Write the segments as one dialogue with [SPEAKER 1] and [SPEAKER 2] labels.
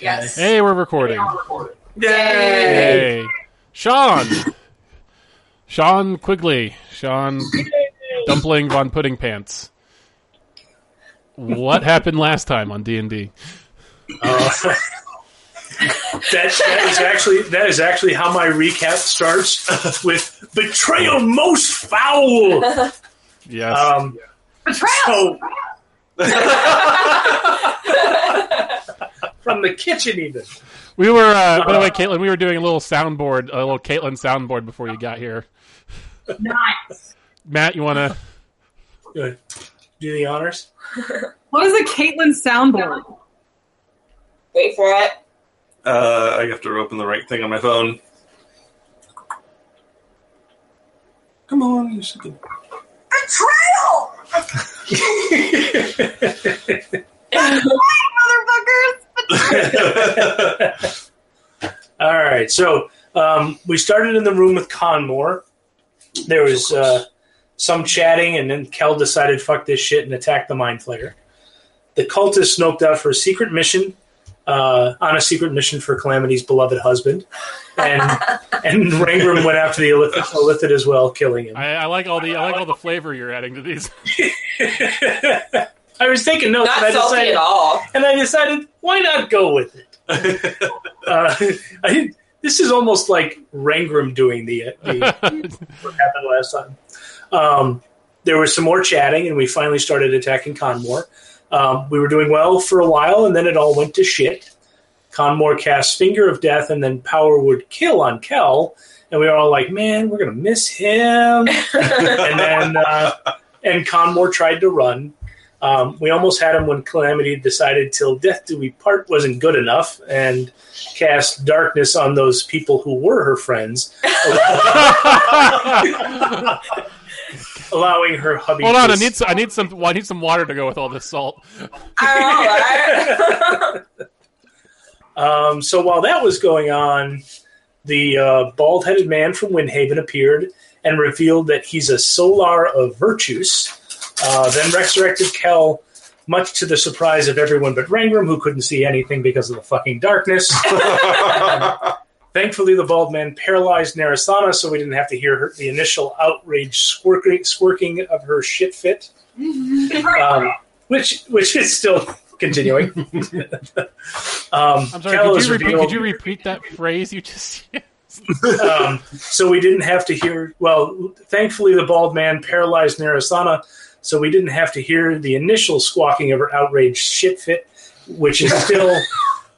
[SPEAKER 1] Yes.
[SPEAKER 2] Hey, we're recording.
[SPEAKER 1] Yay!
[SPEAKER 2] Hey. Sean. Sean Quigley. Sean Dumpling Von Pudding Pants. What happened last time on D&D?
[SPEAKER 3] Uh, that, that is actually that is actually how my recap starts with betrayal most foul.
[SPEAKER 2] Yes.
[SPEAKER 3] Um, so, from the kitchen, even.
[SPEAKER 2] we were, uh, by the way, Caitlin, we were doing a little soundboard, a little Caitlin soundboard before you got here.
[SPEAKER 4] Nice.
[SPEAKER 2] Matt, you want to?
[SPEAKER 3] Good. Do the honors.
[SPEAKER 4] What is a Caitlyn soundboard?
[SPEAKER 1] Wait for it.
[SPEAKER 5] Uh, I have to open the right thing on my phone. Come on, you should do-
[SPEAKER 1] Betrayal, motherfuckers!
[SPEAKER 3] All right, so um, we started in the room with Conmore. There was uh, some chatting, and then Kel decided, "Fuck this shit," and attacked the mind flayer. The cultists snoped out for a secret mission, uh, on a secret mission for Calamity's beloved husband, and and Rangram went after the Elith- Elithid as well, killing him.
[SPEAKER 2] I, I like all the, I like all the flavor you're adding to these.
[SPEAKER 3] I was taking notes,
[SPEAKER 1] Not
[SPEAKER 3] and Oh, I
[SPEAKER 1] salty
[SPEAKER 3] decided,
[SPEAKER 1] at all.
[SPEAKER 3] and I decided, why not go with it? uh, I didn't, this is almost like Rangram doing the, the what happened last time. Um, there was some more chatting, and we finally started attacking Conmore. Um, we were doing well for a while, and then it all went to shit. Conmore cast Finger of Death, and then Power would kill on Kel, and we were all like, "Man, we're gonna miss him." and then uh, and Conmore tried to run. Um, we almost had him when Calamity decided "Till Death Do We Part" wasn't good enough, and cast darkness on those people who were her friends, allowing her hubby.
[SPEAKER 2] Hold on,
[SPEAKER 3] to
[SPEAKER 2] I need, some, I need some, I need some water to go with all this salt.
[SPEAKER 1] I'm all right.
[SPEAKER 3] Um, so while that was going on, the uh, bald headed man from Windhaven appeared and revealed that he's a Solar of Virtues. Uh, then resurrected Kel, much to the surprise of everyone but Rangram, who couldn't see anything because of the fucking darkness. Thankfully, the bald man paralyzed Narasana, so we didn't have to hear her, the initial outraged squirking, squirking of her shit fit, um, which which is still continuing. um,
[SPEAKER 2] I'm sorry.
[SPEAKER 3] Kel
[SPEAKER 2] Could
[SPEAKER 3] is
[SPEAKER 2] you, repeat,
[SPEAKER 3] revealed-
[SPEAKER 2] could you repeat that phrase you just?
[SPEAKER 3] um, so we didn't have to hear. Well, thankfully, the bald man paralyzed Narasana, so we didn't have to hear the initial squawking of her outraged shit fit, which is still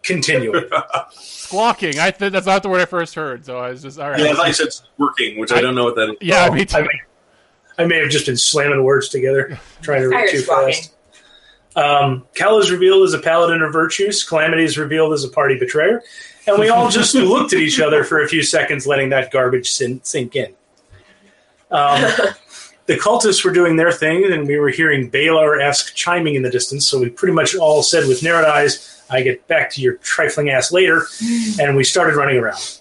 [SPEAKER 3] continuing.
[SPEAKER 2] Squawking. I th- that's not the word I first heard. So I was just all right.
[SPEAKER 5] yeah, I thought you said working, which I don't know what that is.
[SPEAKER 2] Yeah, me
[SPEAKER 3] I
[SPEAKER 2] too.
[SPEAKER 3] may, I may have just been slamming words together, trying to read
[SPEAKER 1] Tired
[SPEAKER 3] too
[SPEAKER 1] squawking.
[SPEAKER 3] fast. Um, Cal is revealed as a paladin of virtues. Calamity is revealed as a party betrayer, and we all just looked at each other for a few seconds, letting that garbage sin- sink in. Um, the cultists were doing their thing, and we were hearing Baylor-esque chiming in the distance. So we pretty much all said with narrowed eyes, "I get back to your trifling ass later," and we started running around.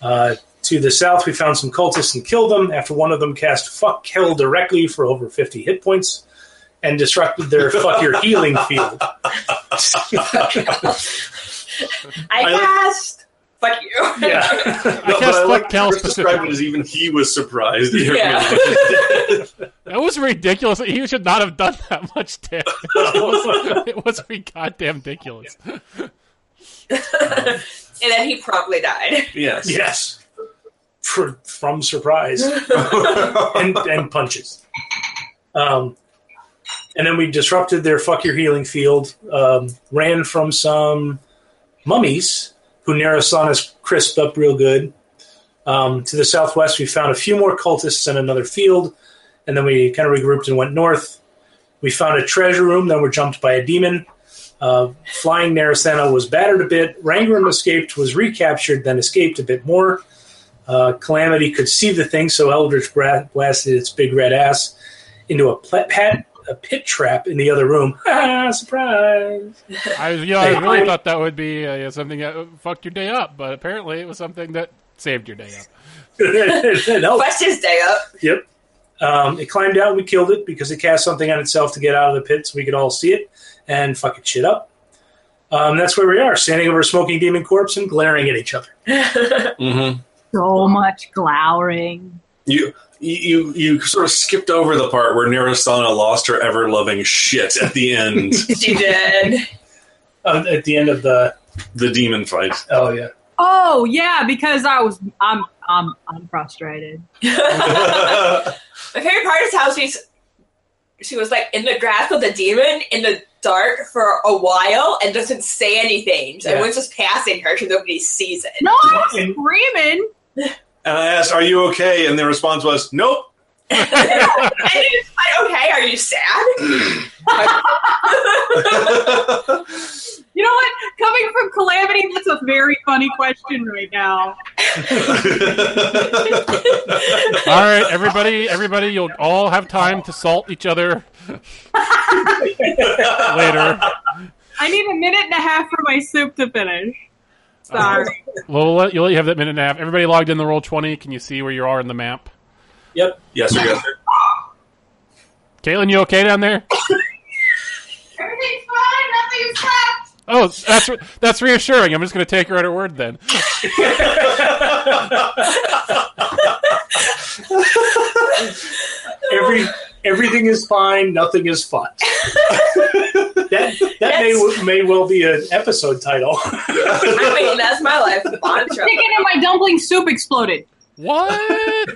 [SPEAKER 3] Uh, to the south, we found some cultists and killed them. After one of them cast "fuck kill" directly for over fifty hit points, and disrupted their "fuck your healing" field.
[SPEAKER 1] I cast. Fuck you.
[SPEAKER 3] Yeah.
[SPEAKER 2] I guess fuck Cal
[SPEAKER 5] Chris described
[SPEAKER 2] specifically.
[SPEAKER 5] it as even he was surprised.
[SPEAKER 1] Yeah.
[SPEAKER 2] That was ridiculous. He should not have done that much damage. It was, it was re- goddamn ridiculous.
[SPEAKER 1] and then he promptly died.
[SPEAKER 5] yes.
[SPEAKER 3] yes. For, from surprise and, and punches. Um, and then we disrupted their "fuck your healing" field. Um, ran from some mummies who Narasana's crisped up real good. Um, to the southwest, we found a few more cultists in another field, and then we kind of regrouped and went north. We found a treasure room, then we're jumped by a demon. Uh, flying Narasana was battered a bit. Rangram escaped, was recaptured, then escaped a bit more. Uh, Calamity could see the thing, so Eldritch bra- blasted its big red ass into a, pl- pat- a pit trap in the other room. Ah, surprise!
[SPEAKER 2] I, was- you know, I really thought that would be uh, yeah, something that uh, fucked your day up, but apparently it was something that saved your day up.
[SPEAKER 3] no,
[SPEAKER 1] Bust his day up.
[SPEAKER 3] Yep. Um, it climbed out. We killed it because it cast something on itself to get out of the pit, so we could all see it and fuck it shit up. Um, that's where we are, standing over a smoking demon corpse and glaring at each other.
[SPEAKER 5] Mm-hmm.
[SPEAKER 4] So much glowering.
[SPEAKER 5] You. You you sort of skipped over the part where Nirasana lost her ever loving shit at the end,
[SPEAKER 1] she did.
[SPEAKER 3] Uh, at the end of the
[SPEAKER 5] the demon fight.
[SPEAKER 3] oh yeah,
[SPEAKER 4] Oh yeah, because I was I'm I'm I'm frustrated.
[SPEAKER 1] My favorite part is how she's she was like in the grasp of the demon in the dark for a while and doesn't say anything. So
[SPEAKER 3] Yeah.
[SPEAKER 1] Everyone's just passing her so nobody sees it.
[SPEAKER 4] No, I was screaming.
[SPEAKER 5] And I asked, "Are you okay?" And the response was, "Nope."
[SPEAKER 1] and you're just like, okay, are you sad?
[SPEAKER 4] You know what? Coming from Calamity, that's a very funny question right now.
[SPEAKER 2] All right, everybody, everybody, you'll all have time to salt each other later.
[SPEAKER 4] I need a minute and a half for my soup to finish. Sorry.
[SPEAKER 2] Well, we'll let, you'll let you have that minute and a half. Everybody logged in the roll twenty. Can you see where you are in the map?
[SPEAKER 3] yep.
[SPEAKER 5] yes, we got there.
[SPEAKER 2] Caitlin, you okay down there?
[SPEAKER 6] Everything's fine. Nothing's left.
[SPEAKER 2] Oh, that's re- that's reassuring. I'm just going to take her at her word then.
[SPEAKER 3] Every everything is fine. Nothing is fun. that that may may well be an episode title.
[SPEAKER 1] I mean, that's my life mantra.
[SPEAKER 4] Chicken in my dumpling soup exploded.
[SPEAKER 2] What?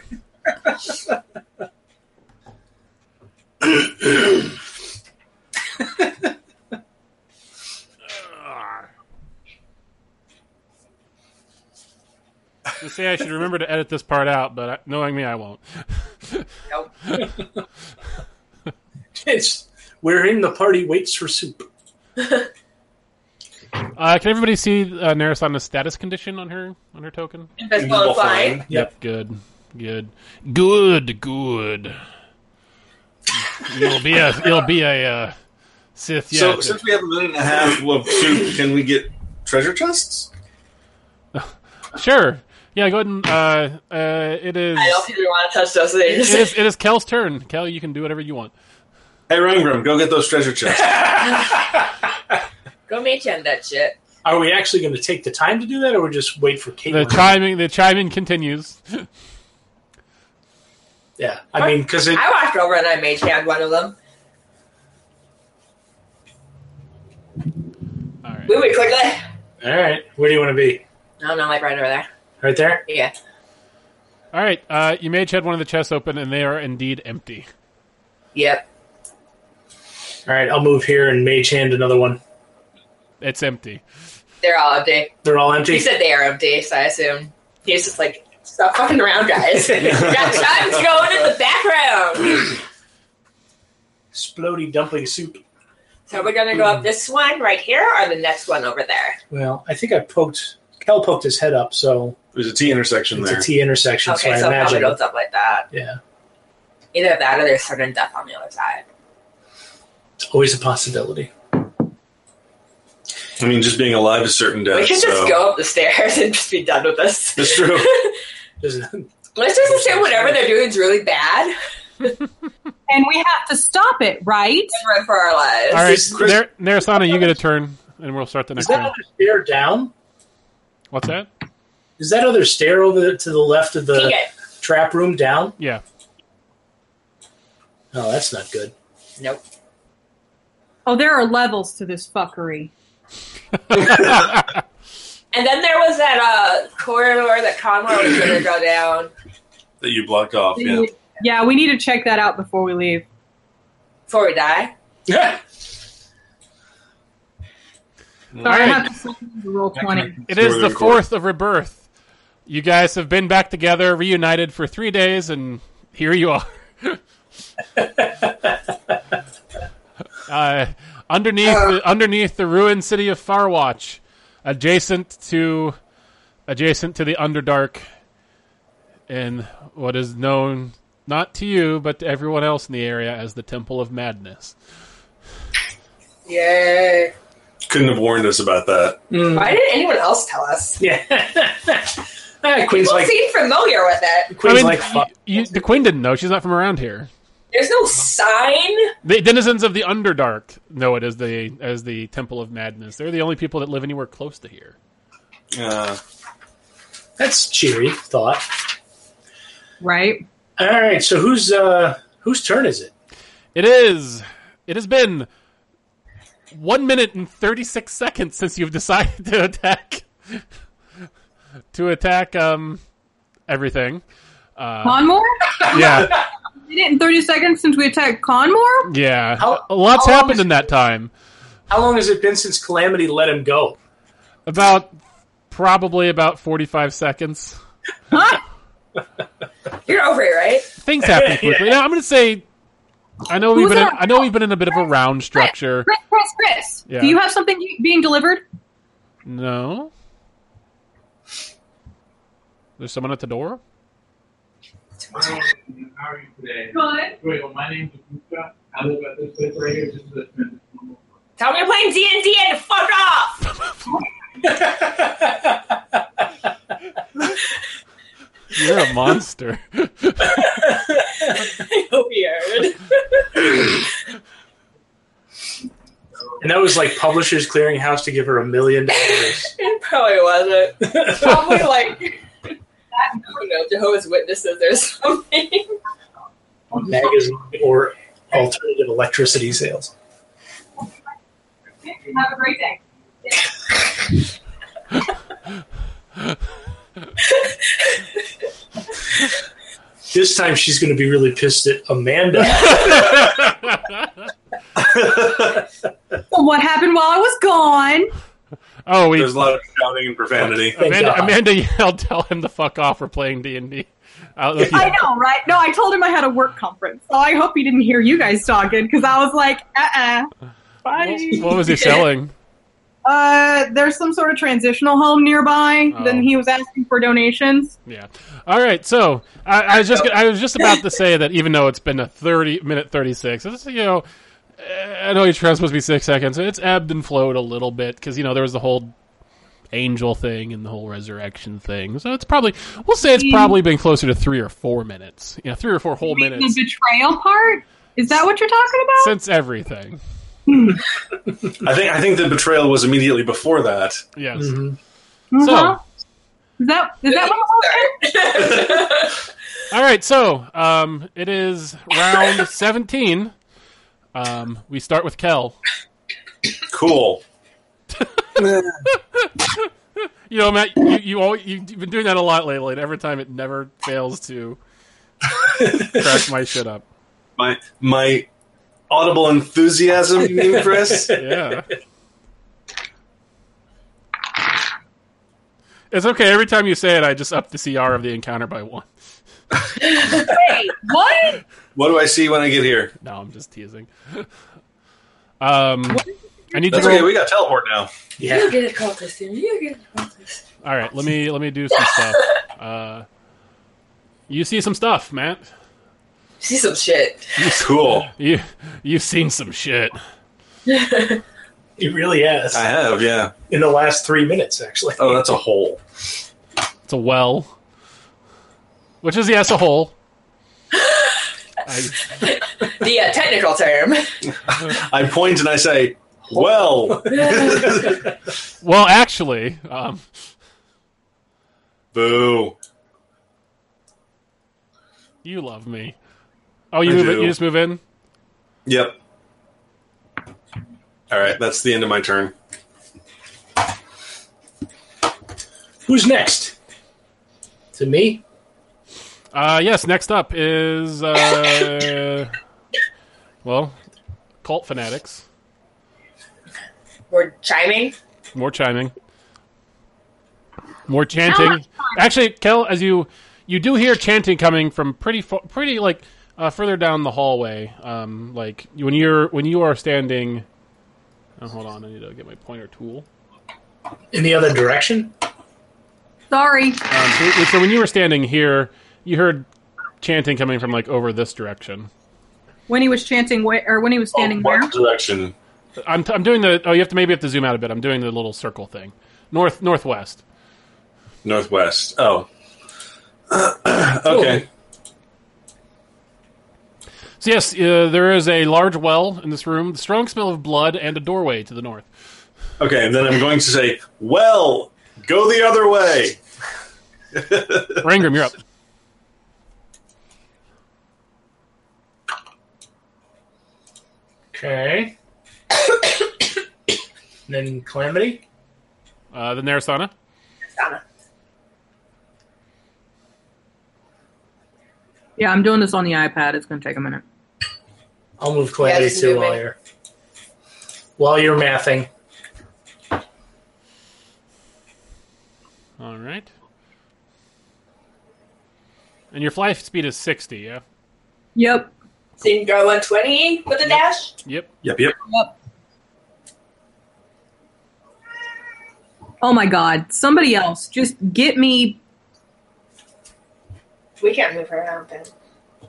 [SPEAKER 2] I say I should remember to edit this part out, but I, knowing me, I won't.
[SPEAKER 1] Nope.
[SPEAKER 3] it's we're in the party waits for soup.
[SPEAKER 2] Uh, can everybody see uh, Narasana's status condition on her on her token?
[SPEAKER 1] Invisible and flying.
[SPEAKER 2] Yep. Good. Good. Good. Good. You'll be a. You'll be a. Uh, Sith. Yeah.
[SPEAKER 5] so, since we have a minute and a half of soup, can we get treasure chests?
[SPEAKER 2] sure. Yeah. Go ahead and. Uh, uh, it is.
[SPEAKER 1] I don't think we want to touch those
[SPEAKER 2] It
[SPEAKER 1] things.
[SPEAKER 2] is. It is Kel's turn. Kel, you can do whatever you want.
[SPEAKER 5] Hey, Rangrim, go get those treasure chests.
[SPEAKER 1] Go meet you and that shit.
[SPEAKER 3] Are we actually going to take the time to do that, or we just wait for
[SPEAKER 2] The
[SPEAKER 3] Caitlin?
[SPEAKER 2] chiming. The chiming continues.
[SPEAKER 3] yeah, I mean, because it
[SPEAKER 1] I walked over and I mage hand one of them.
[SPEAKER 2] All right.
[SPEAKER 1] Move it quickly.
[SPEAKER 3] All right. Where do you want to be?
[SPEAKER 1] No, no, like right over there.
[SPEAKER 3] Right there?
[SPEAKER 1] Yeah.
[SPEAKER 2] All right. Uh, you mage had one of the chests open, and they are indeed empty.
[SPEAKER 1] Yep.
[SPEAKER 3] All right. I'll move here and mage hand another one.
[SPEAKER 2] It's empty.
[SPEAKER 1] They're all empty.
[SPEAKER 3] They're all
[SPEAKER 1] He
[SPEAKER 3] empty.
[SPEAKER 1] said they are empty, so I assume he's just like, stop fucking around, guys. Got John's going in the background.
[SPEAKER 3] Splody dumpling soup.
[SPEAKER 1] So we're gonna go up this one right here, or the next one over there.
[SPEAKER 3] Well, I think I poked. Cal poked his head up, so
[SPEAKER 5] There's a T intersection
[SPEAKER 3] it's
[SPEAKER 5] there.
[SPEAKER 3] a T intersection.
[SPEAKER 1] Okay, so
[SPEAKER 3] so I
[SPEAKER 1] it probably
[SPEAKER 3] imagine.
[SPEAKER 1] goes up like that.
[SPEAKER 3] Yeah,
[SPEAKER 1] Either that, or there's sudden death on the other side.
[SPEAKER 3] it's always a possibility.
[SPEAKER 5] I mean, just being alive is certain death.
[SPEAKER 1] we should
[SPEAKER 5] so-
[SPEAKER 1] just go up the stairs and just be done with this.
[SPEAKER 5] That's true.
[SPEAKER 3] There's-
[SPEAKER 1] Let's just assume whatever they're doing is really bad.
[SPEAKER 4] And we have to stop it, right?
[SPEAKER 1] and Run for our lives.
[SPEAKER 2] All right.
[SPEAKER 5] is Chris-
[SPEAKER 2] Nar- Narasana, you get a turn, and we'll start the
[SPEAKER 3] Is
[SPEAKER 2] next
[SPEAKER 3] that
[SPEAKER 2] round.
[SPEAKER 3] other stair down?
[SPEAKER 2] What's that?
[SPEAKER 3] Is that other stair over the, to the left of the
[SPEAKER 1] Peek it.
[SPEAKER 3] trap room down?
[SPEAKER 2] Yeah.
[SPEAKER 3] Oh, that's not good.
[SPEAKER 1] Nope.
[SPEAKER 4] Oh, there are levels to this fuckery.
[SPEAKER 1] And then there was that uh, corridor that Conroy was gonna go down
[SPEAKER 5] that you blocked off. Oh, Yeah.
[SPEAKER 4] Yeah, we need to check that out before we leave.
[SPEAKER 1] before we die.
[SPEAKER 4] Sorry, I have to flip the roll twenty.
[SPEAKER 2] It is
[SPEAKER 5] Sort
[SPEAKER 2] the
[SPEAKER 5] of cool.
[SPEAKER 2] fourth of rebirth. You guys have been back together, reunited for three days, and here you are. uh, underneath, the, underneath the ruined city of Farwatch, adjacent to, adjacent to the Underdark, in what is known not to you but to everyone else in the area as the Temple of Madness.
[SPEAKER 1] Yay!
[SPEAKER 5] Couldn't have warned us about that.
[SPEAKER 1] Why didn't anyone else tell us?
[SPEAKER 3] Yeah. Ah, Quinn's
[SPEAKER 1] People
[SPEAKER 3] like
[SPEAKER 1] seem familiar with it.
[SPEAKER 3] Quinn's
[SPEAKER 2] I mean,
[SPEAKER 3] like fuck.
[SPEAKER 2] you, the Queen didn't know; she's not from around here.
[SPEAKER 1] There's no sign.
[SPEAKER 2] The denizens of the Underdark know it as the as the Temple of Madness. They're the only people that live anywhere close to here.
[SPEAKER 5] Uh,
[SPEAKER 7] That's cheery thought.
[SPEAKER 4] Right?
[SPEAKER 7] All right, so whose uh, whose turn is it?
[SPEAKER 2] It is. It has been one minute and thirty six seconds since you've decided to attack to attack um everything.
[SPEAKER 4] Conmore?
[SPEAKER 2] Yeah,
[SPEAKER 4] We Did it in 30 seconds since we attacked Conmore?
[SPEAKER 2] yeah.
[SPEAKER 7] How-
[SPEAKER 2] a lot's
[SPEAKER 7] how long
[SPEAKER 2] happened
[SPEAKER 7] is-
[SPEAKER 2] in that time.
[SPEAKER 7] How long has it been since Calamity let him go?
[SPEAKER 2] About probably about forty five seconds.
[SPEAKER 4] Huh?
[SPEAKER 1] You're over it, right?
[SPEAKER 2] Things happen quickly. Now, I'm going to say. I know we've
[SPEAKER 4] Who's
[SPEAKER 2] been. In,
[SPEAKER 4] that?
[SPEAKER 2] I know we've been in a bit of a round structure.
[SPEAKER 4] Chris, Chris, Chris.
[SPEAKER 2] Yeah.
[SPEAKER 4] Do you have something being delivered?
[SPEAKER 2] No. There's someone at the door.
[SPEAKER 8] How are you today?
[SPEAKER 4] Good.
[SPEAKER 8] Great. Well, my name is Luca. I live at this place right here. Just a minute.
[SPEAKER 1] Tell me you're playing D and D and fuck off.
[SPEAKER 2] You're a monster.
[SPEAKER 1] Weird.
[SPEAKER 7] And that was like Publishers Clearinghouse to give her a million dollars.
[SPEAKER 1] It probably wasn't. Probably like I don't know Jehovah's Witnesses or something.
[SPEAKER 7] Magazine or alternative electricity sales.
[SPEAKER 4] Have a great day.
[SPEAKER 7] This time she's going to be really pissed at Amanda.
[SPEAKER 4] Well, what happened while I was gone?
[SPEAKER 2] oh, we.
[SPEAKER 5] there's a lot of shouting and profanity.
[SPEAKER 7] Thank
[SPEAKER 2] Amanda,
[SPEAKER 7] God.
[SPEAKER 2] Amanda yelled, "Tell him to fuck off." We're playing D and D.
[SPEAKER 4] I know, right? No, I told him I had a work conference, so I hope he didn't hear you guys talking because I was like, uh uh Bye.
[SPEAKER 2] What was he selling?
[SPEAKER 4] Uh, there's some sort of transitional home nearby.
[SPEAKER 2] Oh.
[SPEAKER 4] Then he was asking for donations.
[SPEAKER 2] Yeah. All right. So I, I was just I was just about to say that even though it's been a thirty minute thirty six, it's you know eh, I know each round's supposed to be six seconds. It's ebbed and flowed a little bit because you know there was the whole angel thing and the whole resurrection thing. So it's probably we'll say it's probably been closer to three or four minutes. You know, three or four whole minutes
[SPEAKER 4] The betrayal part? Is that what you're talking about?
[SPEAKER 2] since everything.
[SPEAKER 5] I think I think the betrayal was immediately before that.
[SPEAKER 2] Yes.
[SPEAKER 7] Mhm.
[SPEAKER 2] So
[SPEAKER 4] Uh-huh. Is that is that what it was?
[SPEAKER 2] All right, so um, it is round seventeen. Um, we start with Kel.
[SPEAKER 5] Cool.
[SPEAKER 2] You know, Matt, you, you always, you've been doing that a lot lately, and every time it never fails to crash my shit up.
[SPEAKER 5] My my audible enthusiasm, you mean, Chris?
[SPEAKER 2] Yeah. It's okay. Every time you say it, I just up the CR of the encounter by one.
[SPEAKER 4] Wait, what?
[SPEAKER 5] what do I see when I get here?
[SPEAKER 2] No, I'm just teasing. Um, I need to
[SPEAKER 5] That's
[SPEAKER 2] go.
[SPEAKER 5] okay. We got teleport now.
[SPEAKER 7] Yeah.
[SPEAKER 1] get a cultist. You get a cultist.
[SPEAKER 2] All right, let me let me do some stuff. Uh, you see some stuff, Matt.
[SPEAKER 1] See some shit.
[SPEAKER 5] Cool.
[SPEAKER 2] You you've seen some shit.
[SPEAKER 7] It really has.
[SPEAKER 5] I have, yeah.
[SPEAKER 7] In the last three minutes, actually.
[SPEAKER 5] Oh, that's a hole.
[SPEAKER 2] It's a well, which is yes, a hole. I,
[SPEAKER 1] The uh, technical term.
[SPEAKER 5] I point and I say, "Well,
[SPEAKER 2] well, actually, um,
[SPEAKER 5] boo."
[SPEAKER 2] you love me. Oh, you
[SPEAKER 5] I
[SPEAKER 2] move in,
[SPEAKER 5] do.
[SPEAKER 2] you just move in.
[SPEAKER 5] Yep. All right, that's the end of my turn.
[SPEAKER 7] Who's next? To me?
[SPEAKER 2] Uh, yes. Next up is uh, well, cult fanatics.
[SPEAKER 1] We're chiming.
[SPEAKER 2] More chiming. More chanting. Actually, Kel, as you you do hear chanting coming from pretty fa- pretty like uh, further down the hallway. Um, like when you're when you are standing. Oh, hold on, I need to get my pointer tool.
[SPEAKER 7] In the other direction?
[SPEAKER 4] Sorry.
[SPEAKER 2] Um, so, so when you were standing here, you heard chanting coming from like over this direction.
[SPEAKER 4] When he was chanting, where, or when he was standing where?
[SPEAKER 5] Oh, What direction?
[SPEAKER 2] I'm I'm doing the. Oh, you have to maybe have to zoom out a bit. I'm doing the little circle thing. North northwest.
[SPEAKER 5] Northwest. Oh. okay.
[SPEAKER 2] So yes, uh, there is a large well in this room, the strong smell of blood, and a doorway to the north.
[SPEAKER 5] Okay, and then I'm going to say, well, go the other way.
[SPEAKER 2] Rangram, you're up.
[SPEAKER 3] Okay. and then Calamity.
[SPEAKER 2] Uh, the Narasana.
[SPEAKER 4] Yeah, I'm doing this on the iPad. It's going to take a minute.
[SPEAKER 3] I'll move Calamity
[SPEAKER 1] Yes,
[SPEAKER 3] too
[SPEAKER 1] move
[SPEAKER 3] while
[SPEAKER 1] it.
[SPEAKER 3] you're while you're mathing.
[SPEAKER 2] All right. And your fly speed is sixty. Yeah.
[SPEAKER 4] Yep.
[SPEAKER 1] So you can go 120 with a dash.
[SPEAKER 2] Yep.
[SPEAKER 5] Yep, yep.
[SPEAKER 4] Yep. Oh my god. Somebody else. Just get me
[SPEAKER 1] We can't move her around then.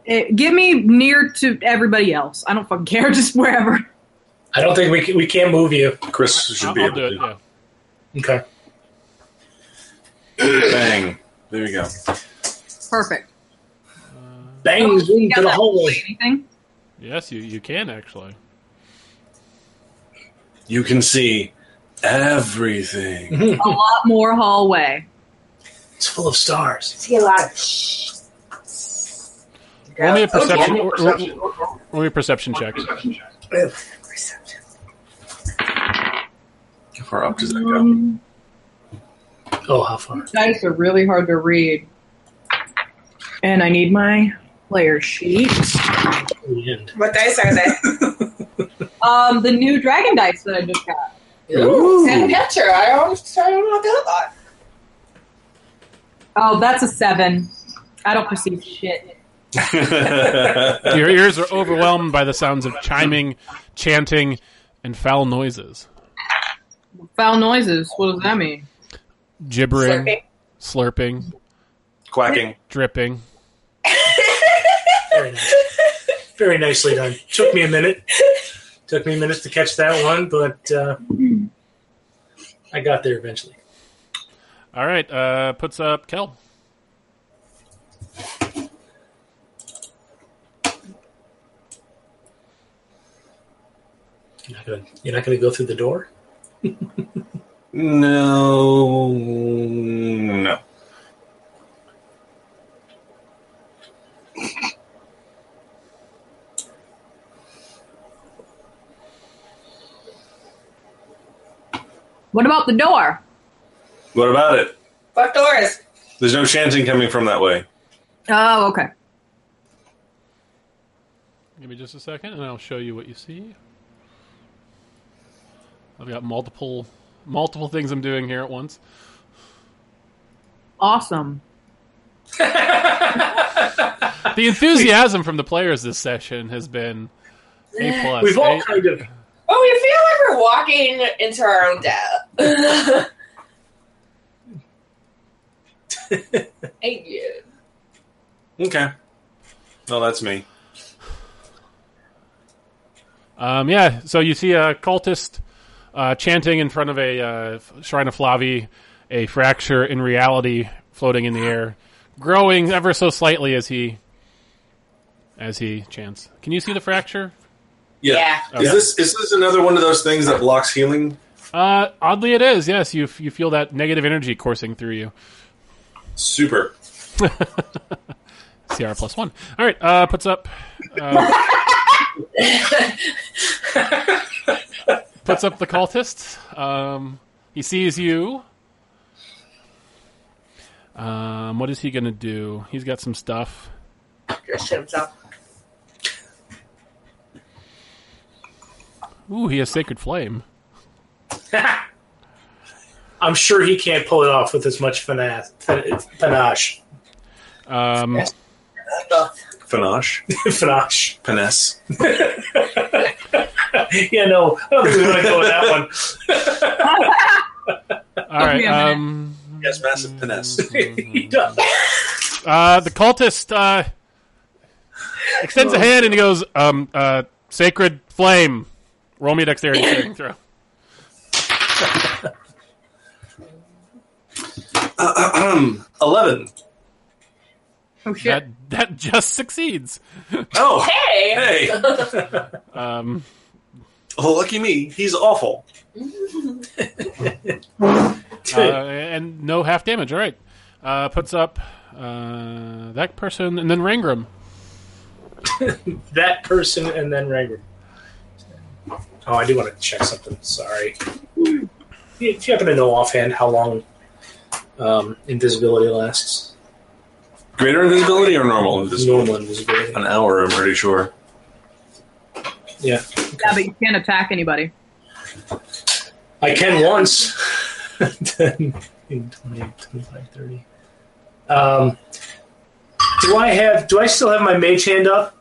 [SPEAKER 4] eh, get me near to everybody else. I don't fucking care. Just wherever.
[SPEAKER 3] I don't think we can, we can't move you.
[SPEAKER 5] Chris should
[SPEAKER 2] I'll,
[SPEAKER 5] be
[SPEAKER 2] I'll
[SPEAKER 5] able
[SPEAKER 2] do it.
[SPEAKER 5] to.
[SPEAKER 2] Yeah.
[SPEAKER 3] Okay.
[SPEAKER 5] Bang. There you go.
[SPEAKER 4] Perfect.
[SPEAKER 3] Bang zoom to
[SPEAKER 4] Yeah,
[SPEAKER 3] the
[SPEAKER 4] that-
[SPEAKER 3] hallway.
[SPEAKER 4] Anything?
[SPEAKER 2] Yes, you you can actually.
[SPEAKER 5] You can see everything.
[SPEAKER 4] A lot more hallway.
[SPEAKER 3] It's full of stars.
[SPEAKER 1] See a lot of
[SPEAKER 2] Roll me a perception.
[SPEAKER 7] Normal
[SPEAKER 2] or- or-
[SPEAKER 7] perception. or- or-
[SPEAKER 2] Roll me a perception check.
[SPEAKER 7] Perception check.
[SPEAKER 5] How far up does that go?
[SPEAKER 3] Oh, how far?
[SPEAKER 4] dice are really hard to read. And I need my player sheet.
[SPEAKER 3] Oh, The end.
[SPEAKER 1] What dice are they?
[SPEAKER 4] Um, the new dragon dice that I just got.
[SPEAKER 1] Ooh. Send a picture. I almost I don't know what that thought.
[SPEAKER 4] Oh, that's a seven. I don't perceive shit.
[SPEAKER 2] Your ears are overwhelmed by the sounds of chiming, chanting, and foul noises,
[SPEAKER 4] Foul noises. What does that mean?
[SPEAKER 2] gibbering, slurping,
[SPEAKER 5] Quacking.
[SPEAKER 2] dripping.
[SPEAKER 3] Very nice. Very nicely done. Took me a minute. Took me a minute to catch that one, but uh, I got there eventually.
[SPEAKER 2] All right. Uh, puts up Kel.
[SPEAKER 3] You're not gonna, you're not gonna go through the door.
[SPEAKER 5] No. No.
[SPEAKER 4] What about the door?
[SPEAKER 5] What about it?
[SPEAKER 1] Fuck doors.
[SPEAKER 5] There's no chanting coming from that way.
[SPEAKER 4] Oh, okay.
[SPEAKER 2] Give me just a second, and I'll show you what you see. I've got multiple multiple things I'm doing here at once.
[SPEAKER 4] Awesome.
[SPEAKER 2] The enthusiasm from the players this session has been a plus.
[SPEAKER 3] We've all
[SPEAKER 2] They-
[SPEAKER 3] kind of
[SPEAKER 1] Well, we feel like we're walking into our own death. Thank you.
[SPEAKER 5] Okay. No, that's me.
[SPEAKER 2] Um, yeah, so you see a cultist uh, chanting in front of a uh, shrine of Flavi, a fracture in reality floating in the air, growing ever so slightly as he as he chants. Can you see the fracture?
[SPEAKER 5] Yeah.
[SPEAKER 1] Yeah.
[SPEAKER 5] Is
[SPEAKER 2] Okay.
[SPEAKER 5] this is this another one of those things that blocks healing?
[SPEAKER 2] Uh, oddly, it is. Yes, you f- you feel that negative energy coursing through you.
[SPEAKER 5] Super.
[SPEAKER 2] CR plus one. All right, uh, puts up. Uh, puts up the cultist. Um, he sees you. Um, what is he gonna do? He's got some stuff.
[SPEAKER 1] Just shit himself.
[SPEAKER 2] Ooh, he has sacred flame.
[SPEAKER 3] I'm sure he can't pull it off with as much finesse, panache.
[SPEAKER 2] Um,
[SPEAKER 5] Panache.
[SPEAKER 3] Panache.
[SPEAKER 5] Finesse.
[SPEAKER 3] Yeah, no, I don't think we want to go with that one.
[SPEAKER 2] all right. Um,
[SPEAKER 5] Yes, massive finesse.
[SPEAKER 3] he does.
[SPEAKER 2] uh, the cultist uh, extends a hand and he goes, um, uh, "Sacred flame." Roll me a dexterity saving throw.
[SPEAKER 5] Eleven.
[SPEAKER 4] Oh shit!
[SPEAKER 2] That that just succeeds.
[SPEAKER 5] Oh,
[SPEAKER 9] Hey!
[SPEAKER 5] hey.
[SPEAKER 2] Um,
[SPEAKER 5] Well, lucky me. He's awful.
[SPEAKER 2] uh, and no half damage. All right, uh, puts up uh, that person and then Rangram.
[SPEAKER 3] that person and then Rangrim. Oh, I do want to check something. Sorry. If you happen to know offhand how long um, invisibility lasts,
[SPEAKER 5] Greater invisibility or normal invisibility?
[SPEAKER 3] normal invisibility.
[SPEAKER 5] An hour, I'm pretty sure.
[SPEAKER 3] Yeah,
[SPEAKER 4] Yeah, but you can't attack anybody.
[SPEAKER 3] I can once. Um, 10, 20, 25, 30. Um, do I have? Do I still have my mage hand up?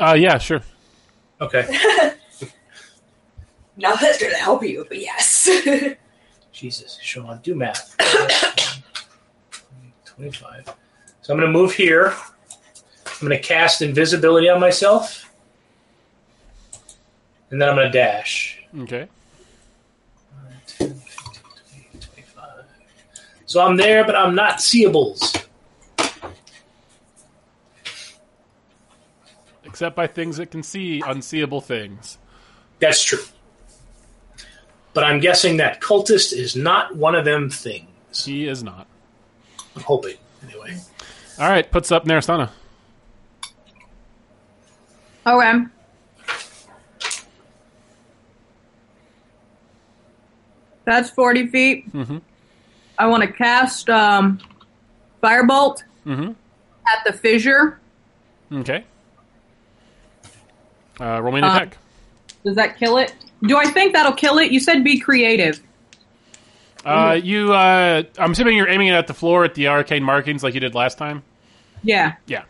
[SPEAKER 2] Uh, yeah, sure.
[SPEAKER 3] Okay.
[SPEAKER 9] Not that it's gonna help you, but yes.
[SPEAKER 3] Jesus, Sean, do math. 25. So I'm going to move here. I'm going to cast invisibility on myself. And then I'm going to dash.
[SPEAKER 2] Okay.
[SPEAKER 3] 10, 15, 20, 25. So I'm there, but I'm not seeables.
[SPEAKER 2] Except by things that can see unseeable things.
[SPEAKER 3] That's true. But I'm guessing that cultist is not one of them things.
[SPEAKER 2] He is not.
[SPEAKER 3] I'm hoping, anyway.
[SPEAKER 2] All right, puts up Narasana.
[SPEAKER 4] Okay. That's forty feet.
[SPEAKER 2] Mhm.
[SPEAKER 4] I want to cast um, firebolt
[SPEAKER 2] Mm-hmm.
[SPEAKER 4] at the fissure.
[SPEAKER 2] Okay. Uh, roll me an
[SPEAKER 4] Uh,
[SPEAKER 2] attack.
[SPEAKER 4] Does that kill it? Do I think that'll kill it? You said be creative.
[SPEAKER 2] Uh, you, uh, I'm assuming you're aiming it at the floor at the arcane markings like you did last time.
[SPEAKER 4] Yeah.
[SPEAKER 2] Yeah.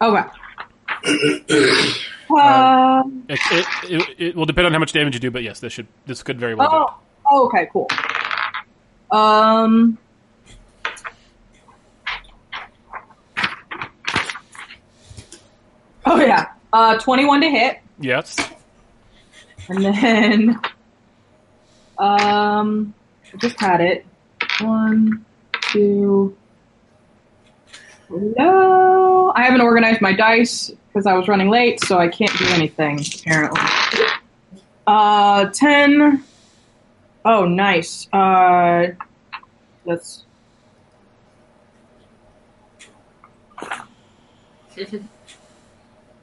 [SPEAKER 4] Okay. uh,
[SPEAKER 2] It, it, it, it will depend on how much damage you do, but yes, this should this could very well. do it.
[SPEAKER 4] oh, oh, okay, cool. Um, oh yeah, uh, twenty-one to hit,
[SPEAKER 2] Yes.
[SPEAKER 4] and then um, I just had it. One, two. No, I haven't organized my dice because I was running late, so I can't do anything apparently. Uh, ten. Oh, nice. Uh, that's.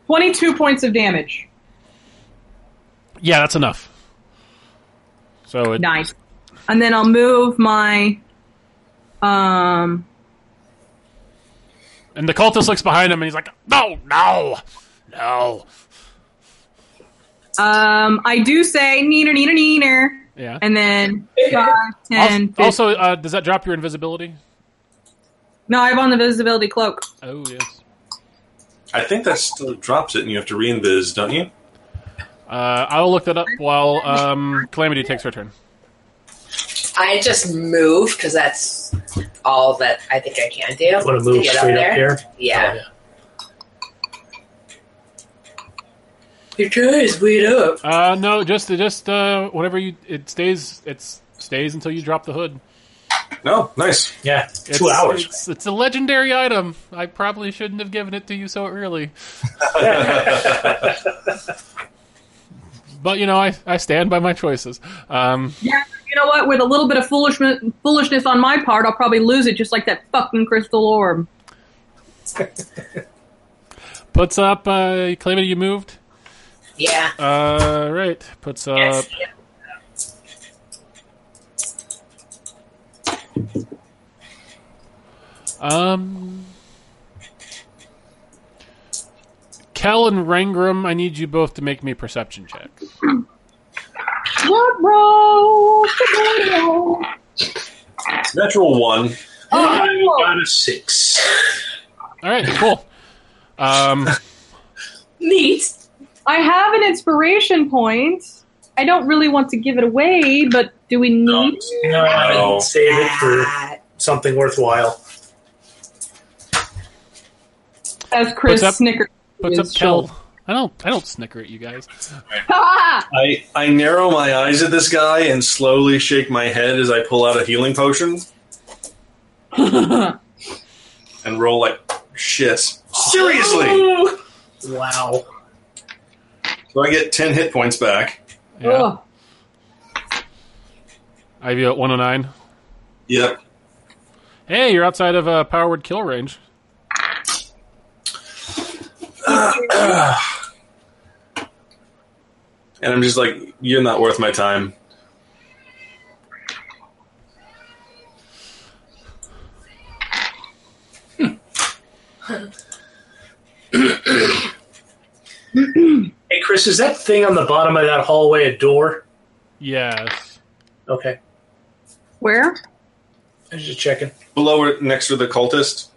[SPEAKER 4] Twenty-two points of damage.
[SPEAKER 2] Yeah, that's enough. So it,
[SPEAKER 4] Nice. And then I'll move my. Um.
[SPEAKER 2] and the cultist looks behind him and he's like, "No, no, no."
[SPEAKER 4] Um. I do say neener neener neener,
[SPEAKER 2] Yeah.
[SPEAKER 4] and then five,
[SPEAKER 2] Al-
[SPEAKER 4] ten. fif-
[SPEAKER 2] also, uh, does that drop your invisibility?
[SPEAKER 4] no, I have on the visibility cloak.
[SPEAKER 2] Oh yes.
[SPEAKER 5] I think that still drops it, and you have to re-invis, don't you?
[SPEAKER 2] Uh, I'll look that up while um, Calamity takes her turn.
[SPEAKER 1] I just move because that's all that I think I can do.
[SPEAKER 3] Want to move
[SPEAKER 1] get
[SPEAKER 3] straight up here?
[SPEAKER 1] Yeah.
[SPEAKER 3] Oh, yeah.
[SPEAKER 1] You guys, wait up.
[SPEAKER 2] Uh, no, just just uh, whatever you. It stays. It stays until you drop the hood.
[SPEAKER 5] No, nice.
[SPEAKER 3] Yeah,
[SPEAKER 2] It's,
[SPEAKER 3] two hours.
[SPEAKER 2] It's, it's a legendary item. I probably shouldn't have given it to you so early. but you know, I, I stand by my choices. Um,
[SPEAKER 4] Yeah. You know what? With a little bit of foolishness, foolishness on my part, I'll probably lose it, just like that fucking crystal orb.
[SPEAKER 2] puts up. Uh, Calamity, you moved.
[SPEAKER 1] Yeah.
[SPEAKER 2] Uh, right. Puts up.
[SPEAKER 9] Uh,
[SPEAKER 1] Yes. yeah.
[SPEAKER 2] Um, Kel and Rangram, I need you both to make me perception checks.
[SPEAKER 4] What, bro? Potato.
[SPEAKER 5] Natural one.
[SPEAKER 3] I
[SPEAKER 4] Oh,
[SPEAKER 3] got a six.
[SPEAKER 2] All right, cool. Um,
[SPEAKER 9] Neat.
[SPEAKER 4] I have an inspiration point. I don't really want to give it away, but do we
[SPEAKER 3] No,
[SPEAKER 4] need?
[SPEAKER 3] no,
[SPEAKER 5] No.
[SPEAKER 3] save it for something worthwhile.
[SPEAKER 4] As Chris
[SPEAKER 2] Puts up-
[SPEAKER 4] snickers.
[SPEAKER 2] puts up
[SPEAKER 4] his shoulder.
[SPEAKER 2] Kel. I don't. I don't snicker at you guys.
[SPEAKER 4] Ah!
[SPEAKER 5] I, I narrow my eyes at this guy and slowly shake my head as I pull out a healing potion. and roll like shit. Seriously.
[SPEAKER 10] Ooh.
[SPEAKER 3] Wow.
[SPEAKER 5] So I get 10 hit points back.
[SPEAKER 2] Yeah.
[SPEAKER 4] Ugh.
[SPEAKER 2] Ivy at 109.
[SPEAKER 5] Yep.
[SPEAKER 2] Hey, you're outside of uh, power word kill range.
[SPEAKER 5] And I'm just like, you're not worth my time.
[SPEAKER 3] Hey, Chris, is that thing on the bottom of that hallway a door?
[SPEAKER 2] Yes.
[SPEAKER 3] Okay.
[SPEAKER 4] Where?
[SPEAKER 3] I was just checking.
[SPEAKER 5] Below or next to the cultist.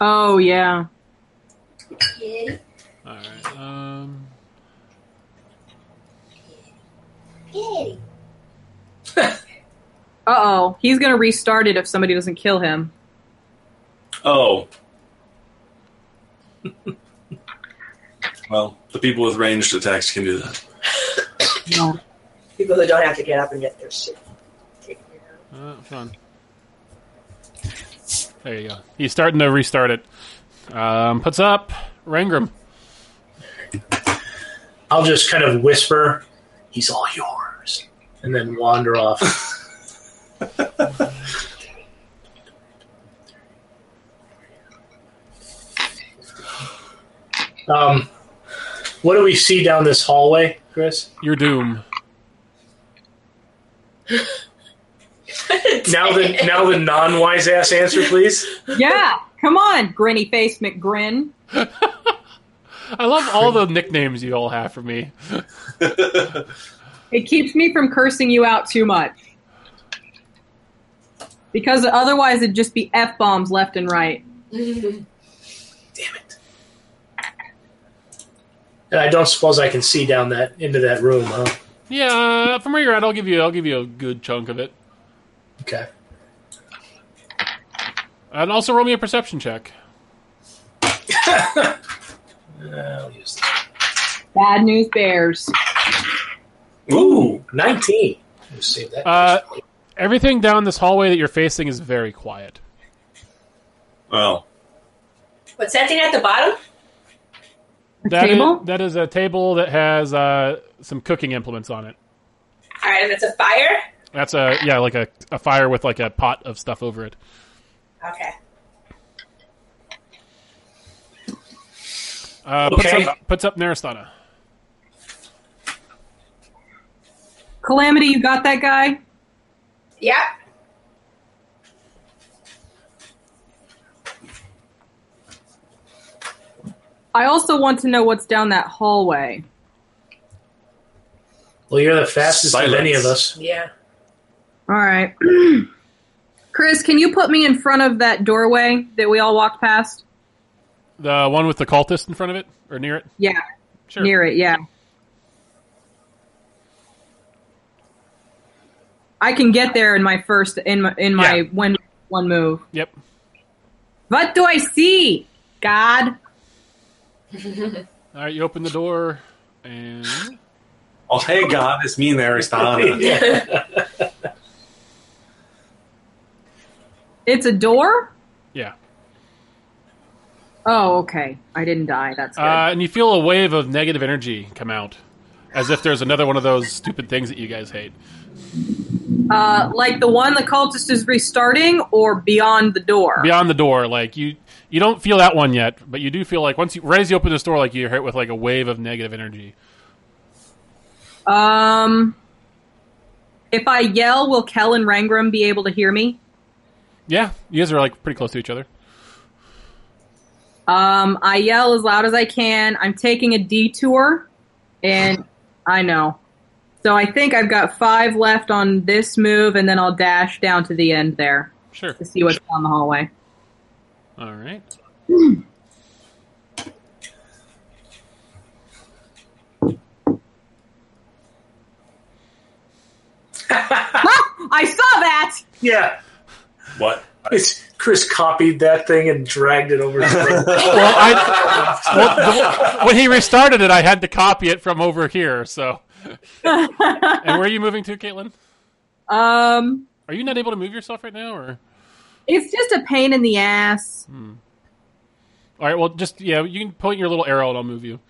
[SPEAKER 4] Oh yeah.
[SPEAKER 2] All right. Um,
[SPEAKER 4] Uh oh. He's gonna restart it if somebody doesn't kill him.
[SPEAKER 5] Oh. well, the people with ranged attacks can do that.
[SPEAKER 4] No.
[SPEAKER 1] People who don't have to get up and get their shit taken care of.
[SPEAKER 2] uh, fun. There you go. He's starting to restart it. Um, puts up Rangram.
[SPEAKER 3] I'll just kind of whisper, "He's all yours," and then wander off. um, what do we see down this hallway, Chris?
[SPEAKER 2] Your doom.
[SPEAKER 3] Now the now the non-wise ass answer, please.
[SPEAKER 4] Yeah. Come on, grinny face McGrin.
[SPEAKER 2] I love all the nicknames you all have for me.
[SPEAKER 4] It keeps me from cursing you out too much. Because otherwise it'd just be F bombs left and right.
[SPEAKER 3] Damn it! And I don't suppose I can see down that into that room, huh?
[SPEAKER 2] Yeah, uh, from where you're at, I'll give you. I'll give you a good chunk of it.
[SPEAKER 3] Okay.
[SPEAKER 2] And also roll me a perception check.
[SPEAKER 3] Uh, I'll use that.
[SPEAKER 4] Bad news bears.
[SPEAKER 3] Ooh, 19. Let's see that.
[SPEAKER 2] Uh, everything down this hallway that you're facing is very quiet.
[SPEAKER 5] Well,
[SPEAKER 10] What's that thing at the bottom?
[SPEAKER 4] A
[SPEAKER 2] That is-
[SPEAKER 4] table?
[SPEAKER 2] that is a table that has uh, some cooking implements on it.
[SPEAKER 10] All right, and it's a fire.
[SPEAKER 2] That's a yeah, like a, a fire with like a pot of stuff over it.
[SPEAKER 10] Okay.
[SPEAKER 2] Uh, puts,
[SPEAKER 3] Okay.
[SPEAKER 2] up, puts up Naristana.
[SPEAKER 4] Calamity, you got that guy?
[SPEAKER 1] Yep.
[SPEAKER 4] I also want to know what's down that hallway.
[SPEAKER 3] well, you're the fastest of any of us.
[SPEAKER 1] Yeah.
[SPEAKER 4] All right. Chris, can you put me in front of that doorway that we all walked past?
[SPEAKER 2] The one with the cultist in front of it or near it.
[SPEAKER 4] Yeah,
[SPEAKER 2] Sure.
[SPEAKER 4] near it, yeah. I can get there in my first in my, in my
[SPEAKER 2] Yeah.
[SPEAKER 4] one one move.
[SPEAKER 2] Yep.
[SPEAKER 4] What do I see? God.
[SPEAKER 2] All right, you open the door and
[SPEAKER 5] oh, hey, God, it's me and Aristana.
[SPEAKER 4] It's a door?
[SPEAKER 2] yeah,
[SPEAKER 4] Oh, okay. I didn't die. That's good.
[SPEAKER 2] uh, and you feel a wave of negative energy come out, as if there's another one of those stupid things that you guys hate.
[SPEAKER 4] Uh, like the one the cultist is restarting or beyond the door?
[SPEAKER 2] beyond the door. Like you, you don't feel that one yet, but you do feel like once you right as you open this door, like you're hit with like a wave of negative energy.
[SPEAKER 4] Um, if I yell, will Kel and Rangram be able to hear me?
[SPEAKER 2] Yeah, you guys are like pretty close to each other.
[SPEAKER 4] Um, I yell as loud as I can. I'm taking a detour, and I know. So I think I've got five left on this move, and then I'll dash down to the end there
[SPEAKER 2] Sure.
[SPEAKER 4] to see what's down the hallway.
[SPEAKER 2] All right.
[SPEAKER 4] Ah, I saw that.
[SPEAKER 3] Yeah.
[SPEAKER 5] what?
[SPEAKER 3] It's, Chris copied that thing and dragged it over. To
[SPEAKER 2] Well, I, well, the- when he restarted it, I had to copy it from over here. So, and where are you moving to, Caitlin?
[SPEAKER 4] Um,
[SPEAKER 2] Are you not able to move yourself right now, or
[SPEAKER 4] It's just a pain in the ass.
[SPEAKER 2] All right. Well, just yeah, you can point your little arrow and I'll move you.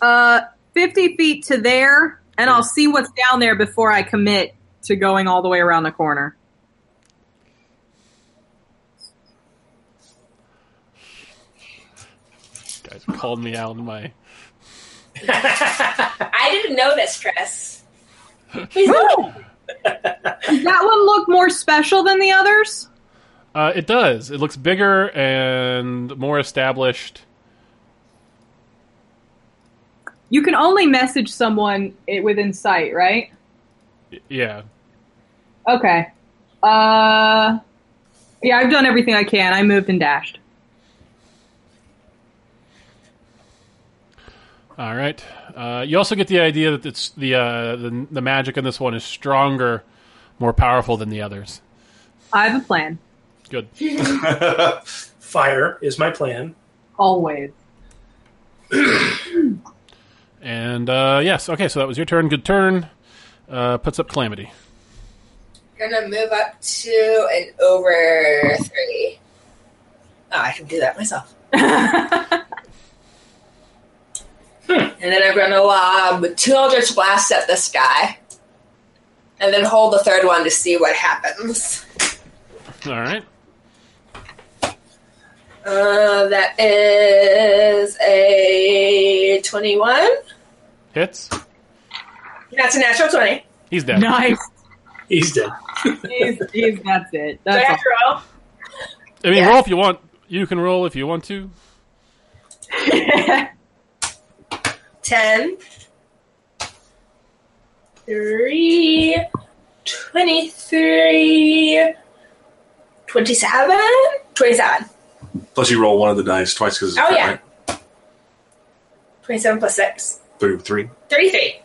[SPEAKER 4] Uh, 50 feet to there, and I'll see what's down there before I commit to going all the way around the corner.
[SPEAKER 2] Guys called me out in my.
[SPEAKER 1] I didn't notice, Chris. Please don't.
[SPEAKER 4] Does that one look more special than the others?
[SPEAKER 2] Uh, it does. It looks bigger and more established.
[SPEAKER 4] You can only message someone i- within sight, right?
[SPEAKER 2] Y- Yeah.
[SPEAKER 4] Okay. Uh, yeah, I've done everything I can. I moved and dashed.
[SPEAKER 2] All right. Uh, you also get the idea that it's the, uh, the the magic in this one is stronger, more powerful than the others.
[SPEAKER 4] I have a plan.
[SPEAKER 2] Good.
[SPEAKER 3] Fire is my plan.
[SPEAKER 4] Always.
[SPEAKER 2] And uh, yes, okay. So that was your turn. Good turn. Uh, puts up calamity.
[SPEAKER 11] Gonna move up to and over three. Oh, I can do that myself. And then I'm gonna lob two Eldritch blasts at this guy, and then hold the third one to see what happens.
[SPEAKER 2] All right.
[SPEAKER 11] Uh, that is a twenty-one.
[SPEAKER 2] Hits.
[SPEAKER 1] That's a natural 20.
[SPEAKER 2] He's dead.
[SPEAKER 4] nice.
[SPEAKER 3] He's dead.
[SPEAKER 4] Jeez, jeez, that's it.
[SPEAKER 1] Do I
[SPEAKER 4] That's
[SPEAKER 1] have to roll?
[SPEAKER 2] I mean, roll if you want. You can roll if you want to.
[SPEAKER 4] all.
[SPEAKER 1] 10, 3, 23, 27? 27.
[SPEAKER 5] Plus, you roll one of the dice twice because it's
[SPEAKER 1] Oh,
[SPEAKER 5] a crit,
[SPEAKER 1] yeah.
[SPEAKER 5] right?
[SPEAKER 1] 27 plus 6.
[SPEAKER 5] Three, three.
[SPEAKER 1] 33.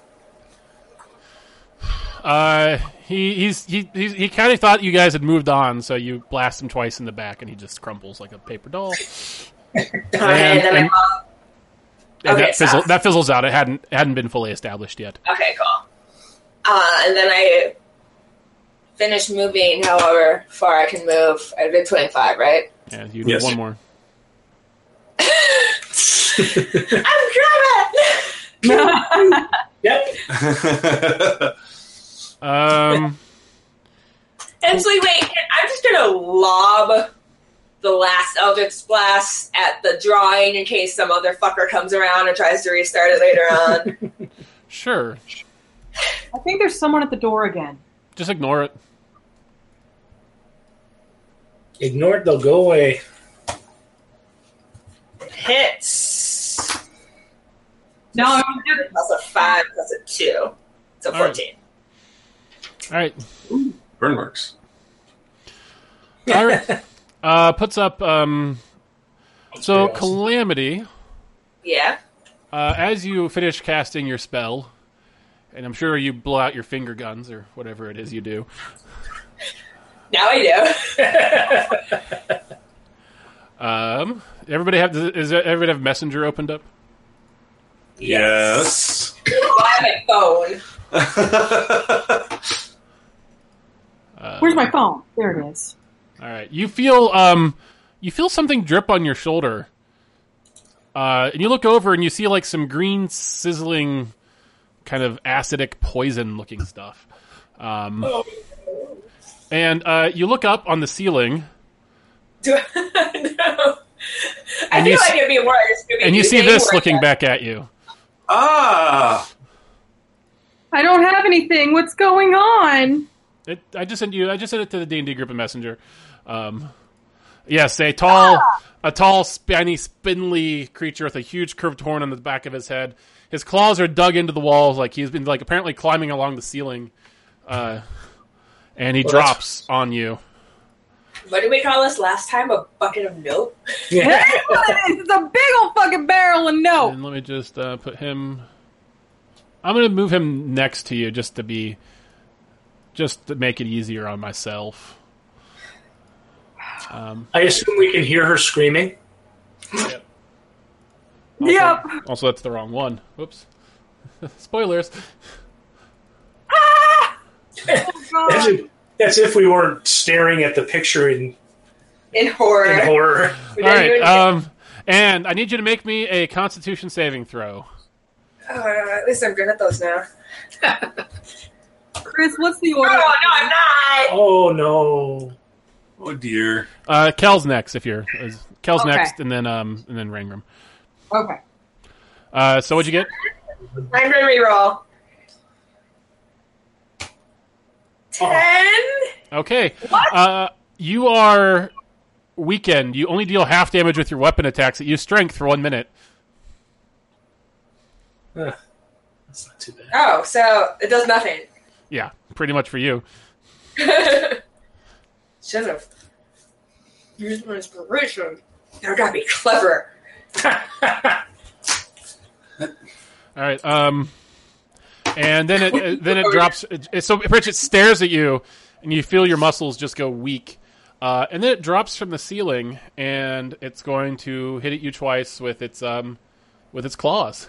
[SPEAKER 2] Uh, he he's he he's, he kind of thought you guys had moved on, so you blast him twice in the back, and he just crumples like a paper doll.
[SPEAKER 1] Okay,
[SPEAKER 2] And-
[SPEAKER 1] then
[SPEAKER 2] and-
[SPEAKER 1] I roll.
[SPEAKER 2] And
[SPEAKER 1] Okay,
[SPEAKER 2] that, fizzle,
[SPEAKER 1] stop.
[SPEAKER 2] that fizzles out. It hadn't hadn't been fully established yet.
[SPEAKER 1] Okay, cool. Uh, and then I finish moving however far I can move. I did 25, right?
[SPEAKER 2] Yeah, you need
[SPEAKER 5] Yes.
[SPEAKER 2] one more.
[SPEAKER 1] I'm driving!
[SPEAKER 3] Yep.
[SPEAKER 2] Um,
[SPEAKER 1] And so wait, I'm just gonna lob the last Eldritch Blast at the drawing in case some other fucker comes around and tries to restart it later on.
[SPEAKER 2] sure.
[SPEAKER 4] I think there's someone at the door again.
[SPEAKER 2] Just ignore it.
[SPEAKER 3] Ignore it. They'll go away.
[SPEAKER 1] Hits.
[SPEAKER 4] No,
[SPEAKER 1] Plus a five, plus a two. So
[SPEAKER 2] All right.
[SPEAKER 1] 14.
[SPEAKER 2] All right.
[SPEAKER 5] Burn marks.
[SPEAKER 2] All right. Uh, puts up. Um, so
[SPEAKER 3] pretty awesome.
[SPEAKER 2] calamity.
[SPEAKER 1] Yeah.
[SPEAKER 2] Uh, as you finish casting your spell, and I'm sure you blow out your finger guns or whatever it is you do.
[SPEAKER 1] Now I do.
[SPEAKER 2] Um, everybody have is everybody have messenger opened up?
[SPEAKER 5] Yes.
[SPEAKER 1] Why my phone?
[SPEAKER 4] where's my phone? There it is.
[SPEAKER 2] All right. You feel um, you feel something drip on your shoulder. Uh, and you look over and you see like some green sizzling, kind of acidic poison looking stuff. Um, and uh, you look up on the ceiling
[SPEAKER 1] Do I, no. I
[SPEAKER 2] And
[SPEAKER 1] feel
[SPEAKER 2] you s-
[SPEAKER 1] like it'd be worse. It'd be
[SPEAKER 2] and you see
[SPEAKER 1] way
[SPEAKER 2] this
[SPEAKER 1] worse.
[SPEAKER 2] looking back at you.
[SPEAKER 5] Ah.
[SPEAKER 4] I don't have anything. What's going on?
[SPEAKER 2] It, I just sent you. I just sent it to the D and D group in Messenger. Um, yes, a tall, a tall, spiny, spindly creature with a huge curved horn on the back of his head. His claws are dug into the walls, like he's been like apparently climbing along the ceiling, uh, and he
[SPEAKER 3] that's-
[SPEAKER 2] drops on you.
[SPEAKER 1] What did we call this last time? A bucket of nope?
[SPEAKER 3] Yeah.
[SPEAKER 4] That's what it is. It's a big old fucking barrel of no.
[SPEAKER 2] And let me just uh, put him. I'm gonna move him next to you just to be, just to make it easier on myself. Um,
[SPEAKER 3] I assume we can hear her screaming.
[SPEAKER 2] Also-
[SPEAKER 4] Yep.
[SPEAKER 2] Also, that's the wrong one. Whoops. Spoilers.
[SPEAKER 4] God.
[SPEAKER 3] That's if, that's if we weren't staring at the picture in
[SPEAKER 1] in horror.
[SPEAKER 7] in horror.
[SPEAKER 1] We
[SPEAKER 2] All
[SPEAKER 1] didn't
[SPEAKER 2] right.
[SPEAKER 1] even-
[SPEAKER 2] Um, and I need you to make me a Constitution saving throw.
[SPEAKER 1] oh, no, at least I'm good at those now.
[SPEAKER 3] Chris, what's the
[SPEAKER 1] Oh
[SPEAKER 3] order?
[SPEAKER 1] no, I'm not.
[SPEAKER 7] Oh no!
[SPEAKER 5] Oh dear.
[SPEAKER 2] Uh, Kel's next. If you're is- Kel's
[SPEAKER 3] Okay.
[SPEAKER 2] next, and then um, and then Rangram.
[SPEAKER 3] Okay.
[SPEAKER 2] Uh, so what'd you get?
[SPEAKER 1] I'm gonna reroll.
[SPEAKER 7] Oh.
[SPEAKER 1] Ten.
[SPEAKER 2] Okay. Uh, you are weakened. You only deal half damage with your weapon attacks. Use strength for one minute.
[SPEAKER 7] Ugh, that's not too bad.
[SPEAKER 1] Oh, so it does nothing.
[SPEAKER 2] Yeah, pretty much for you.
[SPEAKER 1] Should have used my inspiration. Now I gotta be clever.
[SPEAKER 2] All right. Um, and then it uh, then it drops. It, it- so Pritchett stares at you, and you feel your muscles just go weak. Uh, and then it drops from the ceiling, and it's going to hit at you twice with its um, with its claws,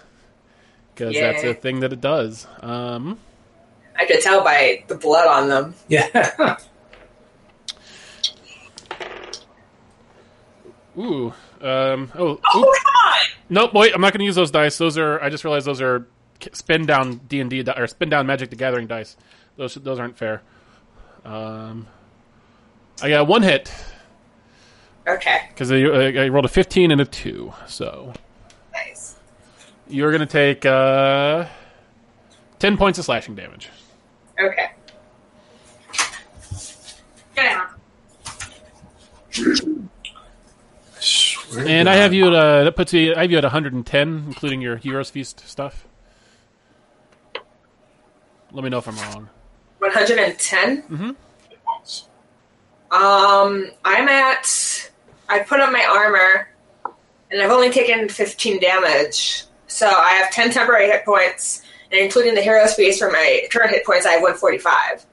[SPEAKER 2] because that's
[SPEAKER 1] Yay.
[SPEAKER 2] a thing that it does. Um,
[SPEAKER 1] I could tell by the blood on them.
[SPEAKER 7] Yeah.
[SPEAKER 2] ooh. Um, oh.
[SPEAKER 1] Oh,
[SPEAKER 2] oop.
[SPEAKER 1] come on!
[SPEAKER 2] Nope. Wait. I'm not going to use those dice. Those are. I just realized those are k- spin down D and D or spin down Magic the Gathering dice. Those those aren't fair. Um, I got one hit.
[SPEAKER 1] Okay,
[SPEAKER 2] because I, I rolled a 15 and a 2 so
[SPEAKER 1] nice.
[SPEAKER 2] you're going to take uh, 10 points of slashing damage
[SPEAKER 1] Okay.
[SPEAKER 3] Get out.
[SPEAKER 2] and i have you at uh, that puts you i have you at 110 including your heroes feast stuff let me know if i'm wrong
[SPEAKER 1] 110?
[SPEAKER 2] Mhm.
[SPEAKER 1] Um, I'm at. I put on my armor, and I've only taken 15 damage. So I have 10 temporary hit points, and including the hero space for my current hit points, I have 145.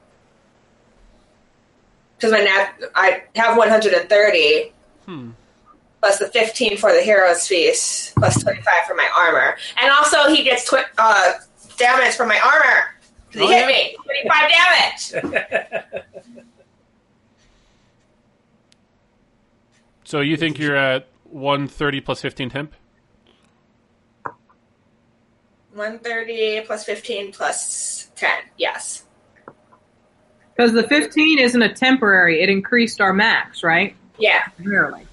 [SPEAKER 1] Because my nav, I have 130,
[SPEAKER 2] hmm
[SPEAKER 1] plus the 15 for the hero's feast, plus 25 for my armor. And also, he gets tw- uh, damage from my armor. 'Cause He
[SPEAKER 2] Oh,
[SPEAKER 1] hit
[SPEAKER 2] yeah.
[SPEAKER 1] me. 25 damage.
[SPEAKER 2] so you think you're at 130 plus 15 temp
[SPEAKER 1] 130 plus 15 plus 10. Yes.
[SPEAKER 3] Because the 15 isn't a temporary. It increased our max, right?
[SPEAKER 1] Yeah.
[SPEAKER 3] Merely.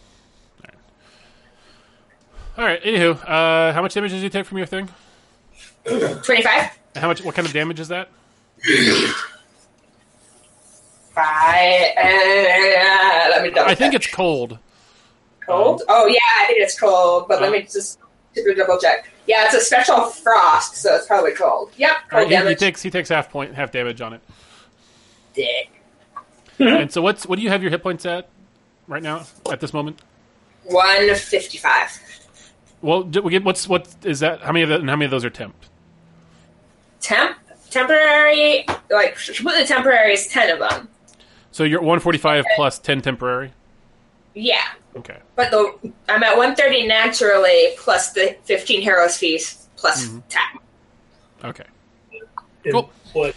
[SPEAKER 2] all right anywho uh, how much damage did you take from your thing
[SPEAKER 1] 25?
[SPEAKER 2] how much what kind of damage is that
[SPEAKER 1] Five. Uh, let me double
[SPEAKER 2] i think
[SPEAKER 1] check.
[SPEAKER 2] it's cold
[SPEAKER 1] cold. Oh, yeah, I think it's cold, but
[SPEAKER 2] Uh.
[SPEAKER 1] let me just double check. Yeah, it's a special frost, so it's probably cold. Yep,
[SPEAKER 2] All
[SPEAKER 1] cold
[SPEAKER 2] right, he- he,
[SPEAKER 1] damage.
[SPEAKER 2] takes he takes half point half damage on it
[SPEAKER 1] Dick.
[SPEAKER 2] and so what's what do you have your hit points at right now at this moment
[SPEAKER 1] 155.
[SPEAKER 2] Well, d- we get- what's what is that? How many of that, and how many of those are temp?
[SPEAKER 1] Temp? Temporary, like, completely temporary is 10 of them.
[SPEAKER 2] So you're 145 plus 10 temporary.
[SPEAKER 1] Yeah.
[SPEAKER 2] Okay.
[SPEAKER 1] But the I'm at 130 naturally, plus the 15 heroes fees, plus
[SPEAKER 2] Mm-hmm.
[SPEAKER 1] 10.
[SPEAKER 2] Okay.
[SPEAKER 7] And
[SPEAKER 2] Cool.
[SPEAKER 7] What?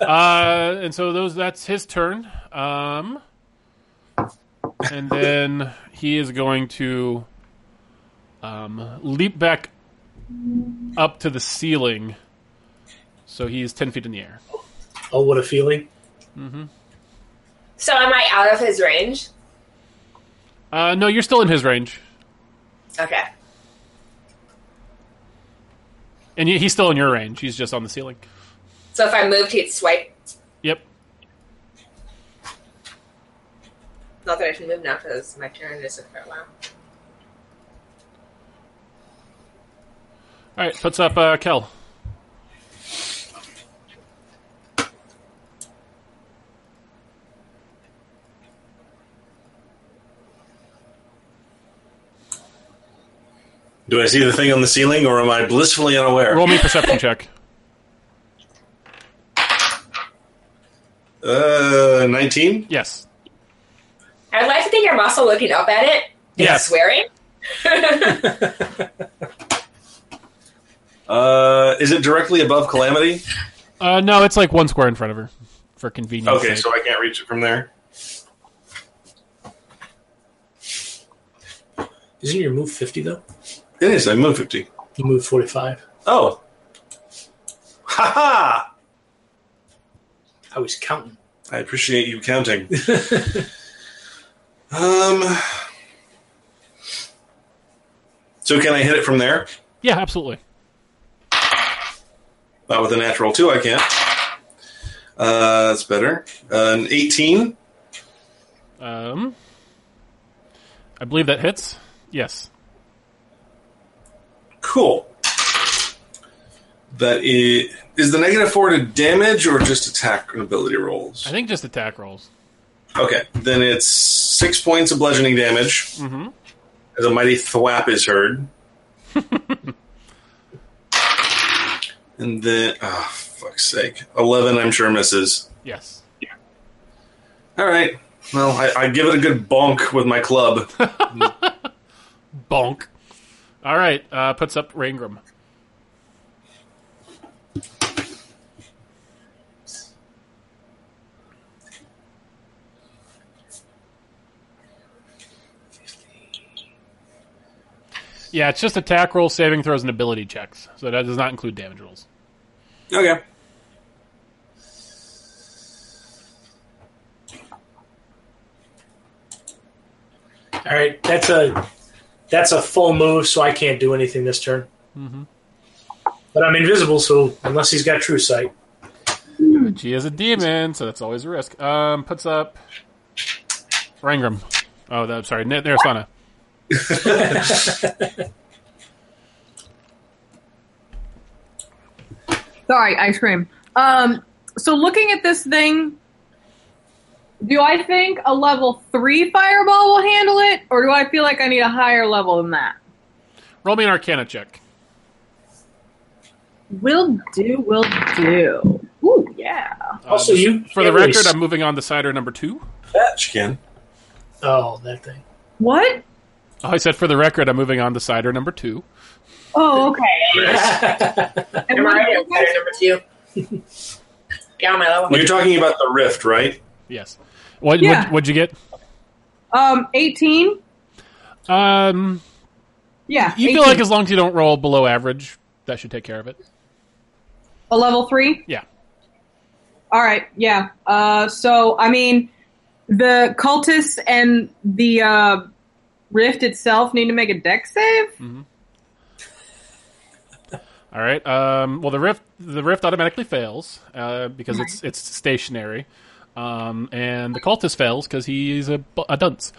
[SPEAKER 2] Uh, and so those that's his turn. Um, and then he is going to um, leap back up to the ceiling. So he's 10 feet in the air.
[SPEAKER 7] Oh, what a feeling!
[SPEAKER 1] So am I out of his range?
[SPEAKER 2] Uh, no, you're still in his range,
[SPEAKER 1] Okay.
[SPEAKER 2] and y- he's still in your range. He's just on the ceiling.
[SPEAKER 1] So if I moved, he'd swipe.
[SPEAKER 2] Yep.
[SPEAKER 1] Not that I can move now because my turn isn't for a while.
[SPEAKER 2] All right. Puts up uh, Kel.
[SPEAKER 5] Do I see the thing on the ceiling or am I blissfully unaware?
[SPEAKER 2] Roll me a perception check.
[SPEAKER 5] Uh, 19?
[SPEAKER 2] Yes.
[SPEAKER 1] I'd like to think I'm also looking up at it and
[SPEAKER 2] Yes.
[SPEAKER 1] swearing.
[SPEAKER 5] Uh, is it directly above Calamity?
[SPEAKER 2] Uh, no, it's like one square in front of her for convenience.
[SPEAKER 5] Okay,
[SPEAKER 2] sake.
[SPEAKER 5] so I can't reach it from there.
[SPEAKER 3] Isn't your move 50, though?
[SPEAKER 5] It is. I move 50.
[SPEAKER 3] You move 45.
[SPEAKER 5] Oh. Ha ha!
[SPEAKER 3] I was counting.
[SPEAKER 5] I appreciate you counting. um. So can I hit it from there?
[SPEAKER 2] Yeah, absolutely.
[SPEAKER 5] Not with a natural two, I can't. Uh, that's better. Uh, an eighteen.
[SPEAKER 2] Um, I believe that hits. Yes.
[SPEAKER 5] Cool. That is, is the negative four to damage or just attack and ability rolls?
[SPEAKER 2] I think just attack rolls.
[SPEAKER 5] Okay, then it's six points of bludgeoning damage
[SPEAKER 2] Mm-hmm.
[SPEAKER 5] as a mighty thwap is heard. and then, oh, fuck's sake. 11, I'm sure, misses.
[SPEAKER 2] Yes.
[SPEAKER 5] All right. Well, I, I give it a good bonk with my club.
[SPEAKER 2] Bonk. All right. Uh, puts up Rangram. Yeah, it's just attack rolls, saving throws, and ability checks. So that does not include damage rolls.
[SPEAKER 5] okay.
[SPEAKER 3] All right, that's a that's a full move, so I can't do anything this turn.
[SPEAKER 2] Mhm.
[SPEAKER 3] But I'm invisible, so unless he's got true sight,
[SPEAKER 2] But she is a demon, so that's always a risk. Um, puts up Rangram. Oh, that, sorry, Na- Narasana.
[SPEAKER 4] Sorry, ice cream. Um, so looking at this thing, do I think a level three fireball will handle it, or do I feel like I need a higher level than that?
[SPEAKER 2] Roll me an Arcana check.
[SPEAKER 4] Will do, will do. Ooh, yeah.
[SPEAKER 3] Also,
[SPEAKER 2] Uh, just
[SPEAKER 3] you
[SPEAKER 2] for the
[SPEAKER 3] can't really
[SPEAKER 2] record,
[SPEAKER 3] s-
[SPEAKER 2] I'm moving on to cider number two.
[SPEAKER 5] That you can.
[SPEAKER 3] oh, that thing.
[SPEAKER 4] What?
[SPEAKER 2] Oh, I said for the record, I'm moving on to cider number two.
[SPEAKER 4] Oh, okay. And
[SPEAKER 1] Am
[SPEAKER 4] what
[SPEAKER 1] I
[SPEAKER 4] did you
[SPEAKER 1] better
[SPEAKER 4] guys-
[SPEAKER 1] number two? Get on my level.
[SPEAKER 5] You're talking about the rift, right?
[SPEAKER 2] Yes. What
[SPEAKER 4] Yeah.
[SPEAKER 2] would what'd you get?
[SPEAKER 4] Um, eighteen.
[SPEAKER 2] Um,
[SPEAKER 4] Yeah,
[SPEAKER 2] you feel like
[SPEAKER 4] 18.
[SPEAKER 2] as long as you don't roll below average, that should take care of it.
[SPEAKER 4] a level three.
[SPEAKER 2] Yeah.
[SPEAKER 4] All right. Yeah. Uh, so I mean, the cultists and the uh, rift itself need to make a deck save.
[SPEAKER 2] All right. Um, well, the rift the rift automatically fails uh, because it's it's stationary, um, and the cultist fails because he's a, bu- a dunce.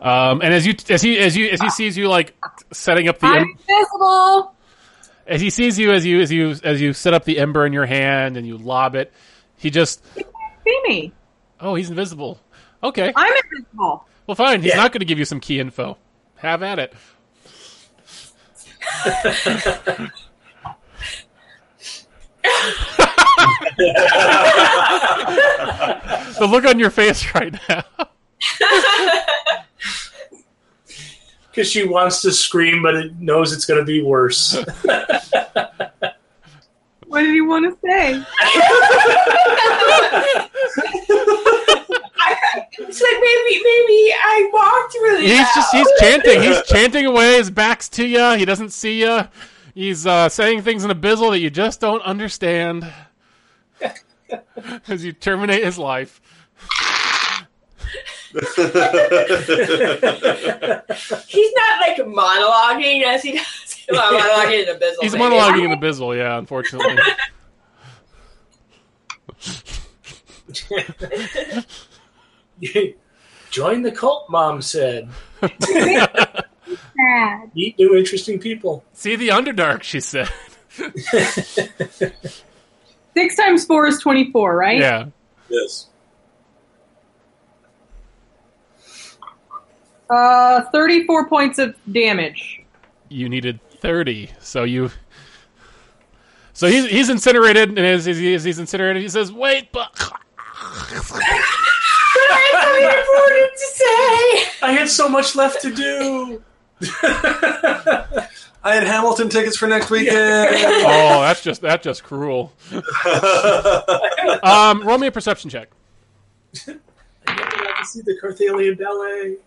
[SPEAKER 2] um, and as you as he as you as he sees you like setting up the
[SPEAKER 4] I'm
[SPEAKER 2] em-
[SPEAKER 4] invisible.
[SPEAKER 2] as he sees you as you as you as you set up the ember in your hand and you lob it, he just
[SPEAKER 4] See me.
[SPEAKER 2] oh he's invisible. Okay,
[SPEAKER 4] I'm invisible.
[SPEAKER 2] well fine. He's
[SPEAKER 3] Yeah.
[SPEAKER 2] not going to give you some key info. Have at it. the look on your face right now.
[SPEAKER 3] Because she wants to scream, but it knows it's going to be worse.
[SPEAKER 4] What did you want to say?
[SPEAKER 1] It's like maybe, maybe I walked really.
[SPEAKER 2] He's
[SPEAKER 1] loud.
[SPEAKER 2] just he's chanting. He's chanting away. His back's to you. He doesn't see you. He's uh, saying things in a bizzle that you just don't understand. As you terminate his life.
[SPEAKER 1] He's not like monologuing as he does. well, monologuing in Abyssal.
[SPEAKER 2] He's
[SPEAKER 1] maybe.
[SPEAKER 2] monologuing in the bizzle, yeah, unfortunately.
[SPEAKER 3] Join the cult, mom said. Meet new, interesting people.
[SPEAKER 2] see the Underdark, she said.
[SPEAKER 4] Six times four is twenty-four, right?
[SPEAKER 2] Yeah.
[SPEAKER 5] Yes.
[SPEAKER 4] Uh, thirty-four points of damage.
[SPEAKER 2] You needed 30, so you. So he's, he's incinerated, and as, as, he- as he's incinerated, he says, Wait, but.
[SPEAKER 1] But I have something important to say.
[SPEAKER 3] I had so much left to do.
[SPEAKER 5] I had Hamilton tickets for next weekend.
[SPEAKER 2] oh, that's just that's just cruel. um, roll me a perception check.
[SPEAKER 3] I never got to see the Carthalian ballet.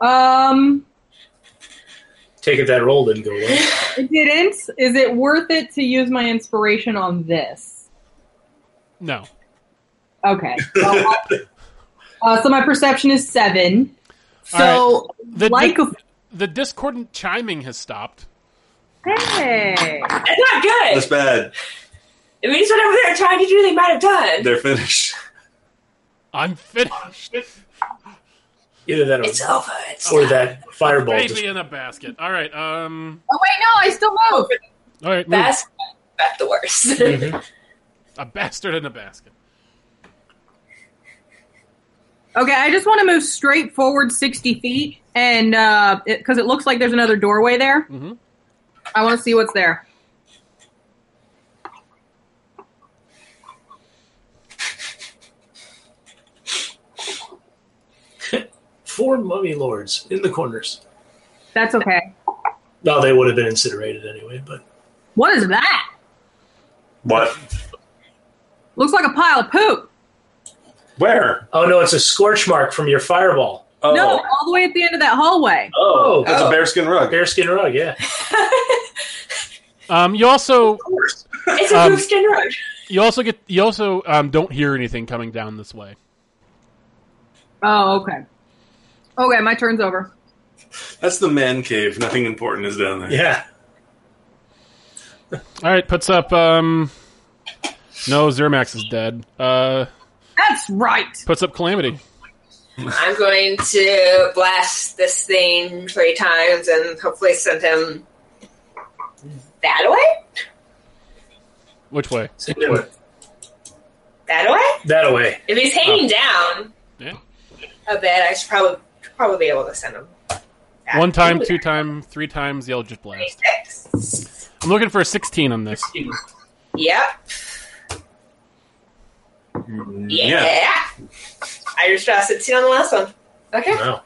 [SPEAKER 4] Um,
[SPEAKER 3] Take it that roll didn't go well.
[SPEAKER 12] It didn't.
[SPEAKER 4] is it worth it to use my inspiration on this?
[SPEAKER 2] No.
[SPEAKER 4] Okay. Well, I- uh, so my perception is seven. So,
[SPEAKER 2] The,
[SPEAKER 4] like
[SPEAKER 2] the, the discordant chiming has stopped.
[SPEAKER 4] a hey,
[SPEAKER 1] It's not good.
[SPEAKER 5] That's bad.
[SPEAKER 1] It means whatever they're trying to do, they might have done.
[SPEAKER 5] They're finished.
[SPEAKER 2] I'm finished.
[SPEAKER 3] Either that or,
[SPEAKER 1] it's over. It's
[SPEAKER 3] or
[SPEAKER 1] done.
[SPEAKER 3] that fireball.
[SPEAKER 2] Baby
[SPEAKER 3] Just,
[SPEAKER 2] in a basket. All right. Um.
[SPEAKER 4] oh wait, no, I still move.
[SPEAKER 2] All right. Move.
[SPEAKER 1] That's that's the worst.
[SPEAKER 3] Mm-hmm.
[SPEAKER 2] A bastard in a basket.
[SPEAKER 4] Okay, I just want to move straight forward sixty feet, and because it, 'cause it looks like there's another doorway there,
[SPEAKER 2] hmm
[SPEAKER 4] I want to see what's there.
[SPEAKER 3] four mummy lords in the corners.
[SPEAKER 4] That's okay.
[SPEAKER 3] No, they would have been incinerated anyway, but
[SPEAKER 4] What is that?
[SPEAKER 5] What?
[SPEAKER 4] Looks like a pile of poop.
[SPEAKER 5] Where?
[SPEAKER 3] oh no, it's a scorch mark from your fireball.
[SPEAKER 5] Oh,
[SPEAKER 4] No, all the way at the end of that hallway.
[SPEAKER 3] Oh,
[SPEAKER 5] it's a bearskin rug.
[SPEAKER 3] bearskin rug, yeah.
[SPEAKER 2] Um. You also
[SPEAKER 1] it's a
[SPEAKER 2] Um,
[SPEAKER 1] um, skin road.
[SPEAKER 2] you also get you also um don't hear anything coming down this way.
[SPEAKER 4] Oh, okay. Okay, my turn's over.
[SPEAKER 5] That's the man cave. Nothing important is down there.
[SPEAKER 3] Yeah.
[SPEAKER 2] All right. Puts up. Um. No, Zermax is dead. Uh.
[SPEAKER 4] That's right.
[SPEAKER 2] Puts up calamity.
[SPEAKER 1] I'm going to blast this thing three times and hopefully send him that way?
[SPEAKER 2] Which way?
[SPEAKER 3] Send him
[SPEAKER 1] That way?
[SPEAKER 3] that away.
[SPEAKER 1] If he's hanging down
[SPEAKER 2] Oh. Yeah.
[SPEAKER 1] a bit, I should probably probably be able to send him. that.
[SPEAKER 2] One time, two time, three times. The Eldritch blast.
[SPEAKER 1] Six.
[SPEAKER 2] I'm looking for a 16 on this.
[SPEAKER 1] Yep. Yeah. I just dropped 16 on the last one. Okay.
[SPEAKER 3] Wow.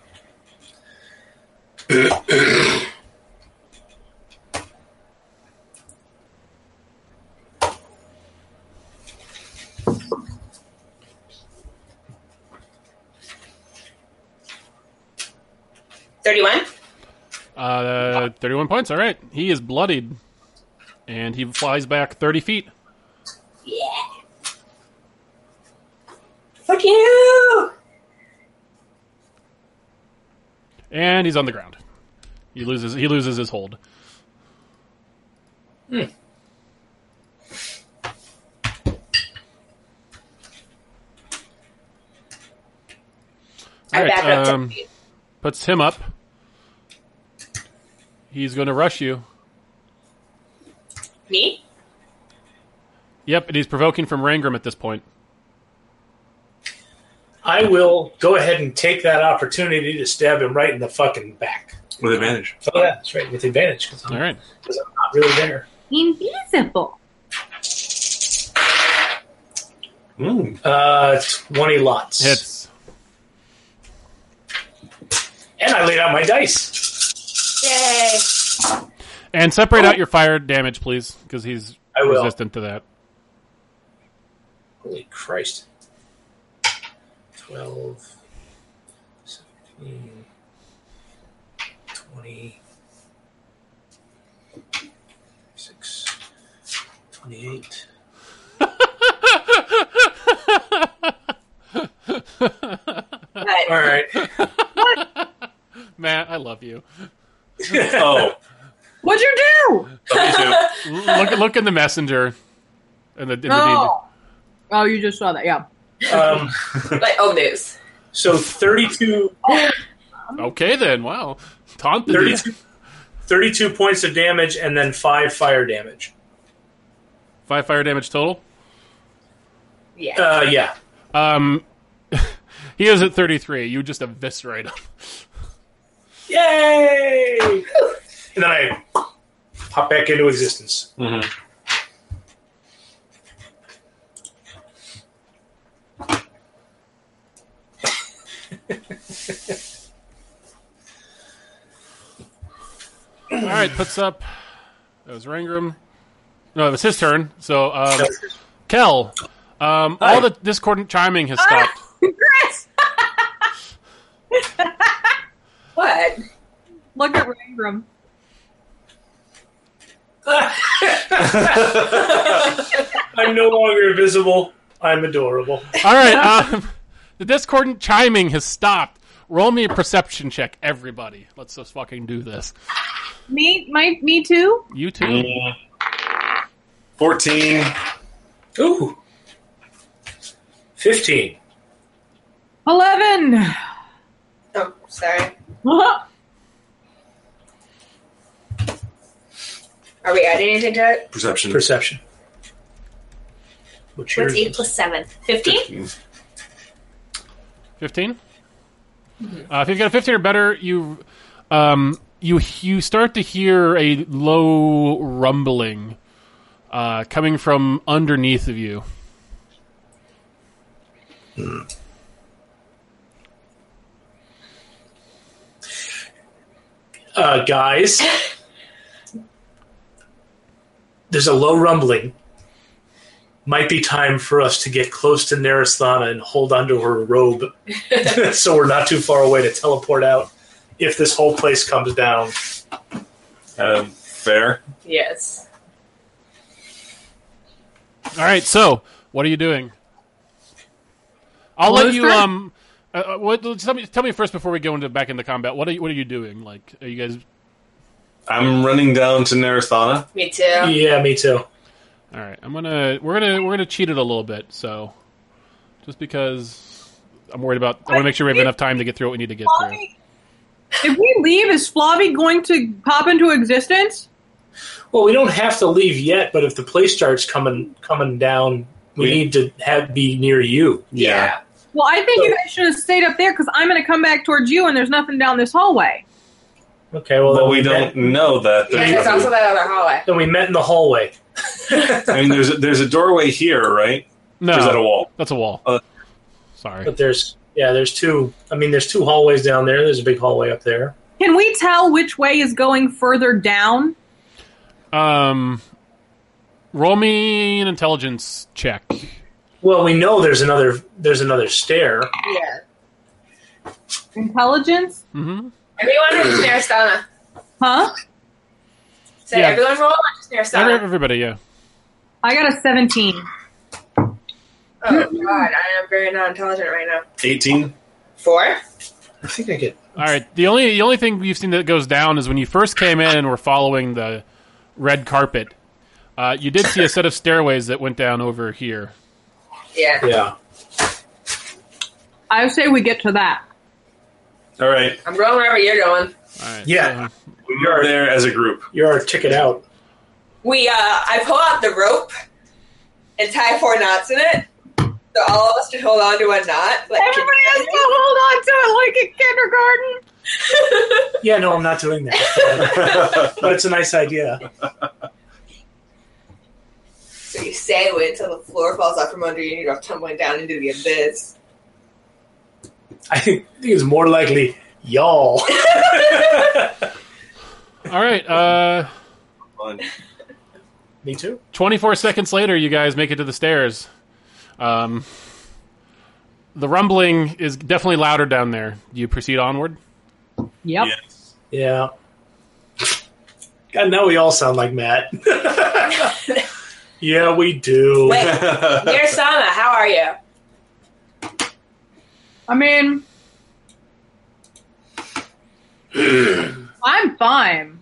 [SPEAKER 1] Thirty-one.
[SPEAKER 2] Uh, 31 points. All right. He is bloodied, and he flies back 30 feet.
[SPEAKER 1] Yeah. Fuck you.
[SPEAKER 2] and he's on the ground. He loses. He loses his hold.
[SPEAKER 1] I
[SPEAKER 2] Alright,
[SPEAKER 1] back up. to-
[SPEAKER 2] um, Puts him up. He's going to rush you.
[SPEAKER 1] Me?
[SPEAKER 2] Yep, and he's provoking from Rangram at this point.
[SPEAKER 3] I will go ahead and take that opportunity to stab him right in the fucking back.
[SPEAKER 5] With advantage.
[SPEAKER 3] Oh yeah, that's right, with advantage because I'm,
[SPEAKER 2] All right,
[SPEAKER 3] 'cause I'm not really there.
[SPEAKER 4] Invisible.
[SPEAKER 5] Mm.
[SPEAKER 3] Uh, twenty lots,
[SPEAKER 2] hits.
[SPEAKER 3] and I laid out my dice.
[SPEAKER 1] Yay.
[SPEAKER 2] And separate out your fire damage, please, because he's
[SPEAKER 3] I will.
[SPEAKER 2] resistant to that.
[SPEAKER 3] Holy Christ! Twelve, seventeen, twenty, six, twenty-eight.
[SPEAKER 1] But
[SPEAKER 3] All right.
[SPEAKER 2] Matt, I love you.
[SPEAKER 5] Oh,
[SPEAKER 4] What'd you do?
[SPEAKER 5] me too.
[SPEAKER 2] L- look, look in the messenger, and the, in the
[SPEAKER 4] Oh. Oh, you just saw that. Yeah.
[SPEAKER 3] Um,
[SPEAKER 1] like old news.
[SPEAKER 3] so 32,
[SPEAKER 2] deed. Okay, then. Wow, taunt the deed.
[SPEAKER 3] 32, 32 points of damage, and then five fire damage.
[SPEAKER 2] Five fire damage total.
[SPEAKER 1] Yeah.
[SPEAKER 3] Uh, yeah.
[SPEAKER 2] Um, he is at 33. You just eviscerate him.
[SPEAKER 3] Yay! And then I pop back into existence.
[SPEAKER 2] All right, puts up. That was Rangram. No, it was his turn. So, um, Kel, um, all the discordant chiming has stopped.
[SPEAKER 4] Chris!
[SPEAKER 13] What?
[SPEAKER 4] Look at Rangram.
[SPEAKER 7] I'm no longer visible. I'm adorable.
[SPEAKER 2] All right, um, the discordant chiming has stopped. Roll me a perception check, everybody. Let's just fucking do this.
[SPEAKER 4] Me, my, me too.
[SPEAKER 2] You too.
[SPEAKER 5] 14.
[SPEAKER 7] Ooh. 15.
[SPEAKER 4] Eleven.
[SPEAKER 1] Oh, sorry. Are we adding anything to it?
[SPEAKER 5] Perception.
[SPEAKER 7] Perception.
[SPEAKER 1] What's
[SPEAKER 7] What's yours?
[SPEAKER 1] eight plus seven? Fifteen.
[SPEAKER 2] 15 uh, if you've got a 15 or better you um, you you start to hear a low rumbling uh, coming from underneath of you
[SPEAKER 7] Uh, guys, there's a low rumbling. Might be time for us to get close to Narasthana and hold onto her robe so we're not too far away to teleport out if this whole place comes down.
[SPEAKER 5] Um, fair.
[SPEAKER 1] Yes.
[SPEAKER 2] all right so what are you doing i'll
[SPEAKER 4] Well,
[SPEAKER 2] let
[SPEAKER 4] it's
[SPEAKER 2] you
[SPEAKER 4] fair.
[SPEAKER 2] um uh, uh, what, tell, me, tell me first before we go into back into combat what are you, what are you doing like are you guys
[SPEAKER 5] I'm running down to Narasthana.
[SPEAKER 1] Me too.
[SPEAKER 7] Yeah, me too.
[SPEAKER 2] all right i'm gonna we're gonna we're gonna cheat it a little bit so just because i'm worried about i want to make sure we have enough time to get through what we need to get through
[SPEAKER 4] If we leave, is Flavi going to pop into existence?
[SPEAKER 7] Well, we don't have to leave yet, but if the place starts coming coming down, we
[SPEAKER 5] Yeah.
[SPEAKER 7] need to have be near you.
[SPEAKER 5] Yeah.
[SPEAKER 4] Well, I think you guys should have stayed up there because I'm going to come back towards you, and there's nothing down this hallway.
[SPEAKER 7] Okay, well,
[SPEAKER 5] Well,
[SPEAKER 7] then
[SPEAKER 5] we don't
[SPEAKER 7] Met,
[SPEAKER 5] know that.
[SPEAKER 1] Yeah, there's also that other hallway.
[SPEAKER 7] then we met in the hallway.
[SPEAKER 5] I mean, there's a, there's a doorway here, right?
[SPEAKER 2] no
[SPEAKER 5] Or is that a wall?
[SPEAKER 2] That's a wall.
[SPEAKER 5] Uh,
[SPEAKER 2] Sorry.
[SPEAKER 7] But there's yeah, there's two. I mean, there's two hallways down there. There's a big hallway up there.
[SPEAKER 4] Can we tell which way is going further down?
[SPEAKER 2] Um, roll me an intelligence check.
[SPEAKER 7] Well, we know there's another there's another stair.
[SPEAKER 1] Yeah.
[SPEAKER 4] Intelligence?
[SPEAKER 2] hmm
[SPEAKER 1] Everyone is Narasana.
[SPEAKER 4] Huh?
[SPEAKER 1] So
[SPEAKER 2] Yeah.
[SPEAKER 1] everyone roll or just
[SPEAKER 2] Every,
[SPEAKER 1] Narasana?
[SPEAKER 2] everybody, yeah.
[SPEAKER 4] I got a 17.
[SPEAKER 1] Oh god, I am very not intelligent right now.
[SPEAKER 5] 18.
[SPEAKER 1] Four?
[SPEAKER 7] I think I get.
[SPEAKER 2] All right. The only the only thing you've seen that goes down is when you first came in and were following the red carpet. Uh, you did see a set of stairways that went down over here.
[SPEAKER 1] Yeah.
[SPEAKER 7] Yeah,
[SPEAKER 4] I say we get to that.
[SPEAKER 5] All right.
[SPEAKER 1] I'm going wherever you're going.
[SPEAKER 2] All right.
[SPEAKER 7] Yeah.
[SPEAKER 2] so-
[SPEAKER 5] We are there as a group.
[SPEAKER 7] you're our ticket out.
[SPEAKER 1] We uh I pull out the rope and tie four knots in it. So all of us can hold on to a knot. Like
[SPEAKER 4] Everybody has to hold on to it like in kindergarten.
[SPEAKER 7] Yeah, no, I'm not doing that. but it's a nice idea.
[SPEAKER 1] so you say wait until the floor falls out from under you and you go tumbling down into the abyss.
[SPEAKER 7] I think, I think it's more likely y'all.
[SPEAKER 2] All right. Uh,
[SPEAKER 7] me too.
[SPEAKER 2] twenty four seconds later, you guys make it to the stairs. Um, the rumbling is definitely louder down there. You proceed onward.
[SPEAKER 4] Yep.
[SPEAKER 5] Yes.
[SPEAKER 7] Yeah. God, now we all sound like Matt. yeah, we do.
[SPEAKER 1] Wait, Narasana, how are you?
[SPEAKER 4] I mean, I'm fine.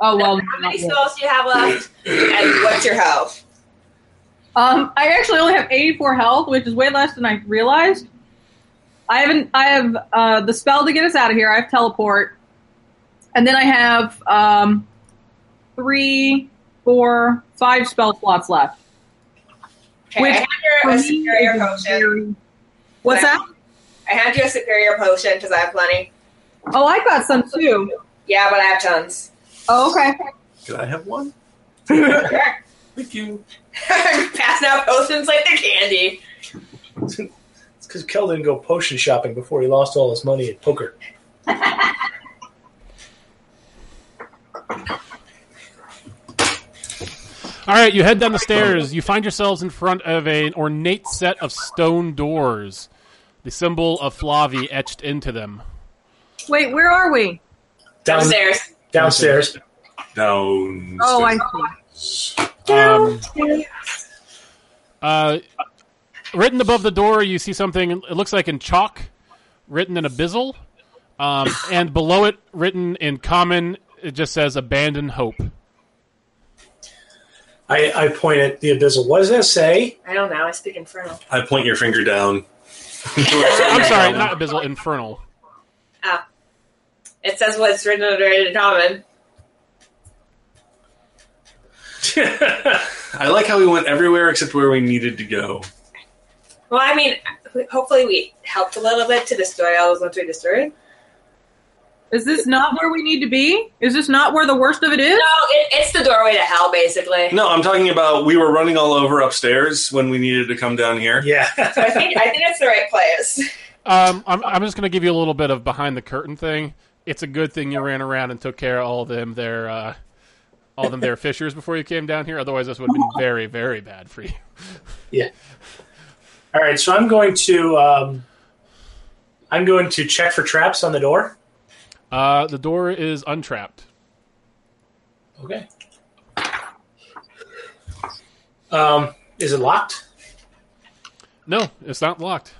[SPEAKER 4] Oh well.
[SPEAKER 1] how
[SPEAKER 4] not
[SPEAKER 1] many
[SPEAKER 4] yet.
[SPEAKER 1] souls do you have left? and what's your health?
[SPEAKER 4] Um, I actually only have 84 health, which is way less than I realized. I haven't. I have uh, the spell to get us out of here. I have teleport, and then I have um, three, four, five spell slots left.
[SPEAKER 1] Okay,
[SPEAKER 4] Which
[SPEAKER 1] I hand her a
[SPEAKER 4] For me,
[SPEAKER 1] superior
[SPEAKER 4] is
[SPEAKER 1] potion.
[SPEAKER 4] very- What's
[SPEAKER 1] Can I-
[SPEAKER 4] that?
[SPEAKER 1] I hand you a superior potion because I have plenty.
[SPEAKER 4] Oh, I got some too.
[SPEAKER 1] Yeah, but I have tons.
[SPEAKER 4] Oh, okay.
[SPEAKER 5] Could I have one? Thank you.
[SPEAKER 1] Passing out potions like they're candy.
[SPEAKER 7] It's because Kel didn't go potion shopping before he lost all his money at poker.
[SPEAKER 2] All right, you head down the stairs. You find yourselves in front of an ornate set of stone doors, the symbol of Flavi etched into them.
[SPEAKER 3] Wait, where are we?
[SPEAKER 4] Um,
[SPEAKER 7] Down,
[SPEAKER 1] Downstairs.
[SPEAKER 7] downstairs.
[SPEAKER 5] Down.
[SPEAKER 3] Oh, I see.
[SPEAKER 2] Um, uh, written above the door, you see something. It looks like in chalk, written in abyssal, um, and below it, written in common, it just says "Abandon hope."
[SPEAKER 7] I, I point at the abyssal. What does that say?
[SPEAKER 1] I don't know. I speak infernal.
[SPEAKER 5] I point your finger down.
[SPEAKER 2] I'm sorry, not abyssal, infernal.
[SPEAKER 1] Ah. It says what's written under it in common.
[SPEAKER 5] I like how we went everywhere except where we needed to go.
[SPEAKER 1] Well, I mean, hopefully we helped a little bit to destroy all those ones we destroyed.
[SPEAKER 3] Is this not where we need to be? Is this not where the worst of it is?
[SPEAKER 1] No, it, it's the doorway to hell, basically.
[SPEAKER 5] No, I'm talking about we were running all over upstairs when we needed to come down here.
[SPEAKER 1] So I
[SPEAKER 7] Yeah.
[SPEAKER 1] think I think it's the right place.
[SPEAKER 2] Um, I'm, I'm just going to give you a little bit of behind the curtain thing. It's a good thing you ran around and took care of all them their uh, all them their fissures before you came down here. Otherwise, this would have been very, very bad for you.
[SPEAKER 7] All right. So I'm going to um, I'm going to check for traps on the door.
[SPEAKER 2] Uh, the door is untrapped.
[SPEAKER 7] Okay. Um, is it locked?
[SPEAKER 2] No, it's not locked.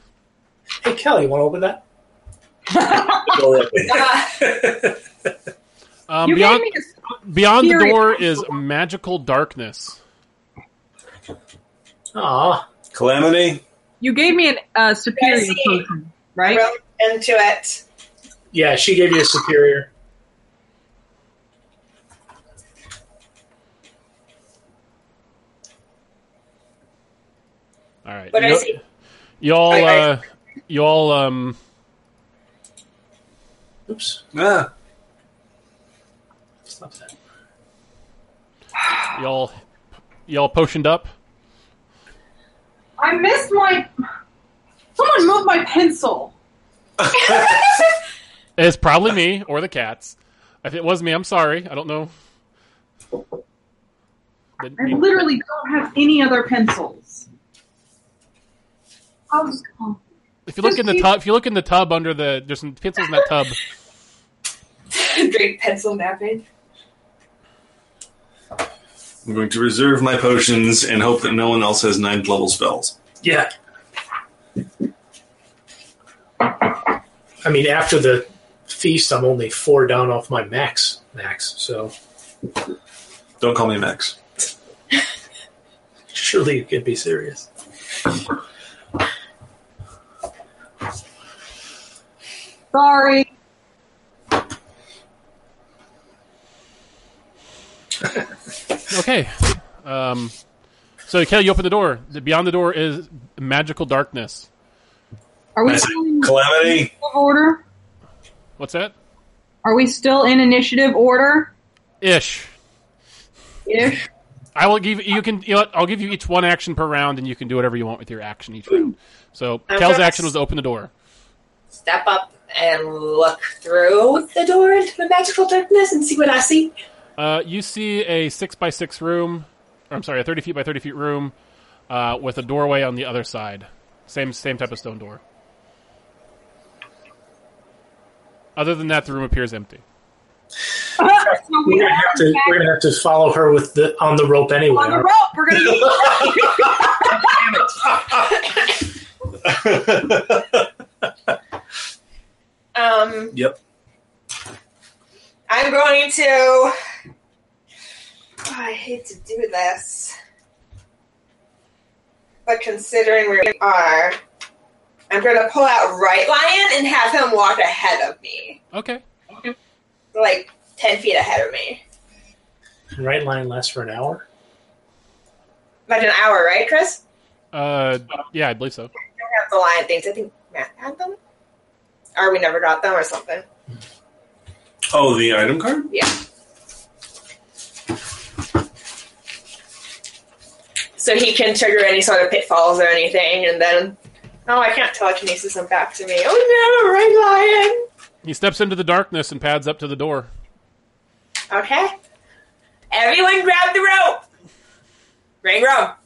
[SPEAKER 7] Hey Kelly, you want to open that?
[SPEAKER 2] Um,
[SPEAKER 3] you
[SPEAKER 2] beyond
[SPEAKER 3] gave me a
[SPEAKER 2] beyond the
[SPEAKER 3] serious-
[SPEAKER 2] door is magical darkness.
[SPEAKER 7] Aw.
[SPEAKER 5] Calamity?
[SPEAKER 3] you gave me an uh, superior
[SPEAKER 1] see.
[SPEAKER 3] potion, right?
[SPEAKER 1] Roll into it.
[SPEAKER 7] Yeah, she gave you a superior.
[SPEAKER 2] All right.
[SPEAKER 1] What I
[SPEAKER 2] You-
[SPEAKER 1] see.
[SPEAKER 2] You all,
[SPEAKER 1] I- I-
[SPEAKER 2] uh, you all, um,
[SPEAKER 7] Oops.
[SPEAKER 5] Ah,
[SPEAKER 7] Stop that.
[SPEAKER 2] you all, you all potioned up.
[SPEAKER 3] I missed my. Someone moved my pencil.
[SPEAKER 2] It's probably me or the cats. If it was me, I'm sorry. I don't know. Didn't
[SPEAKER 3] I
[SPEAKER 2] mean-
[SPEAKER 3] literally don't have any other pencils. I was gone.
[SPEAKER 2] If you look in the tub, if you look in the tub under the, there's some pencils in that tub.
[SPEAKER 1] Great pencil napping.
[SPEAKER 5] I'm going to reserve my potions and hope that no one else has ninth level spells.
[SPEAKER 7] Yeah. I mean, after the feast, I'm only four down off my max. Max. So
[SPEAKER 5] Don't call me Max.
[SPEAKER 7] surely you can be serious.
[SPEAKER 3] Sorry.
[SPEAKER 2] Okay. Um, so Kelly, you open the door. The- Beyond the door is magical darkness.
[SPEAKER 3] Are we
[SPEAKER 5] I
[SPEAKER 3] still in
[SPEAKER 5] said, Calamity?
[SPEAKER 3] initiative order?
[SPEAKER 2] What's that?
[SPEAKER 3] Are we still in initiative order?
[SPEAKER 2] Ish.
[SPEAKER 3] Ish.
[SPEAKER 2] I will give you can. You know, what, I'll give you each one action per round, and you can do whatever you want with your action each round. So
[SPEAKER 1] I'm
[SPEAKER 2] Kel's
[SPEAKER 1] gonna-
[SPEAKER 2] action was to open the door.
[SPEAKER 1] Step up and look through the door into the magical darkness and see what I see.
[SPEAKER 2] Uh, you see a six by six room. Or I'm sorry, a thirty feet by thirty feet room uh, with a doorway on the other side. Same same type of stone door. Other than that, the room appears empty.
[SPEAKER 3] so we
[SPEAKER 7] We're gonna
[SPEAKER 3] are
[SPEAKER 7] have to. We're gonna have to follow her with the on the rope anyway.
[SPEAKER 3] on the
[SPEAKER 7] aren't
[SPEAKER 3] rope. We're gonna need.
[SPEAKER 1] Um,
[SPEAKER 5] Yep.
[SPEAKER 1] I'm going to. Oh, I hate to do this, but considering where we are, I'm going to pull out Right Lion and have him walk ahead of me,
[SPEAKER 2] Okay.
[SPEAKER 1] like ten feet ahead of me.
[SPEAKER 7] we? Right line lasts for an hour.
[SPEAKER 1] About an hour, right, Chris?
[SPEAKER 2] Uh, yeah, I believe so.
[SPEAKER 1] I don't have the lion things. I think Matt had them, or we never got them, or something.
[SPEAKER 5] Oh, the item card?
[SPEAKER 1] so he can trigger any sort of pitfalls or anything, and then oh, I can't telekinesis him back to me. Oh
[SPEAKER 2] He steps into the darkness and pads up to the door.
[SPEAKER 1] no, Red Lion. Okay, everyone, grab the rope. Bang Rob.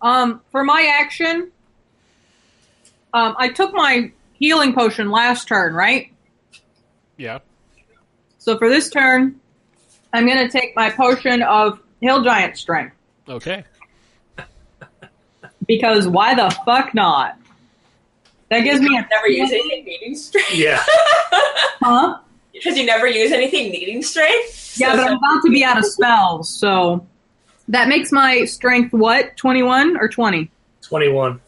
[SPEAKER 4] Um, for my action, um, I took my healing potion last turn, right?
[SPEAKER 2] Yeah.
[SPEAKER 4] So for this turn, I'm going to take my potion of hill giant strength
[SPEAKER 2] Okay.
[SPEAKER 4] because why the fuck not? That gives me a
[SPEAKER 1] Never use anything needing strength.
[SPEAKER 7] Yeah.
[SPEAKER 4] huh?
[SPEAKER 1] Because you never use anything needing strength.
[SPEAKER 4] Yeah, but I'm about to be out of spells, so that makes my strength what twenty one or twenty?
[SPEAKER 7] 21.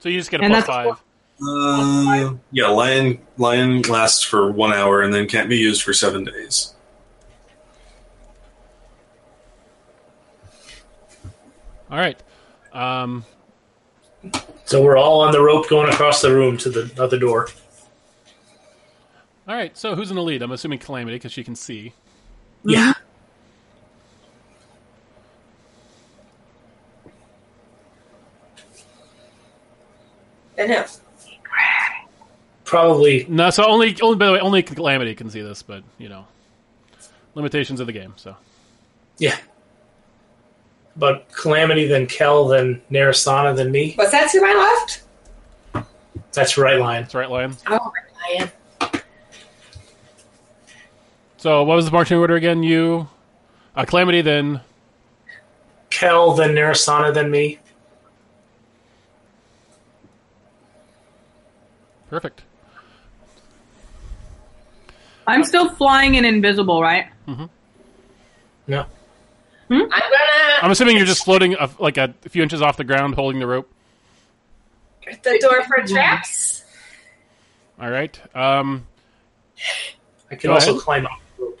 [SPEAKER 2] So you just get a
[SPEAKER 4] And
[SPEAKER 2] plus
[SPEAKER 4] that's-
[SPEAKER 2] five.
[SPEAKER 5] Uh, yeah, lion lion lasts for one hour and then can't be used for seven days.
[SPEAKER 2] All right. Um,
[SPEAKER 7] So we're all on the rope going across the room to the other door.
[SPEAKER 2] all right. So who's in the lead? I'm assuming Calamity because she can see.
[SPEAKER 5] Yeah.
[SPEAKER 1] Then him.
[SPEAKER 7] Probably.
[SPEAKER 2] No, so only, only by the way, only Calamity can see this, but you know, limitations of the game. So
[SPEAKER 7] Yeah. But Calamity, then Kel, then Narasana, then me.
[SPEAKER 1] Was that to my left?
[SPEAKER 7] That's right line.
[SPEAKER 2] that's right, Lion.
[SPEAKER 1] Oh, I am.
[SPEAKER 2] So what was the marching order again? You, uh, Calamity, then
[SPEAKER 7] Kel, then Narasana, then me.
[SPEAKER 2] perfect.
[SPEAKER 4] I'm still flying and invisible, right?
[SPEAKER 7] No.
[SPEAKER 1] I'm gonna
[SPEAKER 2] I'm assuming you're just floating a, like a few inches off the ground, holding the rope.
[SPEAKER 1] at the door for traps.
[SPEAKER 2] All right. Um,
[SPEAKER 7] I can
[SPEAKER 2] Go
[SPEAKER 7] also
[SPEAKER 2] ahead.
[SPEAKER 7] climb up the rope.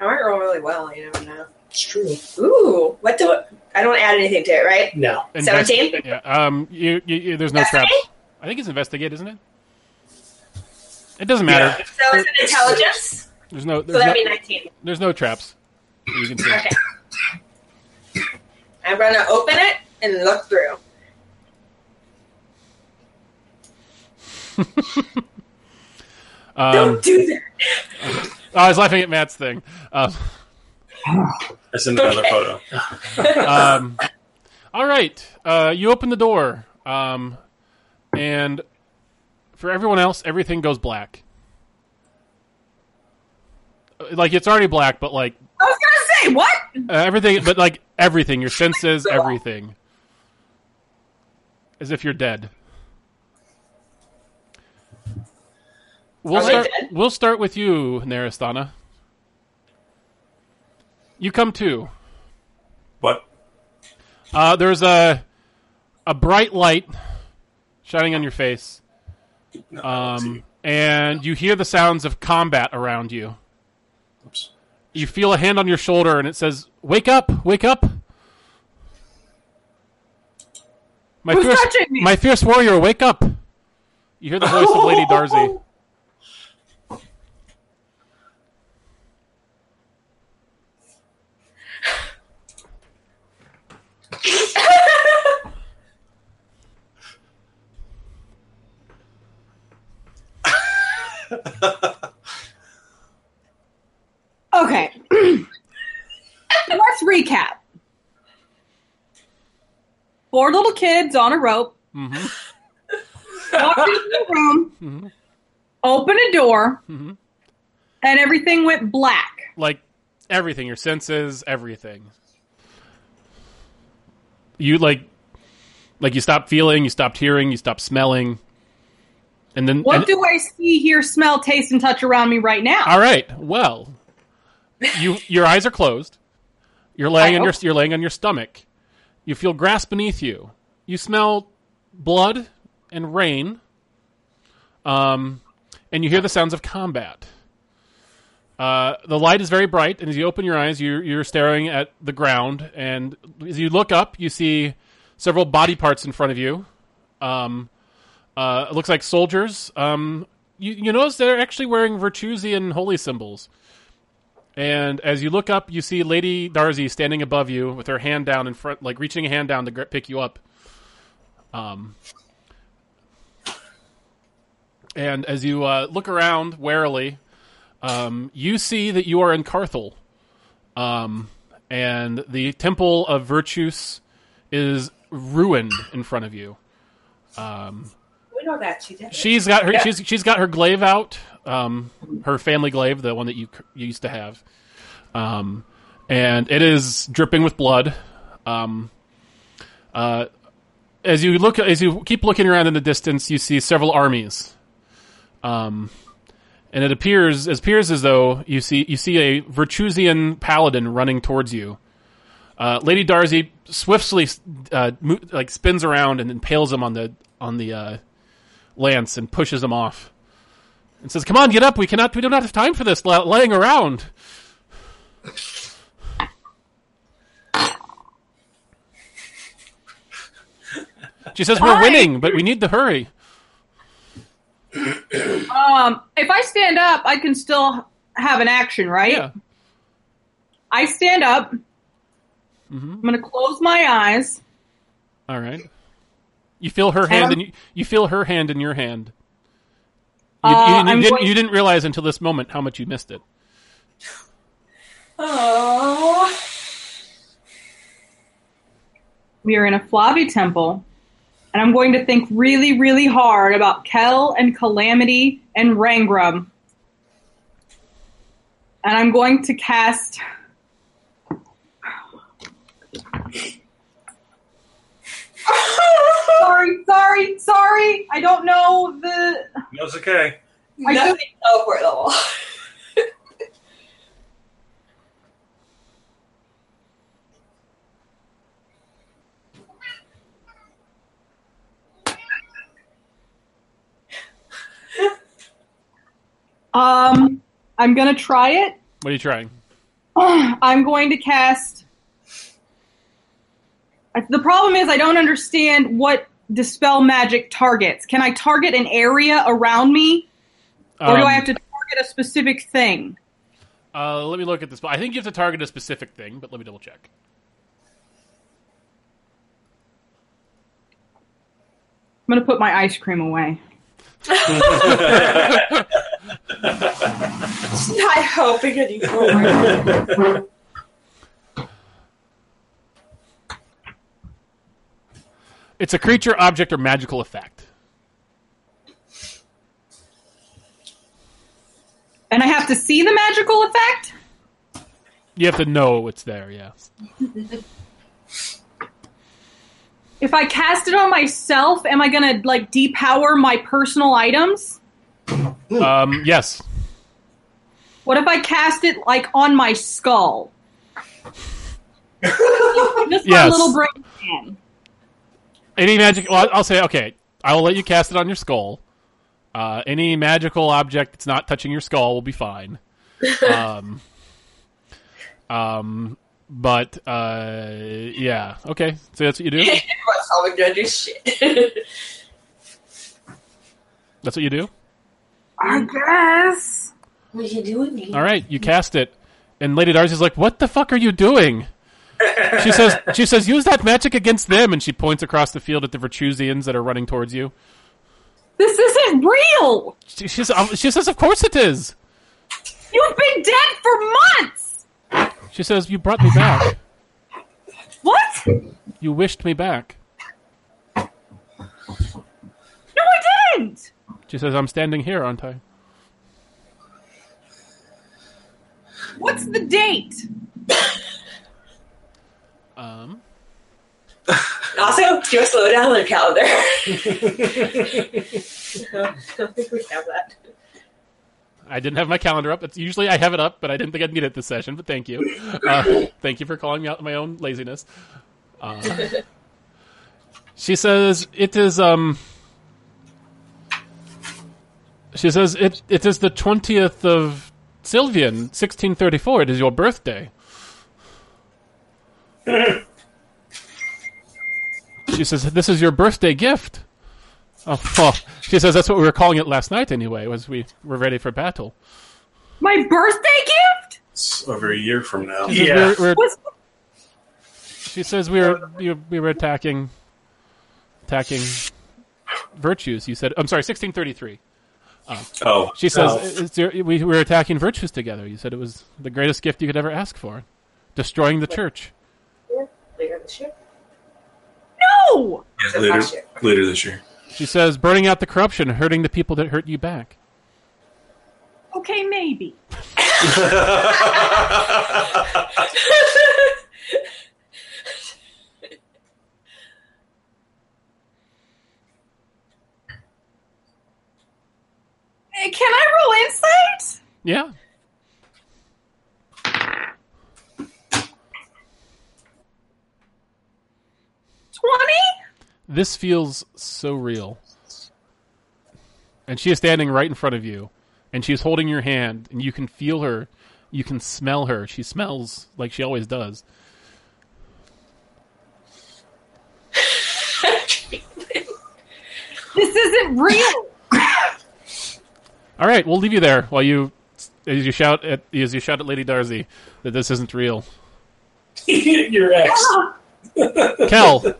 [SPEAKER 1] I might roll really well. You never know.
[SPEAKER 7] It's true.
[SPEAKER 1] Ooh, what do I don't add anything to it, right?
[SPEAKER 7] No.
[SPEAKER 2] invest-
[SPEAKER 1] Seventeen.
[SPEAKER 2] Yeah. Um. You, you, you- there's no traps.
[SPEAKER 1] Investigate?
[SPEAKER 2] I think it's investigate, isn't it? It doesn't matter.
[SPEAKER 7] Yeah.
[SPEAKER 1] So it's an intelligence.
[SPEAKER 2] There's no.
[SPEAKER 1] So
[SPEAKER 2] There's no,
[SPEAKER 1] that'd be nineteen.
[SPEAKER 2] there's no traps. that You can see.
[SPEAKER 1] Okay. I'm gonna open it and look through. Don't
[SPEAKER 2] Um, oh,
[SPEAKER 1] do that.
[SPEAKER 2] I was laughing at Matt's thing. Um,
[SPEAKER 5] That's in another photo.
[SPEAKER 2] um, all right. Uh, you open the door, um, and for everyone else, everything goes black. Uh, Like it's already black, but like
[SPEAKER 4] I was gonna say what?
[SPEAKER 2] uh, everything, but like everything, your senses, everything, as if you're dead. We'll
[SPEAKER 1] Am I
[SPEAKER 2] start.
[SPEAKER 1] dead?
[SPEAKER 2] We'll start with you, Naristana. You come too.
[SPEAKER 5] What?
[SPEAKER 2] Uh, there's a a bright light shining on your face, um, and you hear the sounds of combat around you.
[SPEAKER 5] Oops.
[SPEAKER 2] You feel a hand on your shoulder, and it says, "Wake up! Wake up!" My
[SPEAKER 4] Who's
[SPEAKER 2] fierce,
[SPEAKER 4] touching me?
[SPEAKER 2] my fierce warrior, wake up! You hear the voice of Lady Darcy.
[SPEAKER 4] Okay. Let's recap. Four little kids on a rope
[SPEAKER 2] hmm
[SPEAKER 4] walked into the room,
[SPEAKER 2] Mhm.
[SPEAKER 4] opened a door,
[SPEAKER 2] Mhm.
[SPEAKER 4] and everything went black.
[SPEAKER 2] Like everything, your senses, everything. You like, like you stopped feeling, you stopped hearing, you stopped smelling, and then
[SPEAKER 4] What
[SPEAKER 2] and-
[SPEAKER 4] do I see, hear, smell, taste, and touch around me right now?
[SPEAKER 2] All right. Well, you your eyes are closed. You're laying on your you're laying on your stomach. You feel grass beneath you. You smell blood and rain. Um, and you hear the sounds of combat. Uh, the light is very bright, and as you open your eyes, you're, you're staring at the ground. And as you look up, you see several body parts in front of you. Um, uh, it looks like soldiers. Um, you, you notice they're actually wearing Virtusi and holy symbols. And as you look up, you see Lady Darcy standing above you with her hand down in front, like reaching a hand down to gr- pick you up. Um, and as you uh, look around warily, um, you see that you are in Carthel. Um, and the Temple of Virtus is ruined in front of you. Um,
[SPEAKER 1] We know that she did.
[SPEAKER 2] she's got her she's she's got her glaive out, um, her family glaive, the one that you, c- you used to have, um, and it is dripping with blood. Um, uh, as you look, as you keep looking around in the distance, you see several armies. Um, and it appears it appears as though you see you see a Virtusian paladin running towards you. Uh, Lady Darcy swiftly uh, mo- like spins around and impales him on the on the uh, lance and pushes him off, and says, "Come on, get up! We cannot. We do not have time for this la- laying around." She says, "We're
[SPEAKER 3] Why?
[SPEAKER 2] winning, but we need to hurry."
[SPEAKER 4] Um, if I stand up, I can still have an action, right?
[SPEAKER 2] Yeah.
[SPEAKER 4] I stand up. I'm
[SPEAKER 2] Mhm.
[SPEAKER 4] going to close my eyes.
[SPEAKER 2] All right. You feel her hand,
[SPEAKER 4] Um,
[SPEAKER 2] and you, you feel her hand in your hand. You, you-
[SPEAKER 4] Uh,
[SPEAKER 2] you
[SPEAKER 4] I'm
[SPEAKER 2] didn't,
[SPEAKER 4] going-
[SPEAKER 2] you didn't realize until this moment how much you missed it.
[SPEAKER 1] Oh.
[SPEAKER 4] We are in a Flavi temple, and I'm going to think really, really hard about Kel and Calamity and Rangram. And I'm going to cast. sorry, sorry, sorry. I don't know the.
[SPEAKER 5] No, it's okay.
[SPEAKER 4] I
[SPEAKER 14] Nothing teleportable.
[SPEAKER 4] Um, I'm gonna try it.
[SPEAKER 2] What are you trying?
[SPEAKER 4] I'm going to cast. The problem is I don't understand what dispel magic targets. Can I target an area around me, or do
[SPEAKER 2] Um,
[SPEAKER 4] I have to target a specific thing?
[SPEAKER 2] Uh, let me look at this. I think you have to target a specific thing, but let me double check.
[SPEAKER 4] I'm gonna put my ice cream away.
[SPEAKER 1] I hope we get you forward.
[SPEAKER 2] It's a creature, object, or magical effect.
[SPEAKER 4] And I have to see the magical effect.
[SPEAKER 2] You have to know it's there. Yeah.
[SPEAKER 4] If I cast it on myself, am I gonna like depower my personal items?
[SPEAKER 2] Um, yes.
[SPEAKER 4] What if I cast it like on my skull? Just my
[SPEAKER 2] Yes.
[SPEAKER 4] little brain pan.
[SPEAKER 2] Any magic? Well, I'll say okay. I will let you cast it on your skull. Uh, any magical object that's not touching your skull will be fine. Um, um, but uh, yeah. Okay. So that's what you do.
[SPEAKER 14] Everyone's probably gonna do shit.
[SPEAKER 2] That's what you do.
[SPEAKER 1] I guess.
[SPEAKER 14] what are you doing? me?
[SPEAKER 2] All right, you cast it, and Lady Darcy's like, "What the fuck are you doing?" She says, "She says use that magic against them," and she points across the field at the Virtusians that are running towards you.
[SPEAKER 4] This isn't real.
[SPEAKER 2] She, she says, "She says, of course it is."
[SPEAKER 4] You've been dead for months.
[SPEAKER 2] She says, "You brought me back.
[SPEAKER 4] What? No,
[SPEAKER 2] You wished me back."
[SPEAKER 4] I didn't.
[SPEAKER 2] She says, "I'm standing here, aren't I?"
[SPEAKER 4] What's the date?
[SPEAKER 2] Um,
[SPEAKER 14] Also, do a slowdown on the calendar. I don't think we have that.
[SPEAKER 2] I didn't have my calendar up. It's, usually, I have it up, but I didn't think I'd need it this session. But thank you, uh, thank you for calling me out on my own laziness. Uh, she says it is. Um, she says it. It is the twentieth of Sylvian, sixteen thirty-four. It is your birthday. she says this is your birthday gift. Oh, oh, she says that's what we were calling it last night. Anyway, was we were ready for battle.
[SPEAKER 4] My birthday gift
[SPEAKER 5] It's over a year from now.
[SPEAKER 2] She says
[SPEAKER 7] Yeah.
[SPEAKER 2] we're- we're-
[SPEAKER 4] was
[SPEAKER 2] She says we were you, we were attacking attacking virtues. You said I'm sorry, 1633.
[SPEAKER 5] Oh,
[SPEAKER 2] She says
[SPEAKER 7] Oh.
[SPEAKER 2] it's your, we were attacking virtues together. You said it was the greatest gift you could ever ask for. destroying the church.
[SPEAKER 1] Later this year?
[SPEAKER 3] No!
[SPEAKER 5] Yeah,
[SPEAKER 1] So
[SPEAKER 5] later,
[SPEAKER 1] last year.
[SPEAKER 5] later this year.
[SPEAKER 2] She says, burning out the corruption, hurting the people that hurt you back.
[SPEAKER 3] Okay, maybe.
[SPEAKER 14] Hey, Can I roll insight?
[SPEAKER 2] Yeah.
[SPEAKER 3] Twenty?
[SPEAKER 2] This feels so real. And she is standing right in front of you, and she is holding your hand, and you can feel her. You can smell her. She smells like she always does.
[SPEAKER 3] This isn't real.
[SPEAKER 2] All right, we'll leave you there while you, as you shout at, as you shout at Lady Darcy that this isn't real.
[SPEAKER 7] Your ex.
[SPEAKER 2] Kel,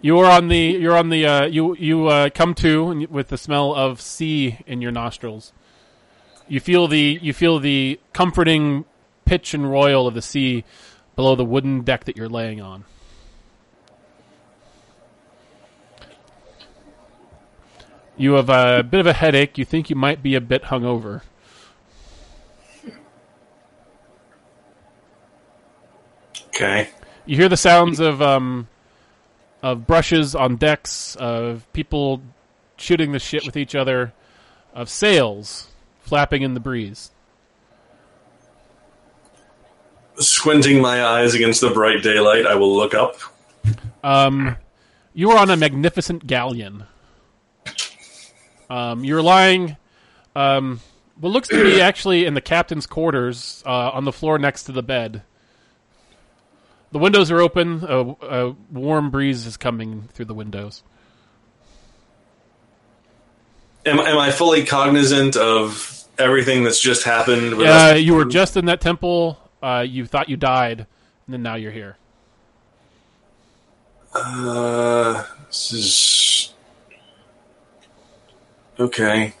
[SPEAKER 2] you are on the you're on the uh, you you uh, come to and you- with the smell of sea in your nostrils. You feel the you feel the comforting pitch and royal of the sea below the wooden deck that you're laying on. You have a bit of a headache. You think you might be a bit hungover.
[SPEAKER 5] Okay.
[SPEAKER 2] You hear the sounds of um, of brushes on decks, of people shooting the shit with each other, of sails flapping in the breeze.
[SPEAKER 5] Squinting my eyes against the bright daylight, I will look up.
[SPEAKER 2] Um, you are on a magnificent galleon. Um, you're lying, um, what looks to be actually in the captain's quarters, uh, on the floor next to the bed. The windows are open. A, a warm breeze is coming through the windows.
[SPEAKER 5] Am, am I fully cognizant of everything that's just happened? with
[SPEAKER 2] Uh,
[SPEAKER 5] us?
[SPEAKER 2] you were just in that temple. Uh, you thought you died, and then now you're here.
[SPEAKER 5] Uh, this is okay.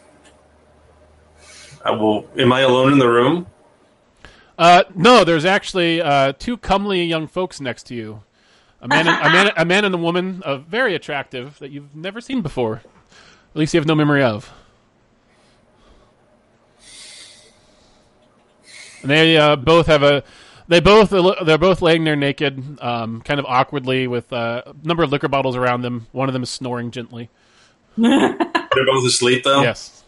[SPEAKER 5] I will. Am I alone in the room?
[SPEAKER 2] Uh, no, there's actually uh, two comely young folks next to you. A man, and, a man, a man, and a woman, uh, very attractive that you've never seen before. At least you have no memory of. And they uh, both have a. They both uh, they're both laying there naked, um, kind of awkwardly, with uh, a number of liquor bottles around them. One of them is snoring gently.
[SPEAKER 5] They're both asleep, though.
[SPEAKER 2] Yes.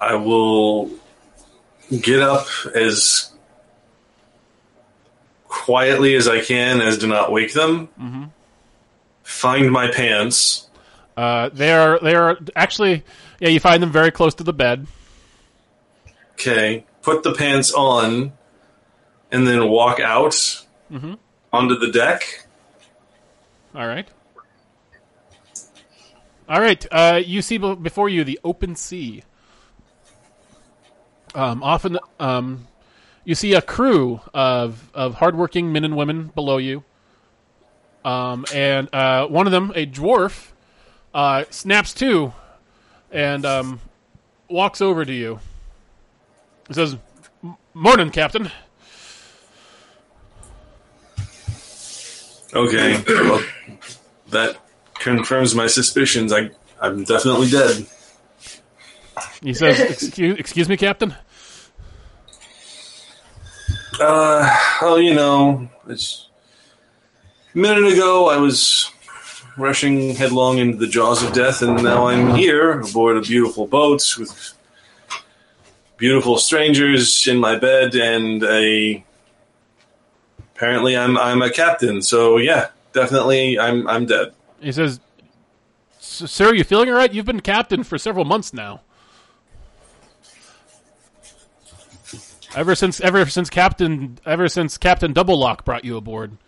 [SPEAKER 5] I will get up as quietly as I can, as do not wake them. Find my pants.
[SPEAKER 2] Uh, they are they are actually yeah you find them very close to the bed.
[SPEAKER 5] Okay, put the pants on, and then walk out onto the deck.
[SPEAKER 2] All right. All right. Uh, you see be- before you the open sea. Um, often, um, you see a crew of of hardworking men and women below you. Um, and uh, one of them, a dwarf, uh, snaps to, and um, walks over to you. He says, "M- "Morning, Captain."
[SPEAKER 5] Okay, well, that confirms my suspicions. I I'm definitely dead.
[SPEAKER 2] He says, "Excuse, excuse me, Captain."
[SPEAKER 5] Uh, oh, you know, it's a minute ago I was rushing headlong into the jaws of death, and now I'm here aboard a beautiful boat with beautiful strangers in my bed, and a apparently I'm I'm a captain. So yeah, definitely I'm I'm dead.
[SPEAKER 2] He says, "S- "Sir, you feeling all right? You've been captain for several months now. Ever since, ever since Captain, ever since Captain Double Lock brought you aboard.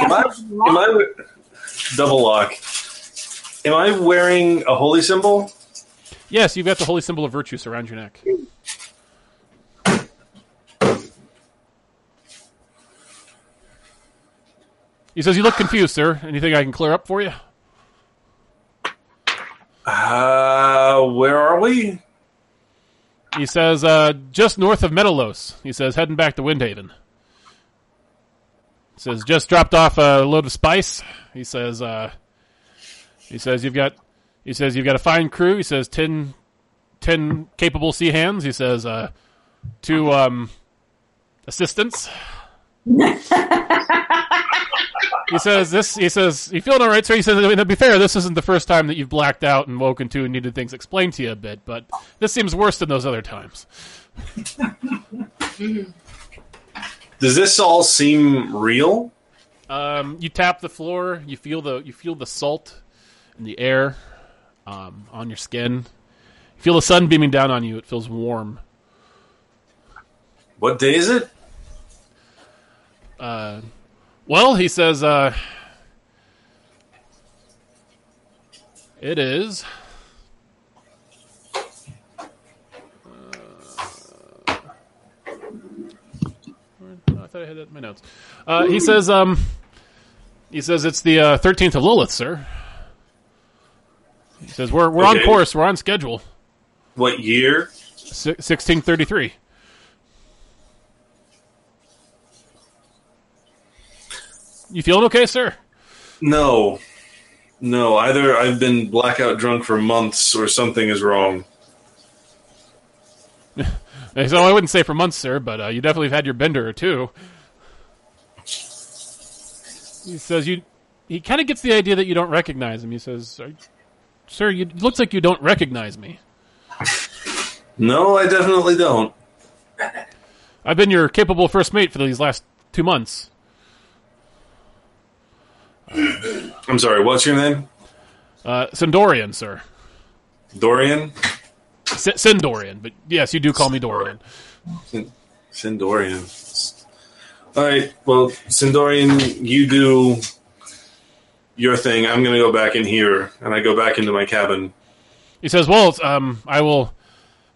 [SPEAKER 5] Am I, am I we- double lock? Am I wearing a holy symbol?
[SPEAKER 2] Yes, you've got the holy symbol of virtue around your neck. He says, "You look confused, sir. Anything I can clear up for you?"
[SPEAKER 5] Uh, where are we?
[SPEAKER 2] He says, uh, just north of Metalos. He says, heading back to Windhaven. He says, just dropped off a load of spice. He says, uh, he says, you've got, he says, you've got a fine crew. He says, 10, 10 capable sea hands. He says, uh, two, um, assistants. he says this. He says you feeling all right, sir? He says I mean, to be fair, this isn't the first time that you've blacked out and woken to and needed things explained to you a bit, but this seems worse than those other times.
[SPEAKER 5] Does this all seem real?
[SPEAKER 2] Um, you tap the floor. You feel the you feel the salt in the air um, on your skin. You feel the sun beaming down on you. It feels warm.
[SPEAKER 5] What day is it?
[SPEAKER 2] Uh, well, he says, uh, it is. Uh, where- I thought I had that in my notes. Uh, he says, um, he says it's the uh, thirteenth of Lilith, sir. He says we're we're on
[SPEAKER 5] Okay.
[SPEAKER 2] course, we're on schedule.
[SPEAKER 5] What year?
[SPEAKER 2] Sixteen thirty three. You feeling okay, sir?
[SPEAKER 5] No. No, either I've been blackout drunk for months or something is wrong.
[SPEAKER 2] Uh, So I wouldn't say for months, sir, but uh, you definitely have had your bender or two. He says you. He kind of gets the idea that you don't recognize him. He says, "Are- "Sir, you it looks like you don't recognize me.
[SPEAKER 5] No, I definitely don't.
[SPEAKER 2] I've been your capable first mate for these last two months.
[SPEAKER 5] I'm sorry, what's your name?
[SPEAKER 2] Uh, Sindorian, sir.
[SPEAKER 5] Dorian?
[SPEAKER 2] S- Sindorian, but yes, you do call me Dorian.
[SPEAKER 5] Sindorian. All right, well, Sindorian, you do your thing. I'm going to go back in here, and I go back into my cabin.
[SPEAKER 2] He says, "Well, it's, um, I will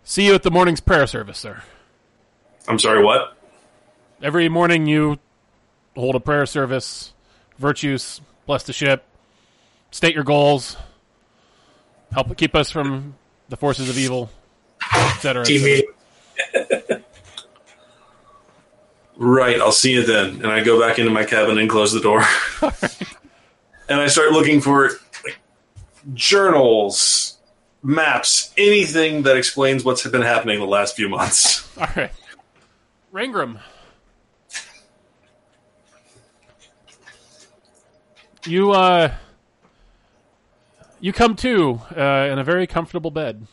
[SPEAKER 2] see you at the morning's prayer service, sir.
[SPEAKER 5] I'm sorry, what?
[SPEAKER 2] Every morning you hold a prayer service, virtues, bless the ship, state your goals, help keep us from the forces of evil, etc.
[SPEAKER 7] Team meeting.
[SPEAKER 5] Right, I'll see you then. And I go back into my cabin and close the door. and I start looking for like, journals, maps, anything that explains what's been happening the last few months.
[SPEAKER 2] All right, Rangram. You uh, you come to uh, in a very comfortable bed.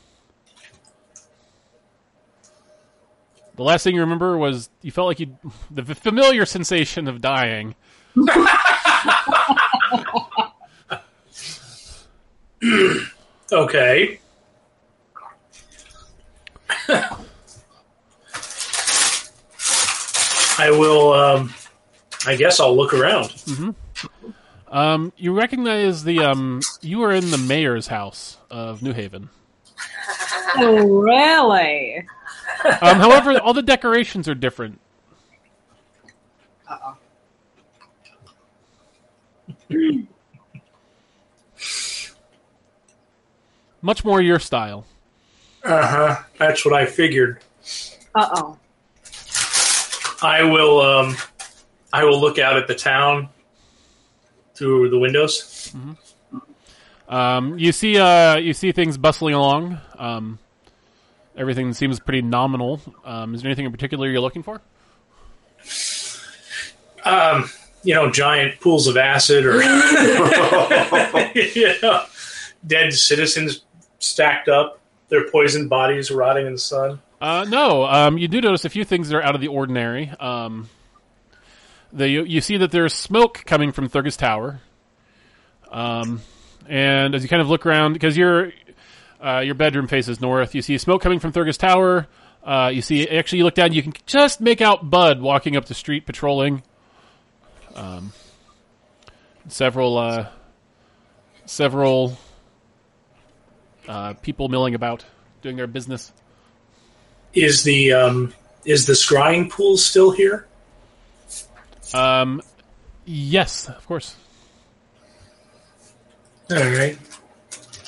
[SPEAKER 2] The last thing you remember was you felt like you the familiar sensation of dying.
[SPEAKER 7] Okay. I will. Um, I guess I'll look around.
[SPEAKER 2] Um, you recognize the um, you are in the mayor's house of New Haven.
[SPEAKER 3] Oh, really?
[SPEAKER 2] Um, however, all the decorations are different. Much more your style.
[SPEAKER 7] Uh huh. That's what I figured.
[SPEAKER 3] Uh oh.
[SPEAKER 7] I will. Um, I will look out at the town through the windows.
[SPEAKER 2] Um, you see, uh, you see things bustling along. Um, everything seems pretty nominal. Um, is there anything in particular you're looking for?
[SPEAKER 7] Um, you know, giant pools of acid or you know, dead citizens stacked up, their poisoned bodies rotting in the sun.
[SPEAKER 2] Uh, no, um, you do notice a few things that are out of the ordinary. Um, the, you, you see that there's smoke coming from Thurgus Tower, um, and as you kind of look around, because your uh, your bedroom faces north, you see smoke coming from Thurgus Tower. Uh, you see, actually, you look down, you can just make out Bud walking up the street patrolling. Um, several uh, several uh, people milling about, doing their business.
[SPEAKER 7] Is the um, is the scrying pool still here?
[SPEAKER 2] Um, yes, of course.
[SPEAKER 7] All right.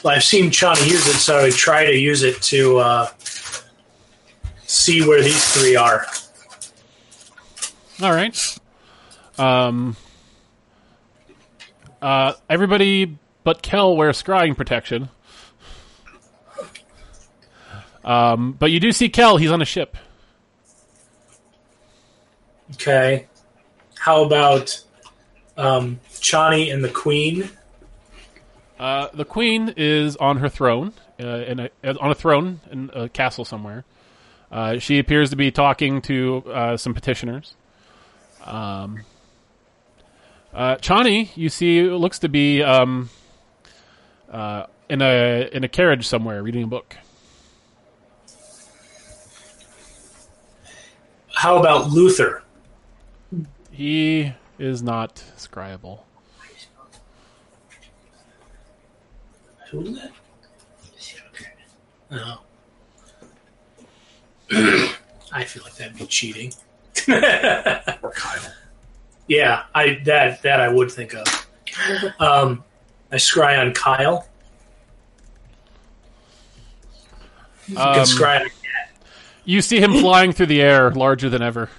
[SPEAKER 7] I've seen Chana use it, so I would try to use it to uh, see where these three are.
[SPEAKER 2] All right. Um. Uh, everybody but Kel wear scrying protection. Um, but you do see Kel; he's on a ship.
[SPEAKER 7] Okay. How about um, Chani and the Queen?
[SPEAKER 2] Uh, the queen is on her throne, uh, in a, uh, on a throne in a castle somewhere. Uh, she appears to be talking to uh, some petitioners. Um, uh, Chani, you see, looks to be um, uh, in a in a carriage somewhere, reading a book.
[SPEAKER 7] How about Luther?
[SPEAKER 2] He is not scryable.
[SPEAKER 7] Who is that? No.
[SPEAKER 5] Uh-huh.
[SPEAKER 7] I feel like that'd be cheating.
[SPEAKER 5] Or Kyle.
[SPEAKER 7] Yeah, I that that I would think of. Um, I scry on Kyle. I can
[SPEAKER 2] Um,
[SPEAKER 7] scry on
[SPEAKER 2] you see him flying through the air, larger than ever.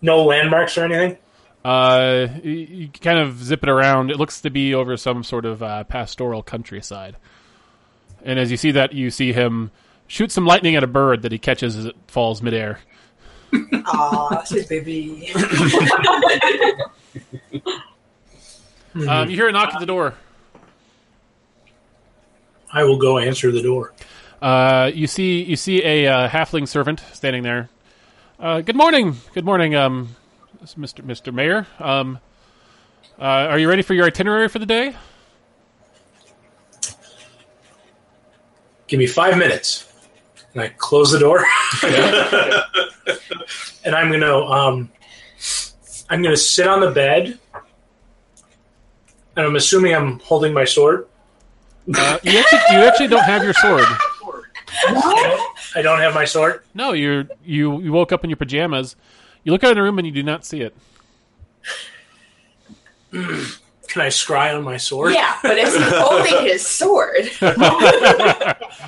[SPEAKER 7] no landmarks or anything.
[SPEAKER 2] Uh, you, you kind of zip it around. It looks to be over some sort of uh, pastoral countryside. And as you see that, you see him shoot some lightning at a bird that he catches as it falls midair.
[SPEAKER 14] Aw, sweet baby.
[SPEAKER 2] Um, you hear a knock at the door.
[SPEAKER 7] I will go answer the door.
[SPEAKER 2] Uh, you see, you see a uh, halfling servant standing there. Uh, good morning, good morning, um, Mister Mister Mayor. Um, uh, are you ready for your itinerary for the day?
[SPEAKER 7] Give me five minutes, and I close the door. and I'm gonna um, I'm gonna sit on the bed, and I'm assuming I'm holding my sword.
[SPEAKER 2] Uh, you actually, you actually don't have your sword.
[SPEAKER 7] I don't have my sword.
[SPEAKER 2] No, you're you you woke up in your pajamas. You look out in the room and you do not see it.
[SPEAKER 7] Can I scry on my sword?
[SPEAKER 14] yeah, but if he's holding his sword,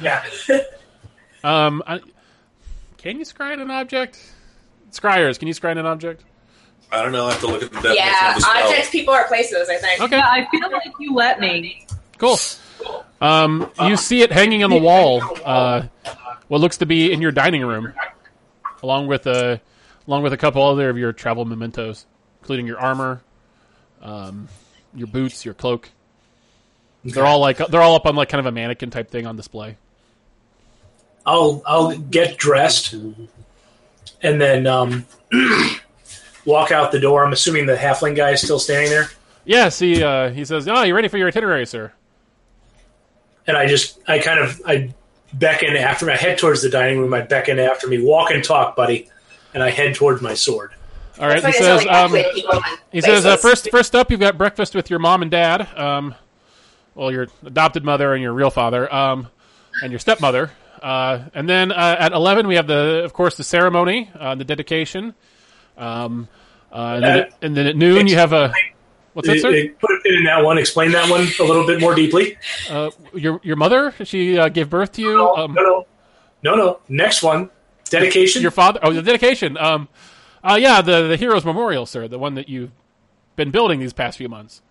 [SPEAKER 7] Yeah.
[SPEAKER 2] Um, I, can you scry an object? Scryers, can you scry an object?
[SPEAKER 5] I don't know. I have to look at the definition
[SPEAKER 14] yeah,
[SPEAKER 5] of a spell.
[SPEAKER 14] objects, people, or places. I think.
[SPEAKER 2] Okay,
[SPEAKER 3] Yeah, I feel like you let me.
[SPEAKER 2] cool. Um, you see it hanging on the wall. Uh, what looks to be in your dining room, along with a along with a couple other of your travel mementos, including your armor, um, your boots, your cloak. They're all like they're all up on like kind of a mannequin type thing on display.
[SPEAKER 7] I'll I'll get dressed, and then um, walk out the door. I'm assuming the halfling guy is still standing there,
[SPEAKER 2] Yes, he uh, he says, "Oh, you ready for your itinerary, sir?"
[SPEAKER 7] and I just I kind of I beckon after me. I head towards the dining room. I beckon after me. Walk and talk, buddy. And I head towards my sword.
[SPEAKER 2] All right,
[SPEAKER 14] That's why
[SPEAKER 2] he
[SPEAKER 14] there's
[SPEAKER 2] says.
[SPEAKER 14] only halfway
[SPEAKER 2] Um,
[SPEAKER 14] people on
[SPEAKER 2] He says, uh,
[SPEAKER 14] places.
[SPEAKER 2] first, first up, you've got breakfast with your mom and dad. Um, well, your adopted mother and your real father, um, and your stepmother. Uh, and then uh, at eleven, we have the, of course, the ceremony, uh, the dedication. Um, uh, and, then, and then at noon, you have a what's that,
[SPEAKER 7] Eh, eh,
[SPEAKER 2] sir?
[SPEAKER 7] Put a pin in that one. Explain that one a little bit more deeply.
[SPEAKER 2] Uh, your your mother, she uh, gave birth to you.
[SPEAKER 7] No,
[SPEAKER 2] Um,
[SPEAKER 7] no, no, no, no. Next one. Dedication.
[SPEAKER 2] your father. Oh, the dedication. Um, uh, yeah, the the heroes memorial, sir, the one that you've been building these past few months.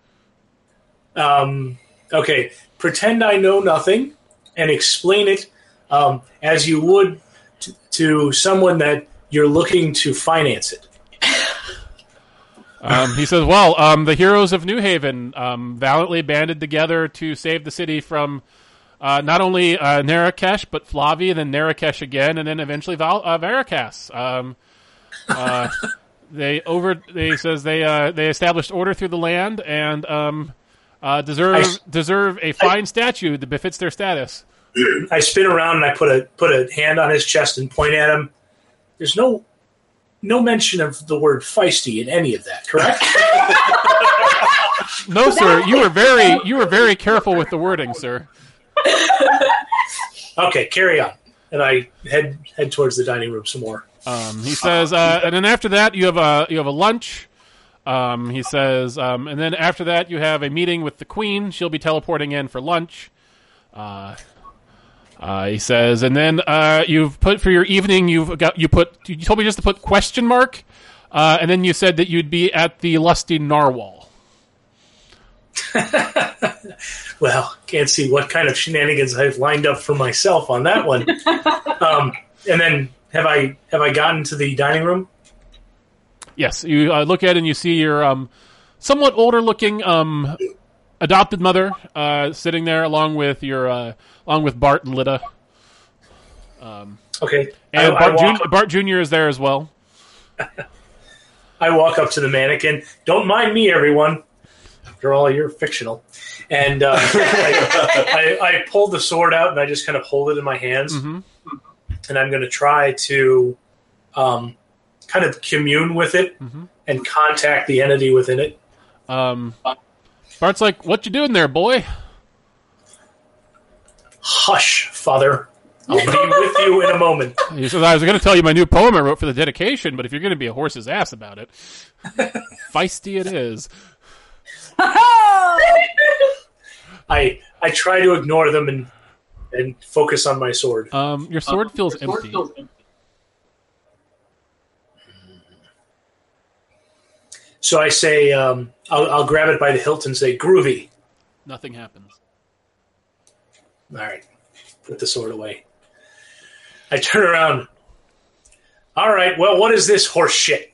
[SPEAKER 7] um, okay, pretend I know nothing and explain it um, as you would t- to someone that you're looking to finance it.
[SPEAKER 2] Um, he says, "Well, um, the heroes of New Haven um, valiantly banded together to save the city from uh, not only uh, Narakesh but Flavi, and then Narakesh again, and then eventually Val- uh, Varakas. Um, uh, they over. They says they uh, they established order through the land and um, uh, deserve
[SPEAKER 7] I s-
[SPEAKER 2] deserve a fine statue that befits their status.
[SPEAKER 7] I spin around and I put a put a hand on his chest and point at him. There's no no mention of the word feisty in any of that, correct?
[SPEAKER 2] No, sir, you were very you were very careful with the wording, sir."
[SPEAKER 7] okay, carry on. And I head head towards the dining room some more.
[SPEAKER 2] Um, he says, uh, and then after that, you have a you have a lunch. Um, he says, um, and then after that, you have a meeting with the Queen. She'll be teleporting in for lunch. Uh, uh, he says, and then uh, you've put for your evening. You've got you put. You told me just to put question mark, uh, and then you said that you'd be at the Lusty Narwhal.
[SPEAKER 7] Well, can't see what kind of shenanigans I've lined up for myself on that one. um, and then have I have I gotten to the dining room?
[SPEAKER 2] Yes, you uh, look at it and you see your um, somewhat older looking um, adopted mother uh, sitting there along with your uh, along with Bart and Lida. Um,
[SPEAKER 7] Okay.
[SPEAKER 2] and
[SPEAKER 7] I, I
[SPEAKER 2] Bart, Jun-
[SPEAKER 7] walk,
[SPEAKER 2] Bart Jr. is there as well.
[SPEAKER 7] I walk up to the mannequin. Don't mind me, everyone. After all, you're fictional. And uh, I, I, I pull the sword out and I just kind of hold it in my hands.
[SPEAKER 2] Mhm.
[SPEAKER 7] and I'm going to try to um, kind of commune with it
[SPEAKER 2] Mhm.
[SPEAKER 7] and contact the entity within it.
[SPEAKER 2] Um, Bart's like, "What you doing there, boy?"
[SPEAKER 7] Hush, Father. I'll be with you in a moment.
[SPEAKER 2] He says, "I was going to tell you my new poem I wrote for the dedication, but if you're going to be a horse's ass about it, feisty it is."
[SPEAKER 7] I I try to ignore them and and focus on my sword.
[SPEAKER 2] Um, your sword feels empty.
[SPEAKER 7] So I say, um, I'll, I'll grab it by the hilt and say, "Groovy."
[SPEAKER 2] Nothing happens.
[SPEAKER 7] All right, put the sword away. I turn around. All right, well, what is this horse shit?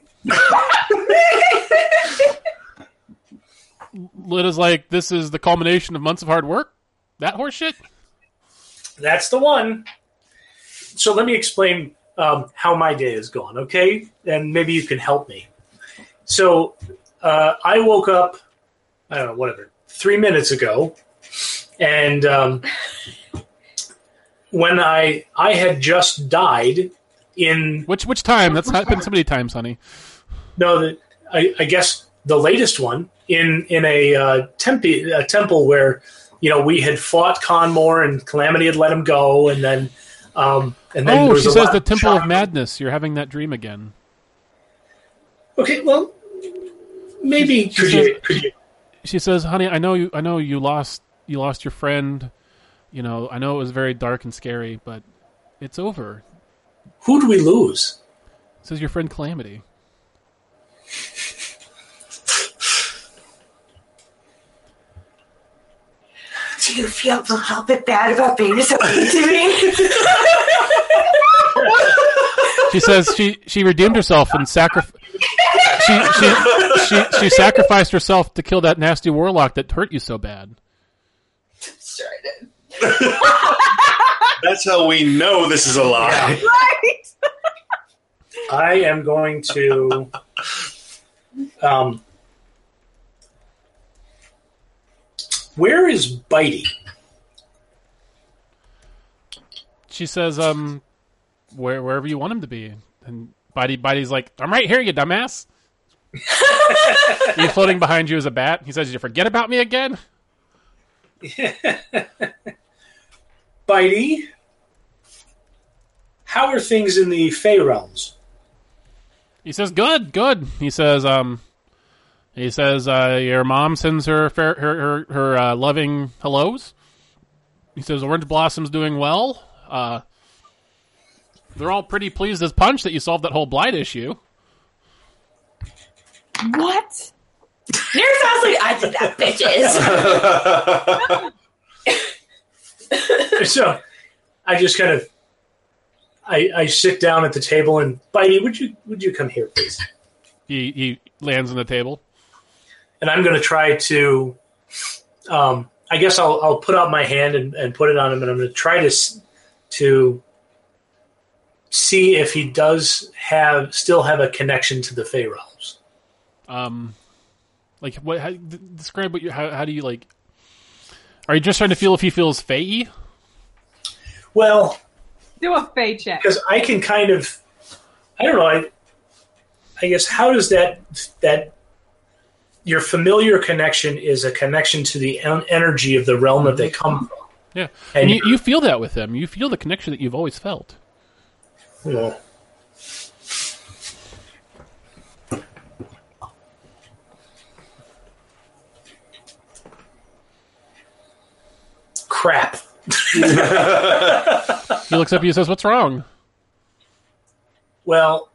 [SPEAKER 2] Lida's like, "This is the culmination of months of hard work." That horse shit.
[SPEAKER 7] That's the one. So let me explain um, how my day has gone, okay? And maybe you can help me. So uh, I woke up, I don't know, whatever, three minutes ago, and um, when I I had just died in
[SPEAKER 2] Which which time? That's happened so many times, honey.
[SPEAKER 7] no, the, I, I guess the latest one in in a uh, tempi, a temple where you know we had fought Conmore and Calamity had let him go, and then um, and then there
[SPEAKER 2] Oh,
[SPEAKER 7] was
[SPEAKER 2] she
[SPEAKER 7] a
[SPEAKER 2] says
[SPEAKER 7] lot
[SPEAKER 2] the Temple
[SPEAKER 7] shock.
[SPEAKER 2] of Madness. You're having that dream again.
[SPEAKER 7] Okay, well,
[SPEAKER 2] She
[SPEAKER 7] maybe could
[SPEAKER 2] says-
[SPEAKER 7] you, could you?
[SPEAKER 2] She says, "Honey, I know you. I know you lost. You lost your friend. You know, I know it was very dark and scary, but it's over."
[SPEAKER 7] Who'd we lose?
[SPEAKER 2] Says your friend Calamity.
[SPEAKER 1] Do you feel a little bit bad about being so mean to me?
[SPEAKER 2] She says she she redeemed herself and sacrificed. She, she she she sacrificed herself to kill that nasty warlock that hurt you so bad.
[SPEAKER 14] Sure I did.
[SPEAKER 5] That's how we know this is a lie.
[SPEAKER 3] Right.
[SPEAKER 7] I am going to. Um, where is Bitey?
[SPEAKER 2] She says, "Um, where wherever you want him to be." And Bitey Bitey's like, "I'm right here, you dumbass." He's floating behind you as a bat. He says, "Did you forget about me again?"
[SPEAKER 7] Bitey, how are things in the Fey realms?
[SPEAKER 2] He says, "Good, good." He says, "Um." He says, uh, "Your mom sends her fair, her her, her uh, loving hellos." He says, "Orange Blossom's doing well." Uh, they're all pretty pleased as punch that you solved that whole blight issue.
[SPEAKER 3] What?
[SPEAKER 14] Near sounds like I did that, bitches.
[SPEAKER 7] so, I just kind of, I, I sit down at the table and Bitey, would you would you come here, please?
[SPEAKER 2] He he lands on the table.
[SPEAKER 7] and I'm going to try to. Um, I guess I'll I'll put out my hand and, and put it on him, and I'm going to try to s- to see if he does have still have a connection to the Fey realms.
[SPEAKER 2] Um, like what? How, d- describe what you. How, how do you like? Are you just trying to feel if he feels fey?
[SPEAKER 7] Well,
[SPEAKER 3] Do a fey check.
[SPEAKER 7] because I can kind of, I don't know. I, I guess how does that that your familiar connection is a connection to the en- energy of the realm that they come from.
[SPEAKER 2] Yeah, and
[SPEAKER 7] And
[SPEAKER 2] you,
[SPEAKER 7] you-
[SPEAKER 2] you feel that with him. You feel the connection that you've always felt.
[SPEAKER 7] Well, crap.
[SPEAKER 2] He looks up at you and says, What's wrong?
[SPEAKER 7] Well,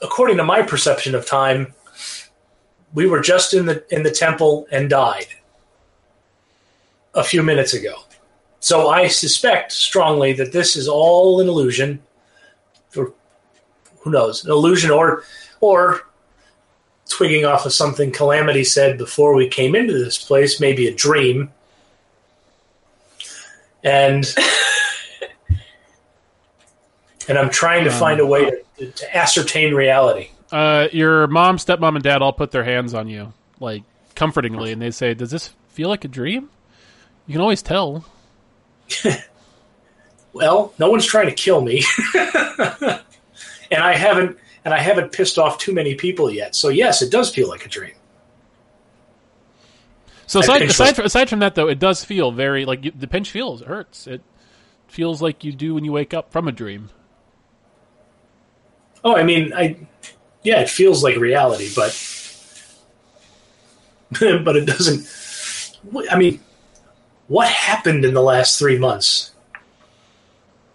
[SPEAKER 7] according to my perception of time, we were just in the in the temple and died a few minutes ago. So I suspect strongly that this is all an illusion. For who knows, an illusion or or twigging off of something Calamity said before we came into this place, maybe a dream. And and I'm trying to find a way to, to ascertain reality.
[SPEAKER 2] Uh, your mom, stepmom, and dad all put their hands on you, like comfortingly, and they say, Does this feel like a dream? You can always tell.
[SPEAKER 7] well, no one's trying to kill me, and I haven't and I haven't pissed off too many people yet. So yes, it does feel like a dream.
[SPEAKER 2] So
[SPEAKER 7] I
[SPEAKER 2] aside,
[SPEAKER 7] pinch
[SPEAKER 2] aside,
[SPEAKER 7] myself.
[SPEAKER 2] from, aside from that, though, it does feel very like you, the pinch feels it hurts. It feels like you do when you wake up from a dream.
[SPEAKER 7] Oh, I mean, I yeah, it feels like reality, but but it doesn't. wh- I mean, what happened in the last three months?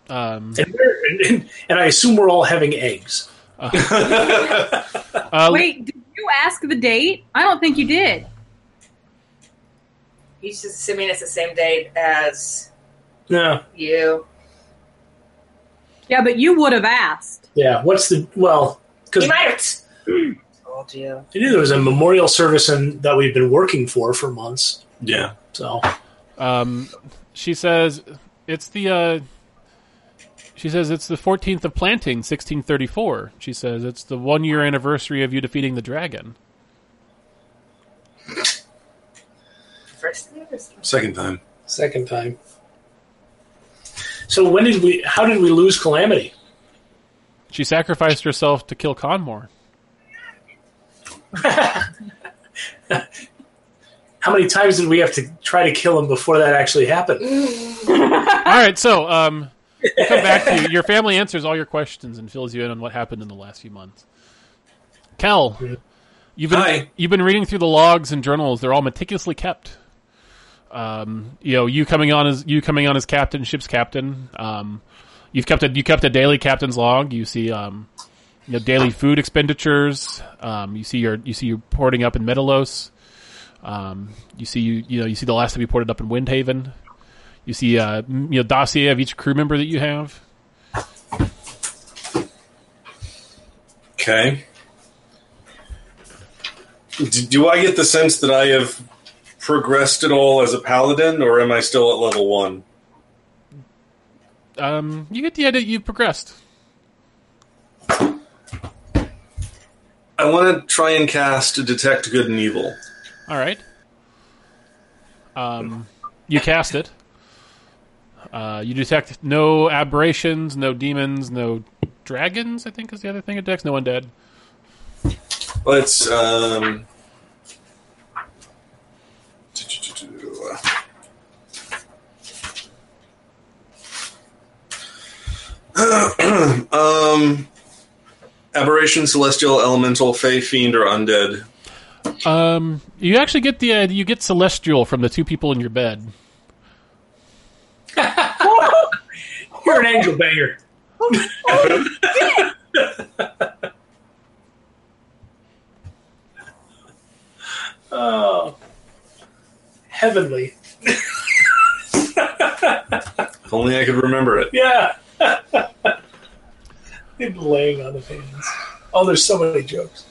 [SPEAKER 2] Um,
[SPEAKER 7] And, we're, and, and I assume we're all having eggs.
[SPEAKER 2] uh,
[SPEAKER 3] Wait, did you ask the date? I don't think you did.
[SPEAKER 1] He's just assuming it's the same date as
[SPEAKER 7] Yeah,
[SPEAKER 1] you.
[SPEAKER 3] Yeah, but you would have asked.
[SPEAKER 7] yeah. What's the well?
[SPEAKER 1] He
[SPEAKER 7] Because
[SPEAKER 1] might have t- told you.
[SPEAKER 7] I knew there was a memorial service and that we've been working for for months.
[SPEAKER 5] yeah.
[SPEAKER 7] So
[SPEAKER 2] Um, she says it's the. Uh, she says it's the 14th of planting, 1634. She says it's the one year anniversary of you defeating the dragon.
[SPEAKER 1] First thing or something.
[SPEAKER 5] Second time.
[SPEAKER 7] second time. So when did we? How did we lose calamity?
[SPEAKER 2] She sacrificed herself to kill Conmore.
[SPEAKER 7] How many times did we have to try to kill him before that actually happened?
[SPEAKER 2] All right, so um, we'll come back to you. Your family answers all your questions and fills you in on what happened in the last few months. Kel, you've been
[SPEAKER 5] Hi.
[SPEAKER 2] you've been reading through the logs and journals. They're all meticulously kept. Um, you know, you coming on as you coming on as captain, ship's captain. Um, you've kept a you kept a daily captain's log. You see, um, you know, daily food expenditures. Um, you see your you see you porting up in Metalos. Um, you see you you know you see the last time you ported up in Windhaven. You see, uh, m- you know, dossier of each crew member that you have.
[SPEAKER 5] Okay. Do, do I get the sense that I have progressed at all as a paladin, or am I still at level one?
[SPEAKER 2] Um, you get the idea you've progressed.
[SPEAKER 5] I want to try and cast Detect Good and Evil.
[SPEAKER 2] All right. Um, you cast it. Uh, you detect no aberrations, no demons, no dragons. I think is the other thing it detects. No undead.
[SPEAKER 5] Let's. Um, um, aberration, celestial, elemental, fey, fiend, or undead.
[SPEAKER 2] Um, you actually get the uh, you get celestial from the two people in your bed.
[SPEAKER 7] You're an angel banger. oh, heavenly.
[SPEAKER 5] If only I could remember it.
[SPEAKER 7] Yeah. They've been laying on the hands. Oh, there's so many jokes.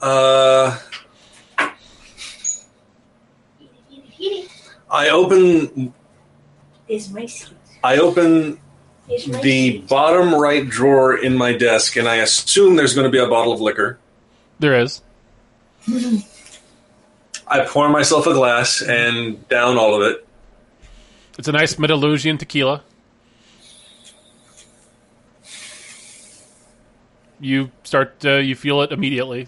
[SPEAKER 5] Uh, I open.
[SPEAKER 15] Is my seat.
[SPEAKER 5] I open
[SPEAKER 15] Is my
[SPEAKER 5] the
[SPEAKER 15] seat.
[SPEAKER 5] bottom right drawer in my desk, and I assume there's going to be a bottle of liquor.
[SPEAKER 2] There is.
[SPEAKER 5] I pour myself a glass and down all of it.
[SPEAKER 2] It's a nice Medalusian tequila. You start. Uh, you feel it immediately.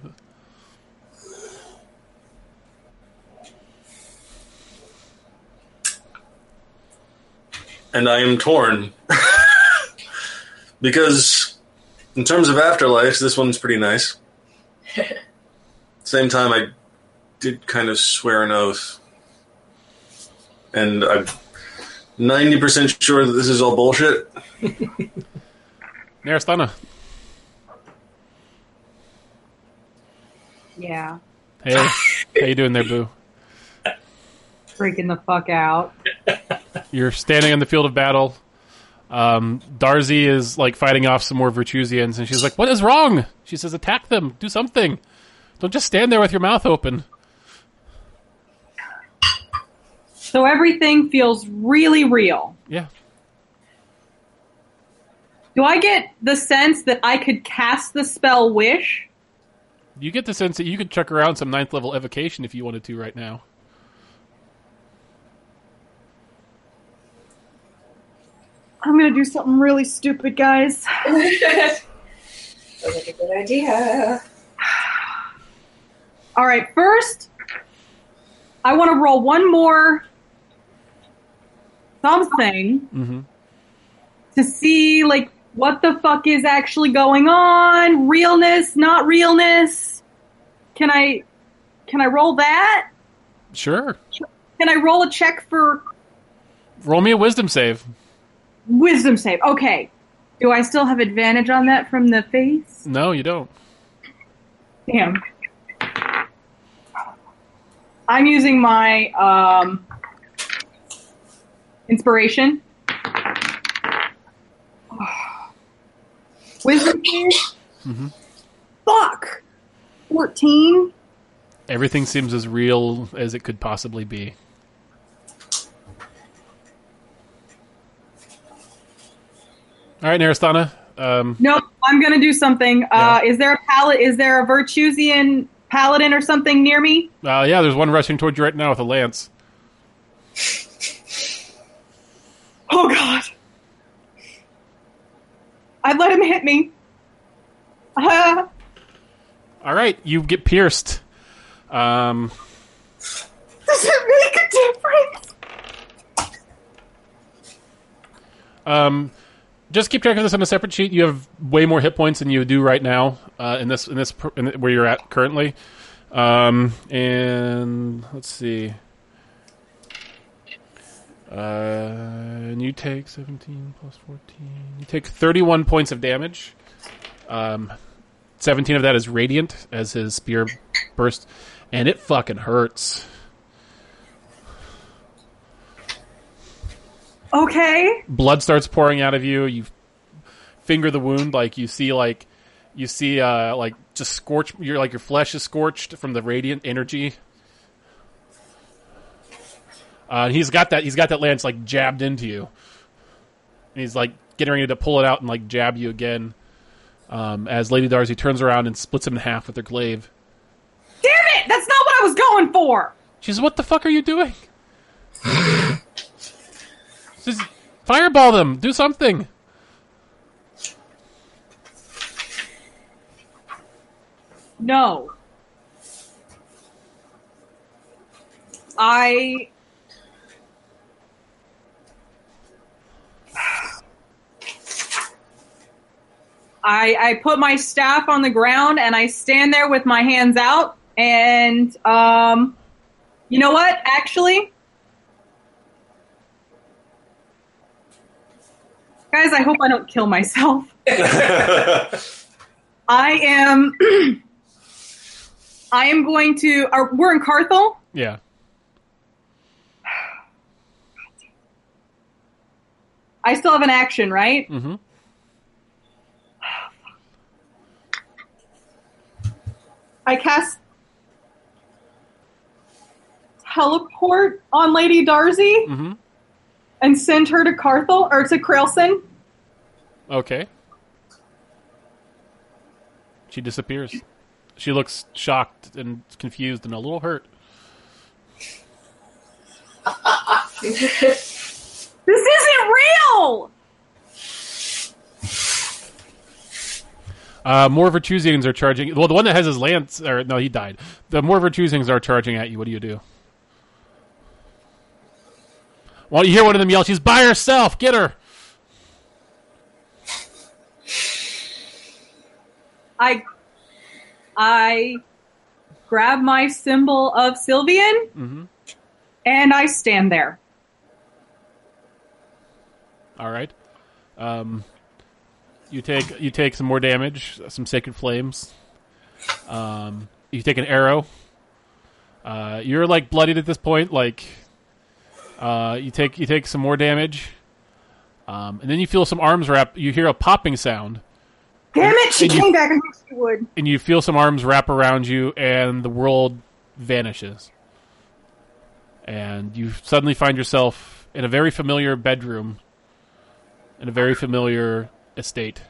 [SPEAKER 5] and I am torn because, in terms of afterlife, this one's pretty nice. Same time, I did kind of swear an oath, and I'm ninety percent sure that this is all bullshit.
[SPEAKER 2] Naristana.
[SPEAKER 4] Yeah.
[SPEAKER 2] Hey, how you doing there, Boo?
[SPEAKER 4] Freaking the fuck out.
[SPEAKER 2] You're standing on the field of battle. Um, Darzy is like fighting off some more Virtusians, and she's like, "What is wrong?" She says, "Attack them! Do something! Don't just stand there with your mouth open."
[SPEAKER 4] So everything feels really real.
[SPEAKER 2] Yeah.
[SPEAKER 4] Do I get the sense that I could cast the spell Wish?
[SPEAKER 2] You get the sense that you could chuck around some ninth level evocation if you wanted to right now.
[SPEAKER 4] I'm gonna do something really stupid, guys.
[SPEAKER 1] Sounds like a good idea.
[SPEAKER 4] All right, first, I want to roll one more something
[SPEAKER 2] Mm-hmm.
[SPEAKER 4] to see like what the fuck is actually going on. Realness, not realness. Can I can I roll that?
[SPEAKER 2] Sure.
[SPEAKER 4] Can I roll a check for
[SPEAKER 2] Roll me a wisdom save.
[SPEAKER 4] wisdom save? Okay. Do I still have advantage on that from the face?
[SPEAKER 2] No, you don't.
[SPEAKER 4] Damn. I'm using my um, inspiration. Wisdom save?
[SPEAKER 2] Mhm.
[SPEAKER 4] Fuck. 14.
[SPEAKER 2] Everything seems as real as it could possibly be. All right, Naristana. Um,
[SPEAKER 4] Nope. I'm gonna do something. Uh,
[SPEAKER 2] Yeah.
[SPEAKER 4] Is there a palette? Is there a Virtusian paladin or something near me?
[SPEAKER 2] uh, yeah, there's one rushing towards you right now with a lance.
[SPEAKER 4] Oh god. I let him hit me. Uh,
[SPEAKER 2] All right, you get pierced. Um,
[SPEAKER 4] does it make a difference?
[SPEAKER 2] um, just keep track of this on a separate sheet. You have way more hit points than you do right now uh, in this in this pr- in where you're at currently. Um, and let's see. Uh, and you take 17 plus 14. You take 31 points of damage. Um, 17 of that is radiant as his spear burst, and it fucking hurts.
[SPEAKER 4] Okay.
[SPEAKER 2] blood starts pouring out of you. You finger the wound, like you see, like you see, uh, like just scorch. Your like your flesh is scorched from the radiant energy. Uh, and he's got that. He's got that lance like jabbed into you, and he's like getting ready to pull it out and like jab you again. Um, as Lady Darcy turns around and splits him in half with her glaive.
[SPEAKER 4] Damn it! That's not what I was going for.
[SPEAKER 2] She says, "What the fuck are you doing?" Just fireball them. Do something.
[SPEAKER 4] No. I. I, I put my staff on the ground and I stand there with my hands out. And um, you know what? Actually, guys, I hope I don't kill myself. I am. I am going to. Are, we're in Carthel.
[SPEAKER 2] Yeah.
[SPEAKER 4] I still have an action, right?
[SPEAKER 2] Mm-hmm.
[SPEAKER 4] I cast teleport on Lady Darcy
[SPEAKER 2] Mm-hmm.
[SPEAKER 4] and send her to Carthel or to Krailson.
[SPEAKER 2] Okay. She disappears. She looks shocked and confused and a little hurt.
[SPEAKER 4] This isn't real.
[SPEAKER 2] Uh, more Virtusians are charging. Well, the one that has his lance, or no, he died. The more Virtusians are charging at you. What do you do? Well, you hear one of them yell, "She's by herself. Get her!"
[SPEAKER 4] I
[SPEAKER 3] I grab my symbol of Sylvian
[SPEAKER 2] Mhm.
[SPEAKER 3] and I stand there.
[SPEAKER 2] All right. Um, you take you take some more damage, some sacred flames. Um, you take an arrow. Uh, you're like bloodied at this point. Like, uh, you take you take some more damage, um, and then you feel some arms wrap. You hear a popping sound,
[SPEAKER 3] Damn it! She
[SPEAKER 2] And you-
[SPEAKER 3] came back and said she would.
[SPEAKER 2] and you feel some arms wrap around you, and the world vanishes. And you suddenly find yourself in a very familiar bedroom, in a very familiar estate.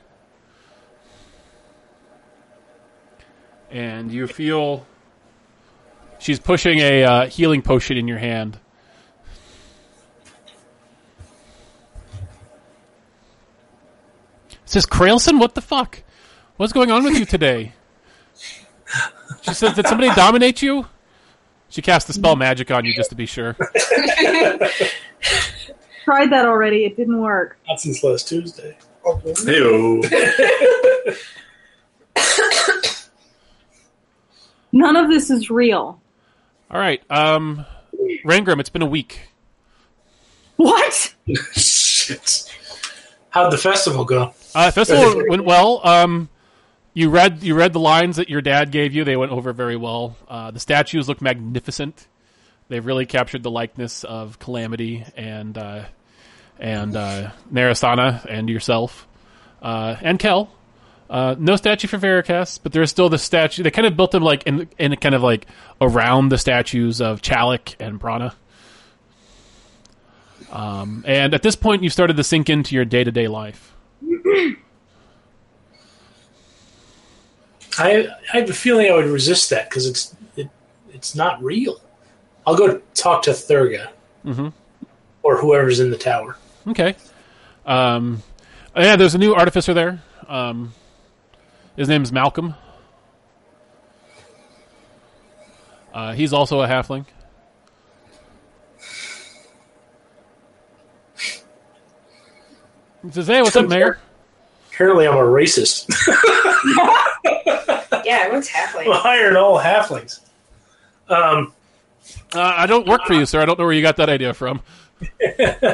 [SPEAKER 2] And you feel she's pushing a uh, healing potion in your hand. Says Krailson, what the fuck? What's going on with you today? She says, Did somebody dominate you? She cast the spell magic on you just to be sure.
[SPEAKER 3] Tried that already. It didn't work.
[SPEAKER 7] Not since last Tuesday.
[SPEAKER 5] Ew.
[SPEAKER 3] None of this is real.
[SPEAKER 2] All right, um, Rangram, it's been a week.
[SPEAKER 3] What?
[SPEAKER 5] Shit.
[SPEAKER 7] How'd the festival go?
[SPEAKER 2] Uh, festival went well. Um, you read you read the lines that your dad gave you. They went over very well. Uh, the statues look magnificent. They've really captured the likeness of Calamity and uh, and uh, Narasana and yourself uh, and Kel. Uh, no statue for Veracast, but there is still the statue. They kind of built them like in in kind of like around the statues of Chalik and Prana. Um, and at this point, you started to sink into your day to day life.
[SPEAKER 7] I I have a feeling I would resist that because it's it, it's not real. I'll go talk to Thurga
[SPEAKER 2] Mhm.
[SPEAKER 7] or whoever's in the tower.
[SPEAKER 2] Okay. Um, yeah, there's a new artificer there. Um, his name's Malcolm. Uh, he's also a halfling. He says, "Hey, what's up, Mayor?"
[SPEAKER 7] Apparently, I'm a racist.
[SPEAKER 1] Yeah, everyone's halfway.
[SPEAKER 7] I'm hiring all halflings. Um,
[SPEAKER 2] Uh, I don't work for you, sir. I don't know where you got that idea from.
[SPEAKER 7] do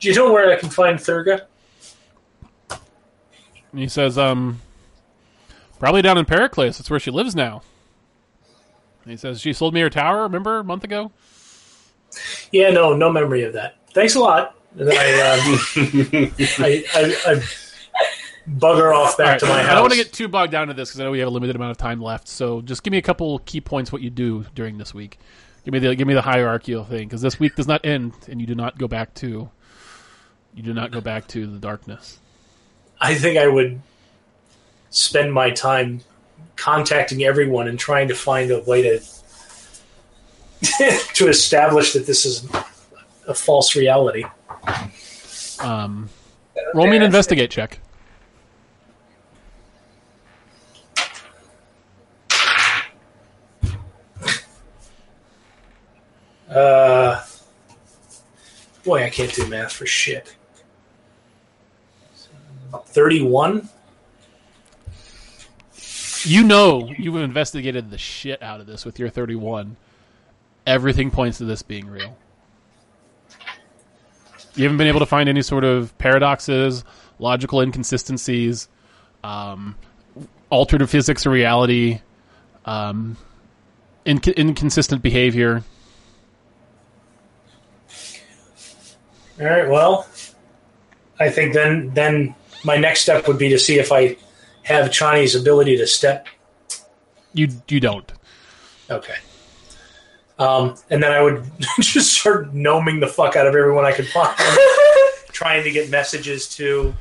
[SPEAKER 7] you know where I can find Thurga?
[SPEAKER 2] And he says, um, probably down in Pericles. That's where she lives now. And he says, she sold me her tower, remember, a month ago?
[SPEAKER 7] Yeah, no, no memory of that. Thanks a lot. And then I, um, I, I, I bugger off back
[SPEAKER 2] All right,
[SPEAKER 7] to my house.
[SPEAKER 2] I don't want to get too bogged down in this because I know we have a limited amount of time left. So just give me a couple key points what you do during this week. Give me the give me the hierarchical thing because this week does not end and you do not go back to you do not go back to the darkness.
[SPEAKER 7] I think I would spend my time contacting everyone and trying to find a way to to establish that this is a false reality.
[SPEAKER 2] Um, roll me an investigate check.
[SPEAKER 7] Uh, boy, I can't do math for shit. Thirty-one.
[SPEAKER 2] You know you have investigated the shit out of this with your thirty one. Everything points to this being real. You haven't been able to find any sort of paradoxes, logical inconsistencies, um, altered physics or reality, um, inc- inconsistent behavior.
[SPEAKER 7] All right. Well, I think then then my next step would be to see if I have Chani's ability to step
[SPEAKER 2] You you don't.
[SPEAKER 7] Okay. Um, and then I would just start gnoming the fuck out of everyone I could find, trying to get messages to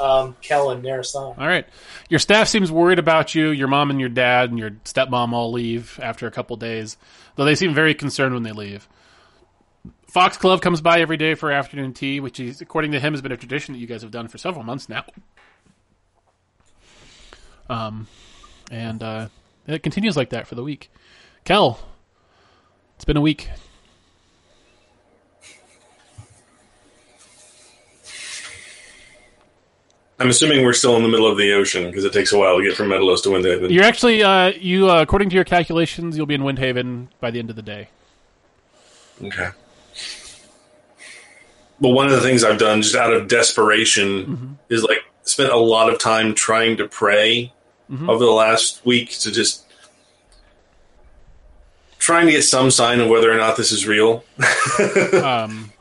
[SPEAKER 7] um, Kel and Narasana.
[SPEAKER 2] All right. Your staff seems worried about you. Your mom and your dad and your stepmom all leave after a couple days, though they seem very concerned when they leave. Foxglove comes by every day for afternoon tea, which is, according to him, has been a tradition that you guys have done for several months now. Um, and uh, it continues like that for the week. Kel, it's been a week.
[SPEAKER 5] I'm assuming we're still in the middle of the ocean because it takes a while to get from Medalos to Windhaven.
[SPEAKER 2] You're actually uh, you uh, according to your calculations, you'll be in Windhaven by the end of the day.
[SPEAKER 5] Okay. But one of the things I've done just out of desperation is like spent a lot of time trying to pray
[SPEAKER 2] Mhm.
[SPEAKER 5] over the last week to just trying to get some sign of whether or not this is real.
[SPEAKER 2] um,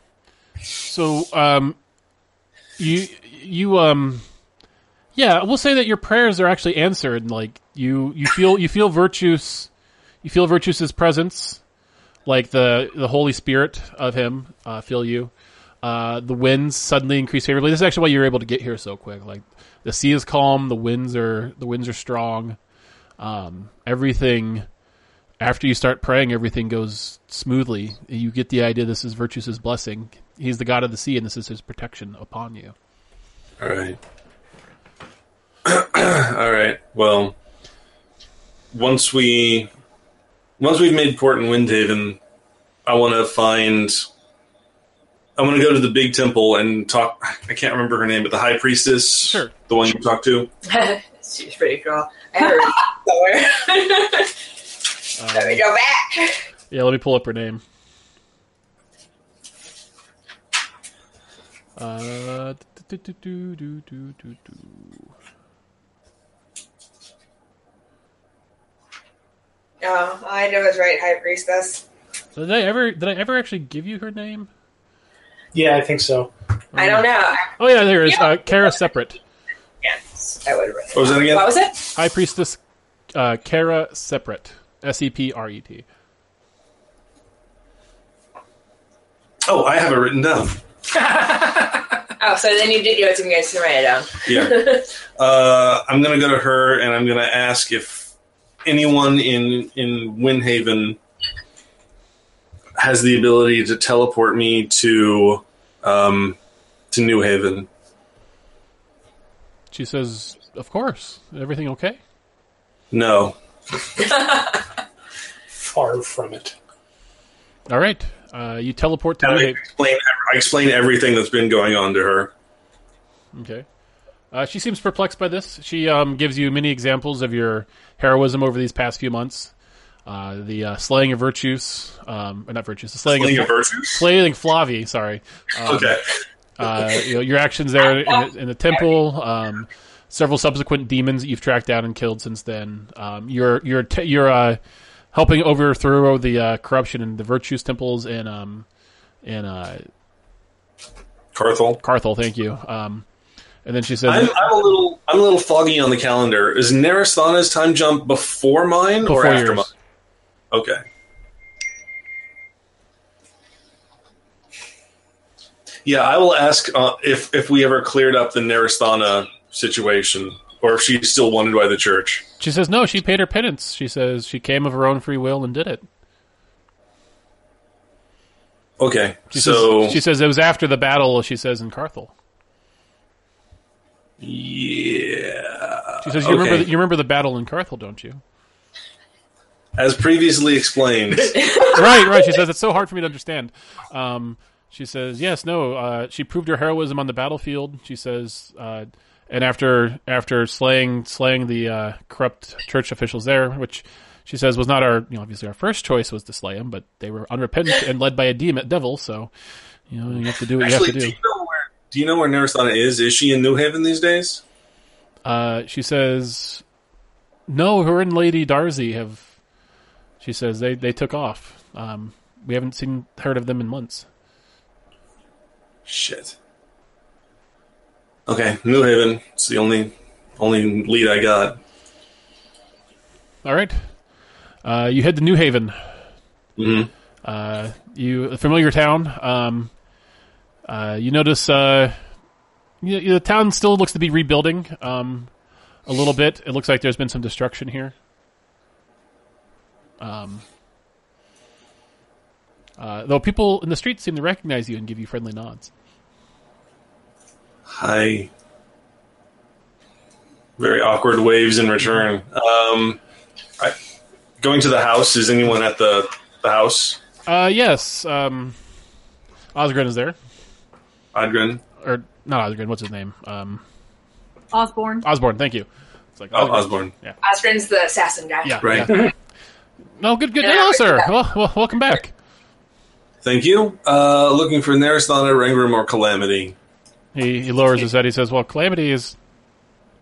[SPEAKER 2] so um, you you um yeah we'll say that your prayers are actually answered like you you feel you feel virtues you feel virtues' presence like the the holy spirit of him uh, fill you uh, the winds suddenly increase favorably this is actually why you were able to get here so quick like the sea is calm the winds are the winds are strong um, everything after you start praying, everything goes smoothly. You get the idea this is Virtue's blessing. He's the god of the sea, and this is his protection upon you.
[SPEAKER 5] All right. All right. Well, once we once we've made port in Windhaven, I want to find. I want to go to the big temple and talk. I can't remember her name, but the high priestess,
[SPEAKER 2] Sure.
[SPEAKER 5] the one you talked to.
[SPEAKER 14] She's pretty cool. I have her somewhere. Let me
[SPEAKER 2] Um,
[SPEAKER 14] go back.
[SPEAKER 2] yeah, let me pull up her name. Uh, do, do, do, do, do, do, do.
[SPEAKER 1] No, all I know is right, High Priestess.
[SPEAKER 2] Did I ever? Did I ever actually give you her name?
[SPEAKER 7] Yeah, I think so.
[SPEAKER 1] I don't know.
[SPEAKER 2] Oh yeah, there is uh, Kara Separate,
[SPEAKER 1] Yes, I would have
[SPEAKER 5] What was that again?
[SPEAKER 14] What was it?
[SPEAKER 2] High Priestess uh, Kara Separate, S E P R E T.
[SPEAKER 5] Oh, I have it written down.
[SPEAKER 1] Oh, so then you did give it to me guys to write it down.
[SPEAKER 5] Yeah. uh, I'm gonna go to her and I'm gonna ask if anyone in in Windhaven has the ability to teleport me to um, to New Haven.
[SPEAKER 2] She says, "Of course, everything okay."
[SPEAKER 5] No.
[SPEAKER 7] Far from it.
[SPEAKER 2] All right, uh, you teleport to
[SPEAKER 5] And
[SPEAKER 2] New
[SPEAKER 5] I
[SPEAKER 2] Haven.
[SPEAKER 5] explain I explain everything that's been going on to her.
[SPEAKER 2] Okay. Uh, she seems perplexed by this. She um, gives you many examples of your heroism over these past few months. Uh, the uh, slaying of virtues, um, or not virtues, the slaying,
[SPEAKER 5] Explaining her
[SPEAKER 2] of,
[SPEAKER 5] virtues.
[SPEAKER 2] slaying Flavi. Sorry. Um,
[SPEAKER 5] Okay.
[SPEAKER 2] uh, you know, your actions there in the, in the temple. Um, several subsequent demons that you've tracked down and killed since then. Um, you're you're t- you're uh, helping overthrow the uh, corruption in the virtues temples and um, and uh,
[SPEAKER 5] Carthel.
[SPEAKER 2] Carthel. Thank you. Um, and then she says,
[SPEAKER 5] I'm, I'm a little I'm a little foggy on the calendar. Is Narasthana's time jump before mine
[SPEAKER 2] "Before
[SPEAKER 5] or after
[SPEAKER 2] yours."
[SPEAKER 5] mine? Okay. Yeah, I will ask uh, if if we ever cleared up the Narasthana situation, or if she's still wanted by the church.
[SPEAKER 2] She says no. She paid her penance. She says she came of her own free will and did it.
[SPEAKER 5] Okay,
[SPEAKER 2] She
[SPEAKER 5] so
[SPEAKER 2] says, she says it was after the battle. She says in Carthel.
[SPEAKER 5] yeah.
[SPEAKER 2] She says you remember
[SPEAKER 5] okay.
[SPEAKER 2] the, you remember the battle in Carthel, don't you?
[SPEAKER 5] As previously explained,
[SPEAKER 2] right, right. She says it's so hard for me to understand. Um, she says yes, no. Uh, she proved her heroism on the battlefield. She says, uh, and after after slaying slaying the uh, corrupt church officials there, which she says was not our you know obviously our first choice was to slay them, but they were unrepentant and led by a demon devil. So you know you have to do what
[SPEAKER 5] actually,
[SPEAKER 2] you have to do.
[SPEAKER 5] do you know where do you know where Narasthana is? Is she in New Haven these days?
[SPEAKER 2] Uh, she says, "No, her and Lady Darcy have." She says they they took off. Um, we haven't seen heard of them in months.
[SPEAKER 5] Shit. Okay, New Haven. It's the only only lead I got.
[SPEAKER 2] All right, uh, you head to New Haven.
[SPEAKER 5] hmm
[SPEAKER 2] Uh, you a familiar town. Um, uh, you notice uh, you, you- the town still looks to be rebuilding um, a little bit. It looks like there's been some destruction here. Um, uh, though people in the streets seem to recognize you and give you friendly nods.
[SPEAKER 5] Hi. Very awkward waves in return. Um, I, going to the house. Is anyone at the the house?
[SPEAKER 2] Uh, yes, um, Osgren is there,
[SPEAKER 5] Odgren.
[SPEAKER 2] or not Osgren? What's his name? Um,
[SPEAKER 4] Osborne.
[SPEAKER 2] Osborne, thank you. It's like
[SPEAKER 5] Oh, Osborne.
[SPEAKER 2] Yeah.
[SPEAKER 1] Osborne's the assassin guy.
[SPEAKER 2] Yeah.
[SPEAKER 5] Right.
[SPEAKER 2] yeah. No, good, good.
[SPEAKER 1] Yeah,
[SPEAKER 2] Hello,
[SPEAKER 1] I
[SPEAKER 2] sir.
[SPEAKER 1] heard that.
[SPEAKER 2] Well, well, welcome back.
[SPEAKER 5] Thank you. Uh, looking for Narasana, Rangram, or Calamity.
[SPEAKER 2] He, he lowers his head. He says, "Well, Calamity is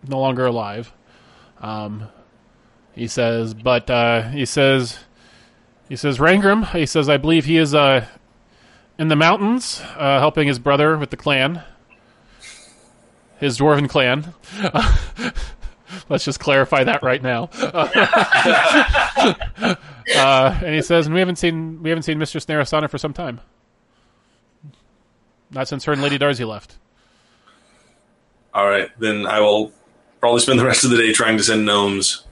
[SPEAKER 2] no longer alive." Um, he says, "But uh, he says, he says Rangram. He says, I believe he is uh, in the mountains, uh, helping his brother with the clan, his dwarven clan. Let's just clarify that right now." uh, and he says, "And we haven't seen we haven't seen Mistress Narasana for some time." Not since her and Lady Darcy left.
[SPEAKER 5] All right, then I will probably spend the rest of the day trying to send gnomes.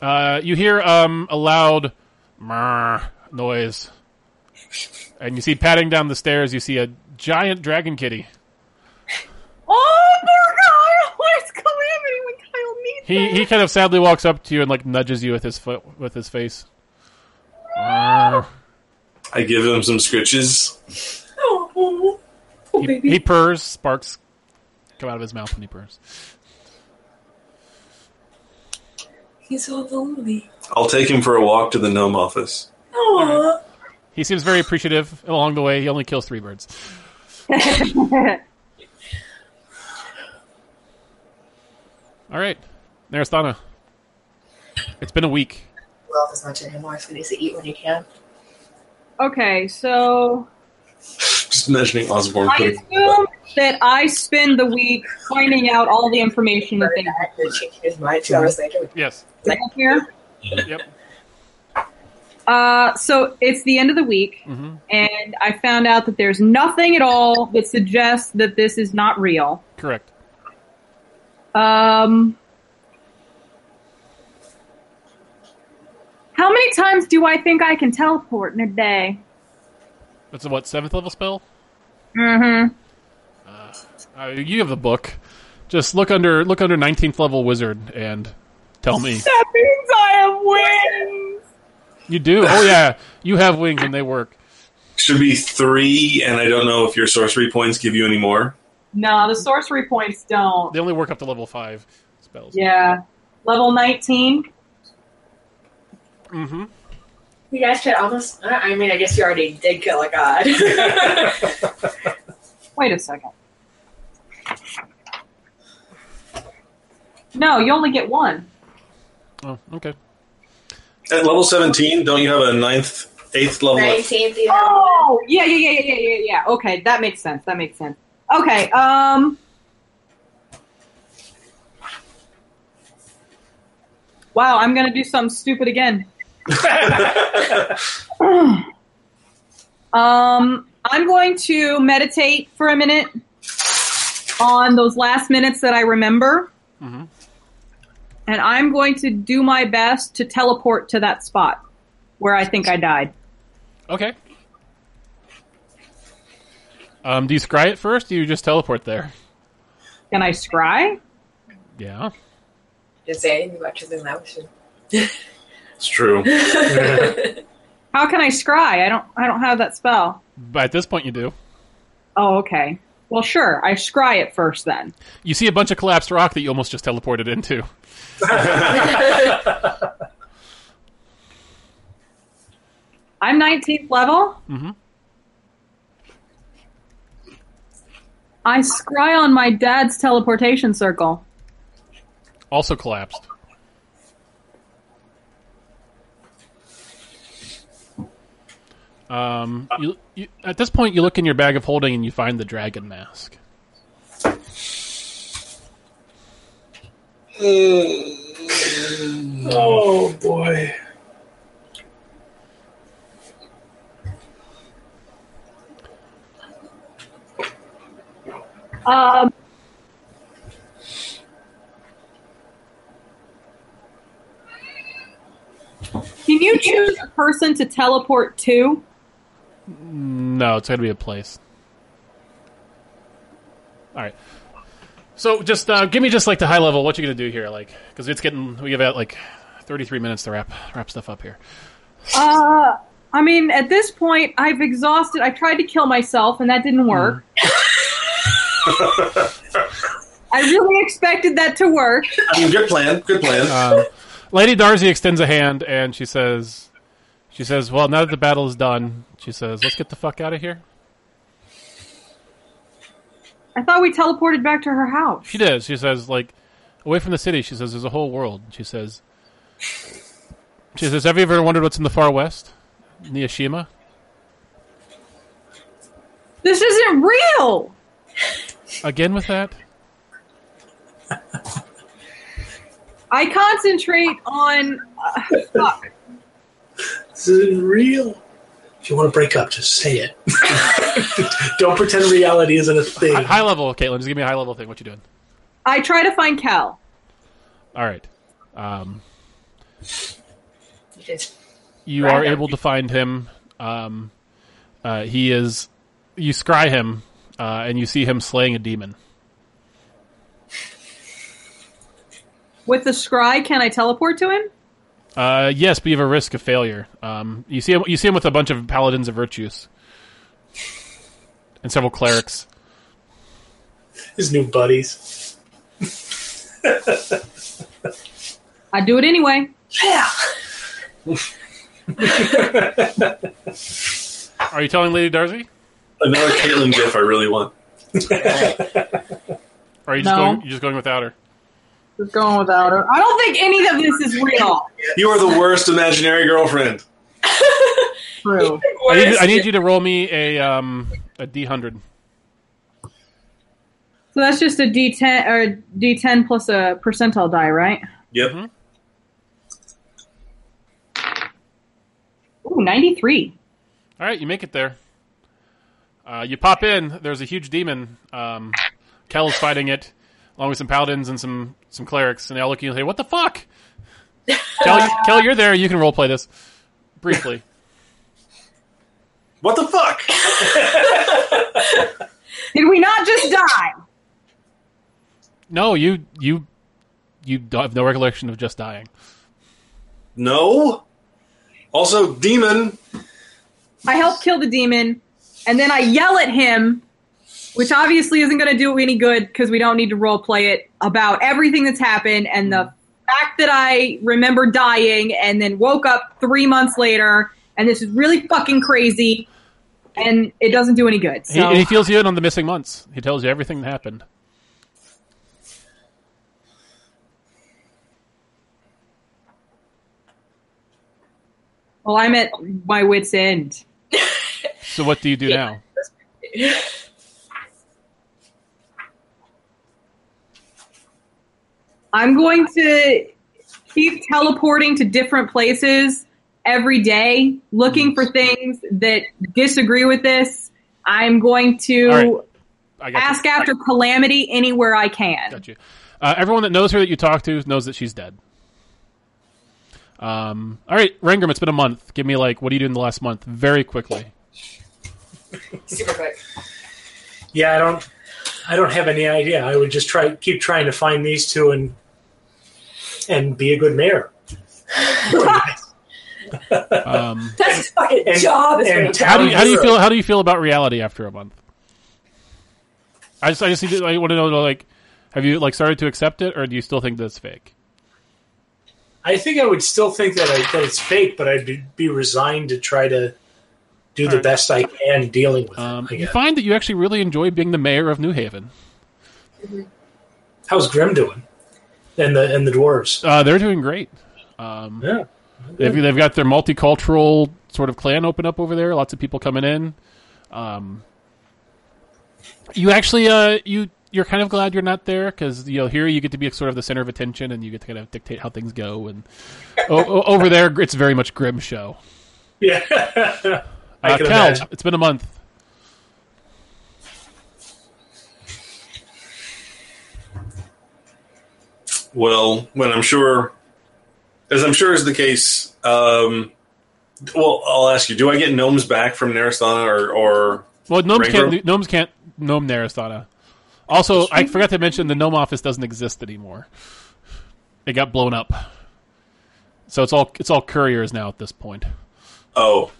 [SPEAKER 2] Uh, you hear um, a loud "Mrrr" noise, and you see padding down the stairs. You see a giant dragon kitty.
[SPEAKER 4] Oh my god! Where's Calamity when Kyle needs
[SPEAKER 2] He he kind of sadly walks up to you and like nudges you with his foot with his face. Mrrr.
[SPEAKER 5] I give him some scritches.
[SPEAKER 4] Oh,
[SPEAKER 2] He, he purrs. Sparks come out of his mouth when he purrs.
[SPEAKER 14] He's so lonely.
[SPEAKER 5] I'll take him for a walk to the gnome office.
[SPEAKER 14] Aww.
[SPEAKER 2] He seems very appreciative. and Along the way, he only kills three birds. All right, Narasthana. It's been a week.
[SPEAKER 14] Love as much anymore. It's good to eat when you can.
[SPEAKER 4] okay, so
[SPEAKER 5] Just imagining Osborne
[SPEAKER 4] I
[SPEAKER 5] putting.
[SPEAKER 4] assume that I spend the week finding out all the information that they
[SPEAKER 14] I could change his mind two hours later.
[SPEAKER 2] Yes.
[SPEAKER 4] have here.
[SPEAKER 2] Yep.
[SPEAKER 4] Uh, so it's the end of the week,
[SPEAKER 2] Mhm.
[SPEAKER 4] and I found out that there's nothing at all that suggests that this is not real.
[SPEAKER 2] Correct.
[SPEAKER 4] Um, how many times do I think I can teleport in a day?
[SPEAKER 2] That's a what seventh level spell?
[SPEAKER 4] Mm-hmm.
[SPEAKER 2] Uh, you have the book. Just look under look under nineteenth level wizard and tell me
[SPEAKER 4] That means I have wings.
[SPEAKER 2] you do. Oh yeah, you have wings and they work.
[SPEAKER 5] Should be three, and I don't know if your sorcery points give you any more.
[SPEAKER 4] No, the sorcery points don't.
[SPEAKER 2] They only work up to level five spells.
[SPEAKER 4] Yeah, level nineteen.
[SPEAKER 2] Mm-hmm.
[SPEAKER 1] You guys could almost. I- I mean, I guess you already did kill a god. I
[SPEAKER 4] Wait a second. No, you only get one.
[SPEAKER 2] Oh, okay.
[SPEAKER 5] At level 17, don't you have a ninth, eighth level? of-
[SPEAKER 4] Oh, yeah, yeah, yeah, yeah, yeah, yeah. Okay, that makes sense. That makes sense. Okay, um. Wow, I'm gonna do something stupid again. um, I'm going to meditate for a minute on those last minutes that I remember,
[SPEAKER 2] Mhm.
[SPEAKER 4] and I'm going to do my best to teleport to that spot where I think I died.
[SPEAKER 2] Okay. Um, do you scry it first? Do you just teleport there?
[SPEAKER 4] Can I scry?
[SPEAKER 2] Yeah.
[SPEAKER 14] Didn't say anything about choosing that option.
[SPEAKER 5] It's true.
[SPEAKER 4] How can I scry? I don't. I don't have that spell.
[SPEAKER 2] But at this point, you do.
[SPEAKER 4] Oh, okay. Well, sure. I scry it first then.
[SPEAKER 2] You see a bunch of collapsed rock that you almost just teleported into.
[SPEAKER 4] I'm 19th level.
[SPEAKER 2] Mhm.
[SPEAKER 4] I scry on my dad's teleportation circle.
[SPEAKER 2] Also collapsed. Um, you, you, at this point, you look in your bag of holding and you find the dragon mask.
[SPEAKER 7] Oh boy.
[SPEAKER 4] Um, can you choose a person to teleport to?
[SPEAKER 2] No, it's going to be a place. All right. So just uh, give me just like the high level. What you going to do here? Like, because it's getting we have about like thirty three minutes to wrap wrap stuff up here.
[SPEAKER 4] Uh, I mean, at this point, I've exhausted. I tried to kill myself, and that didn't work. I really expected that to work.
[SPEAKER 5] I mean, good plan. Good plan.
[SPEAKER 2] Um, Lady Darcy extends a hand and she says, "She says, well, now that the battle is done, she says, let's get the fuck out of here."
[SPEAKER 4] I thought we teleported back to her house.
[SPEAKER 2] She does. She says, like, away from the city. She says, there's a whole world. She says, she says, have you ever wondered what's in the far west, Niyashima?
[SPEAKER 4] This isn't real.
[SPEAKER 2] Again with that?
[SPEAKER 4] I concentrate on. Uh, fuck.
[SPEAKER 7] This is real. If you want to break up, just say it. Don't pretend reality isn't a thing.
[SPEAKER 2] Hi- High level, Caitlin. Just give me a high level thing. What you doing?
[SPEAKER 4] I try to find Cal.
[SPEAKER 2] All right. Um,
[SPEAKER 1] You just-
[SPEAKER 2] you
[SPEAKER 1] Right.
[SPEAKER 2] are able to find him. Um, uh, he is. You scry him, uh, and you see him slaying a demon.
[SPEAKER 4] With the scry, can I teleport to him?
[SPEAKER 2] Uh, yes, but you have a risk of failure. Um, you see him. You see him with a bunch of paladins of virtues and several clerics.
[SPEAKER 7] His new buddies.
[SPEAKER 4] I do it anyway.
[SPEAKER 1] yeah.
[SPEAKER 2] Are you telling Lady Darcy?
[SPEAKER 5] Another Caitlyn gif I really want.
[SPEAKER 2] Or are you just
[SPEAKER 16] No.
[SPEAKER 2] going? You just going without her?
[SPEAKER 16] Just going without her.
[SPEAKER 4] I don't think any of this is real.
[SPEAKER 5] You are the worst imaginary girlfriend.
[SPEAKER 16] True.
[SPEAKER 2] I need, I need you to roll me a um a d hundred.
[SPEAKER 4] So that's just a D10 or D10 plus a percentile die, right?
[SPEAKER 5] Yep.
[SPEAKER 2] Mhm.
[SPEAKER 4] Ooh, 93.
[SPEAKER 2] All right, you make it there. Uh, you pop in. There's a huge demon. Um, Kel is fighting it, along with some paladins and some some clerics. And they all look at you and say, "What the fuck?" Kel, Kel, you're there. You can roleplay this briefly.
[SPEAKER 5] What the fuck?
[SPEAKER 4] Did we not just die?
[SPEAKER 2] No, you you you don't have no recollection of just dying.
[SPEAKER 5] No. Also, demon.
[SPEAKER 4] I help kill the demon, and then I yell at him, which obviously isn't going to do any good because we don't need to role play it about everything that's happened and the fact that I remember dying and then woke up three months later, and this is really fucking crazy, and it doesn't do any good.
[SPEAKER 2] He,
[SPEAKER 4] So
[SPEAKER 2] and he feels you in on the missing months. He tells you everything that happened.
[SPEAKER 4] well, I'm at my wit's end.
[SPEAKER 2] So what do you do now?
[SPEAKER 4] I'm going to keep teleporting to different places every day, looking for things that disagree with this. I'm going to
[SPEAKER 2] All I got you.
[SPEAKER 4] ask after calamity anywhere I can.
[SPEAKER 2] Got you. Uh, everyone that knows her that you talk to knows that she's dead. Um, all right, Rangram, it's been a month. Give me like, what do you do in the last month? Very quickly.
[SPEAKER 1] Super quick.
[SPEAKER 7] Yeah, I don't. I don't have any idea. I would just try keep trying to find these two and and be a good mayor.
[SPEAKER 2] Um,
[SPEAKER 1] That's his fucking
[SPEAKER 7] And-
[SPEAKER 1] job. is
[SPEAKER 7] and
[SPEAKER 1] what
[SPEAKER 7] tell-
[SPEAKER 2] how do you, how do you
[SPEAKER 7] Sure.
[SPEAKER 2] feel? How do you feel about reality after a month? I just I just need to, I want to know like, have you like started to accept it, or do you still think that's fake?
[SPEAKER 7] I think I would still think that I, that it's fake, but I'd be, be resigned to try to do the
[SPEAKER 2] Alright.
[SPEAKER 7] best I can dealing with
[SPEAKER 2] Um,
[SPEAKER 7] it. I
[SPEAKER 2] you
[SPEAKER 7] guess.
[SPEAKER 2] find that you actually really enjoy being the mayor of New Haven.
[SPEAKER 7] How's Grim doing? And the and the dwarves.
[SPEAKER 2] Uh, they're doing great. Um,
[SPEAKER 7] Yeah.
[SPEAKER 2] They've, they've got their multicultural sort of clan open up over there. Lots of people coming in. Um, you actually, uh, you you're kind of glad you're not there because you know here you get to be sort of the center of attention and you get to kind of dictate how things go. And o- o- over there, it's very much grim show.
[SPEAKER 7] Yeah. I
[SPEAKER 2] Uh,
[SPEAKER 7] can
[SPEAKER 2] Cal,
[SPEAKER 7] imagine.
[SPEAKER 2] it's been a month.
[SPEAKER 5] Well, when I'm sure, as I'm sure is the case, um, well, I'll ask you: Do I get gnomes back from Narasana, or, or
[SPEAKER 2] Well, gnomes
[SPEAKER 5] Rangram?
[SPEAKER 2] can't gnomes can't gnome Narasana. Also, I forgot to mention the gnome office doesn't exist anymore. It got blown up, so it's all it's all couriers now at this point.
[SPEAKER 5] oh,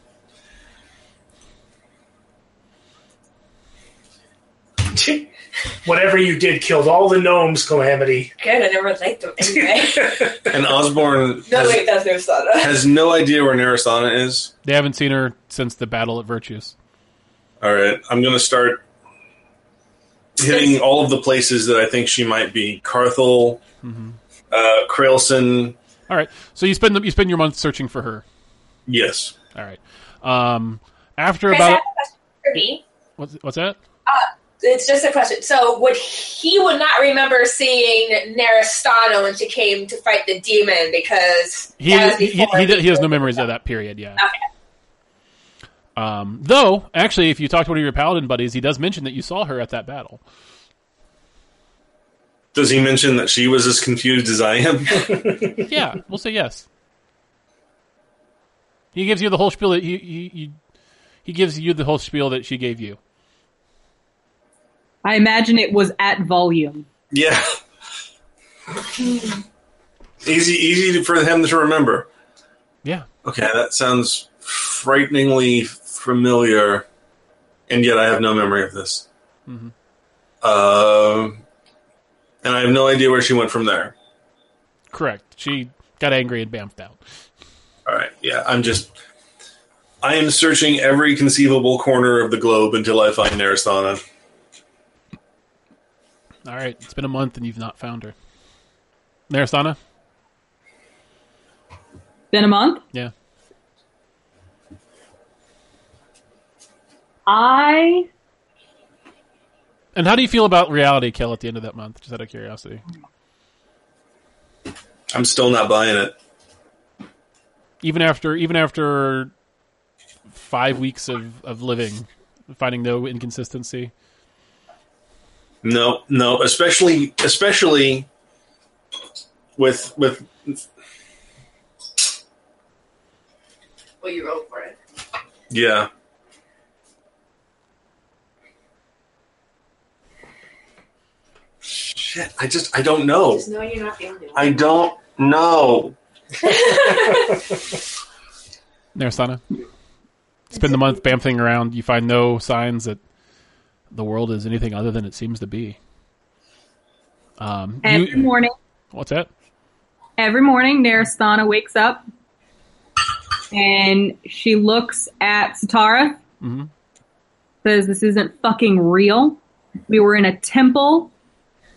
[SPEAKER 7] whatever you did killed all the gnomes, Calamity.
[SPEAKER 1] Good, I never liked them anyway.
[SPEAKER 5] And Osborne
[SPEAKER 14] No,
[SPEAKER 5] has,
[SPEAKER 14] wait, that's their soda.
[SPEAKER 5] has no idea where Narasana is.
[SPEAKER 2] They haven't seen her since the battle at Virtues.
[SPEAKER 5] All right, I'm gonna start hitting all of the places that I think she might be: Carthel, uh, Krailson.
[SPEAKER 2] All right. So you spend the, you spend your month searching for her.
[SPEAKER 5] Yes,
[SPEAKER 2] All right. Um, after
[SPEAKER 1] Chris, I have
[SPEAKER 2] about
[SPEAKER 1] a question for me.
[SPEAKER 2] what's, what's that?
[SPEAKER 1] It's just a question. So, would he would not remember seeing Naristana when she came to fight the demon because
[SPEAKER 2] He
[SPEAKER 1] that was
[SPEAKER 2] he, he,
[SPEAKER 1] before
[SPEAKER 2] he, he has no memories of that period. Yeah. Um, though, actually, if you talk to one of your paladin buddies, he does mention that you saw her at that battle.
[SPEAKER 5] does he mention that she was as confused as I am?
[SPEAKER 2] yeah, we'll say yes. He gives you the whole spiel that you, you, you he gives you the whole spiel that she gave you.
[SPEAKER 4] I imagine it was at volume.
[SPEAKER 5] yeah, easy easy for him to remember.
[SPEAKER 2] Yeah.
[SPEAKER 5] Okay, that sounds frighteningly familiar, and yet I have no memory of this. Um, and I have no idea where she went from there.
[SPEAKER 2] Correct. She got angry and bamfed out.
[SPEAKER 5] All right. Yeah, I'm just. I am searching every conceivable corner of the globe until I find Naristana.
[SPEAKER 2] All right, it's been a month and you've not found her. Narasana?
[SPEAKER 4] Been a month.
[SPEAKER 2] Yeah.
[SPEAKER 4] I
[SPEAKER 2] And how do you feel about reality kill at the end of that month? Just out of curiosity.
[SPEAKER 5] I'm still not buying it.
[SPEAKER 2] Even after even after five weeks of, of living, finding no inconsistency.
[SPEAKER 5] No, no, especially especially with with
[SPEAKER 14] Well, you rolled for it.
[SPEAKER 5] yeah. Shit, I just I don't know.
[SPEAKER 14] Just know you're not the only one.
[SPEAKER 5] I don't know.
[SPEAKER 2] Narasana? Spend the month bamfing around, you find no signs that the world is anything other than it seems to be. Um,
[SPEAKER 4] every
[SPEAKER 2] you-
[SPEAKER 4] morning,
[SPEAKER 2] what's that?
[SPEAKER 4] every morning, Narasana wakes up and she looks at Satara.
[SPEAKER 2] Mhm.
[SPEAKER 4] Says this isn't fucking real. We were in a temple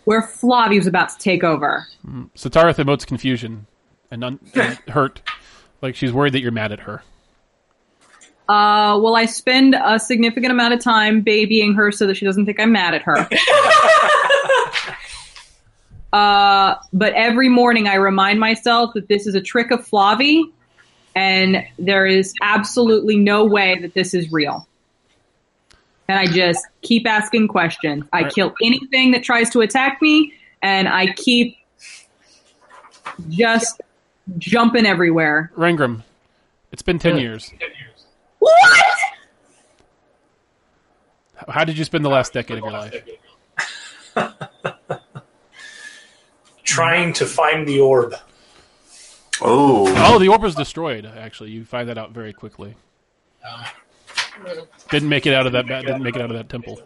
[SPEAKER 4] where Flavi was about to take over.
[SPEAKER 2] Satarath emotes confusion and, un- and hurt. Like she's worried that you're mad at her.
[SPEAKER 4] Uh, well, I spend a significant amount of time babying her so that she doesn't think I'm mad at her. uh, but every morning I remind myself that this is a trick of Flavi, and there is absolutely no way that this is real. And I just keep asking questions. I
[SPEAKER 2] Right.
[SPEAKER 4] kill anything that tries to attack me, and I keep just jumping everywhere.
[SPEAKER 2] Rangram, it's been 10 years.
[SPEAKER 4] What?
[SPEAKER 2] How- How did you spend the last decade of your life?
[SPEAKER 7] Trying to find the orb.
[SPEAKER 5] Oh,
[SPEAKER 2] Oh, the orb was destroyed, actually. You find that out very quickly. Uh, Didn't make it out of that ba- didn't make it out of that temple.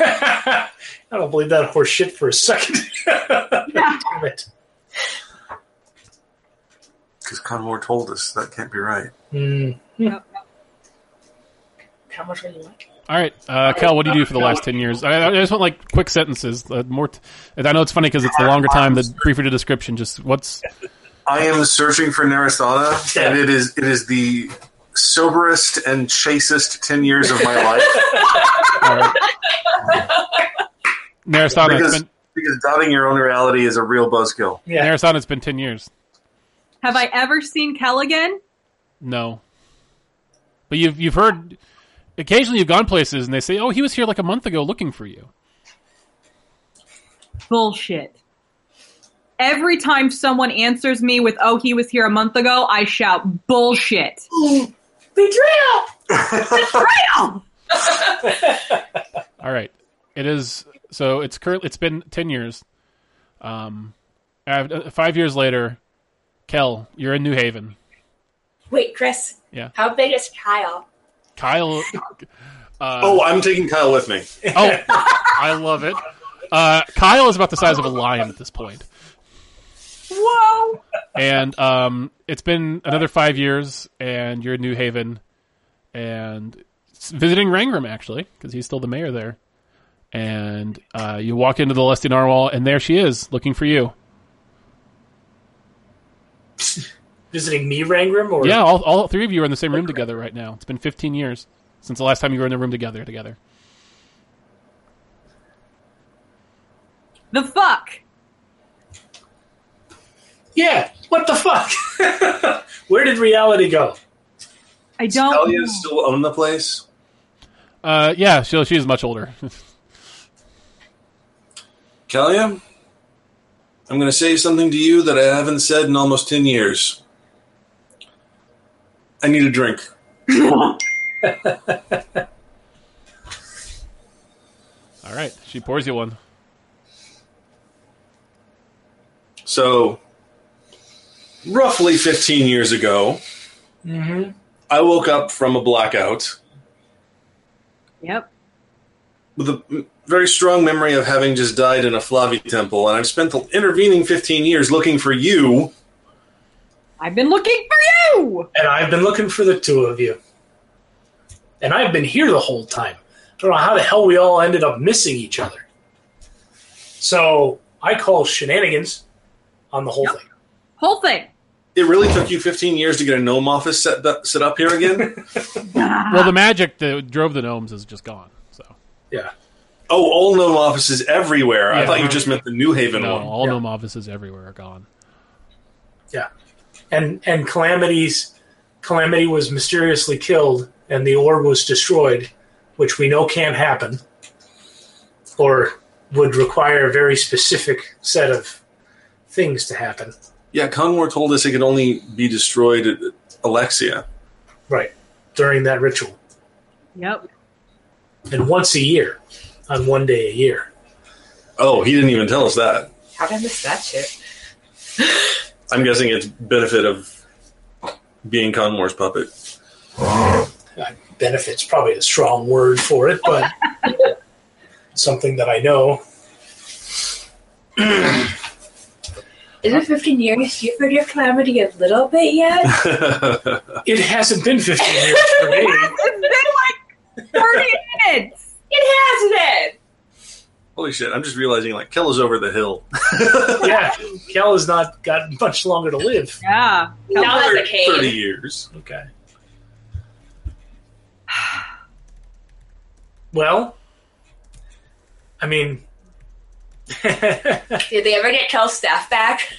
[SPEAKER 7] I don't believe that horse shit for a second. Damn it.
[SPEAKER 5] because Conmore told us that can't be right.
[SPEAKER 7] Mm.
[SPEAKER 14] How much would you like?
[SPEAKER 2] All right, uh, Cal, what do you do for the last 10 years? I, I just want like quick sentences. Uh, more t- and I know it's funny because it's the longer time, the briefer the description. Just what's
[SPEAKER 5] I am searching for Narasana, and it is it is the soberest and chastest ten years of my life
[SPEAKER 2] all right. Narasana, it's
[SPEAKER 5] because
[SPEAKER 2] been,
[SPEAKER 5] because doubting your own reality is a real buzzkill.
[SPEAKER 7] Yeah.
[SPEAKER 2] Narasana, it's been 10 years.
[SPEAKER 4] Have I ever seen Kel again?
[SPEAKER 2] No. But you've you've heard occasionally you've gone places and they say, "Oh, he was here like a month ago looking for you."
[SPEAKER 4] bullshit. Every time someone answers me with, oh, he was here a month ago, I shout, bullshit.
[SPEAKER 14] Betrayal!
[SPEAKER 4] Betrayal!
[SPEAKER 2] All right. It is so it's current it's been 10 years. Um uh, 5 years later, Kel, you're in New Haven.
[SPEAKER 1] Wait, Chris.
[SPEAKER 2] Yeah.
[SPEAKER 1] How big is Kyle?
[SPEAKER 2] Kyle Uh,
[SPEAKER 5] Oh, I'm taking Kyle with me.
[SPEAKER 2] oh, I love it. Uh, Kyle is about the size of a lion at this point.
[SPEAKER 4] Whoa!
[SPEAKER 2] and um, it's been another five years, and you're in New Haven, and s- visiting Rangram actually, because he's still the mayor there. And uh, you walk into the Lusty Narwhal, and there she is, looking for you.
[SPEAKER 7] Visiting me, Rangram, or
[SPEAKER 2] Yeah, all, all three of you are in the same room together right now. It's been 15 years since the last time you were in the room together. Together,
[SPEAKER 3] The fuck?
[SPEAKER 7] Yeah, What the fuck? Where did reality go?
[SPEAKER 3] I don't.
[SPEAKER 4] Oh.
[SPEAKER 5] Talia still own the place.
[SPEAKER 2] uh, yeah, she she is much older.
[SPEAKER 5] Kalia, I'm going to say something to you that I haven't said in almost 10 years. I need a drink.
[SPEAKER 2] all right, she pours you one.
[SPEAKER 5] So, roughly 15 years ago,
[SPEAKER 7] Mm-hmm.
[SPEAKER 5] I woke up from a blackout
[SPEAKER 3] Yep.
[SPEAKER 5] with a m- very strong memory of having just died in a Flavi temple, and I've spent the intervening 15 years looking for you.
[SPEAKER 3] I've been looking for you.
[SPEAKER 7] And I've been looking for the two of you. And I've been here the whole time. I don't know how the hell we all ended up missing each other. So I call shenanigans on the whole thing.
[SPEAKER 3] Whole thing.
[SPEAKER 5] It really took you 15 years to get a gnome office set, bu- set up here again?
[SPEAKER 2] Well, the magic that drove the gnomes is just gone. So
[SPEAKER 7] Yeah.
[SPEAKER 5] oh, all gnome offices everywhere. I
[SPEAKER 2] Yeah.
[SPEAKER 5] thought you just meant the New Haven
[SPEAKER 2] no,
[SPEAKER 5] one.
[SPEAKER 2] all
[SPEAKER 7] Yeah.
[SPEAKER 2] gnome offices everywhere are gone.
[SPEAKER 7] Yeah. And and calamities calamity was mysteriously killed and the orb was destroyed, which we know can't happen. Or would require a very specific set of things to happen.
[SPEAKER 5] Yeah, Conwar told us it could only be destroyed at Alexia.
[SPEAKER 7] Right. During that ritual.
[SPEAKER 3] Yep.
[SPEAKER 7] And once a year. On one day a year.
[SPEAKER 5] Oh, he didn't even tell us that.
[SPEAKER 14] How did I miss that shit?
[SPEAKER 5] I'm guessing it's benefit of being Conwar's puppet.
[SPEAKER 7] benefits probably a strong word for it, but something that I know.
[SPEAKER 14] Is it 15 years? You heard your calamity a little bit yet?
[SPEAKER 7] It hasn't been 15 years for me.
[SPEAKER 3] It's been like thirty minutes.
[SPEAKER 14] it has been.
[SPEAKER 5] Holy shit! I'm just realizing like Kel is over the hill.
[SPEAKER 7] Yeah, Cal has not got much longer to live.
[SPEAKER 3] Yeah.
[SPEAKER 14] Now that's a
[SPEAKER 5] Thirty
[SPEAKER 14] cave.
[SPEAKER 5] years.
[SPEAKER 7] Okay. Well, I mean, there-
[SPEAKER 14] Did they ever get Kel's staff back?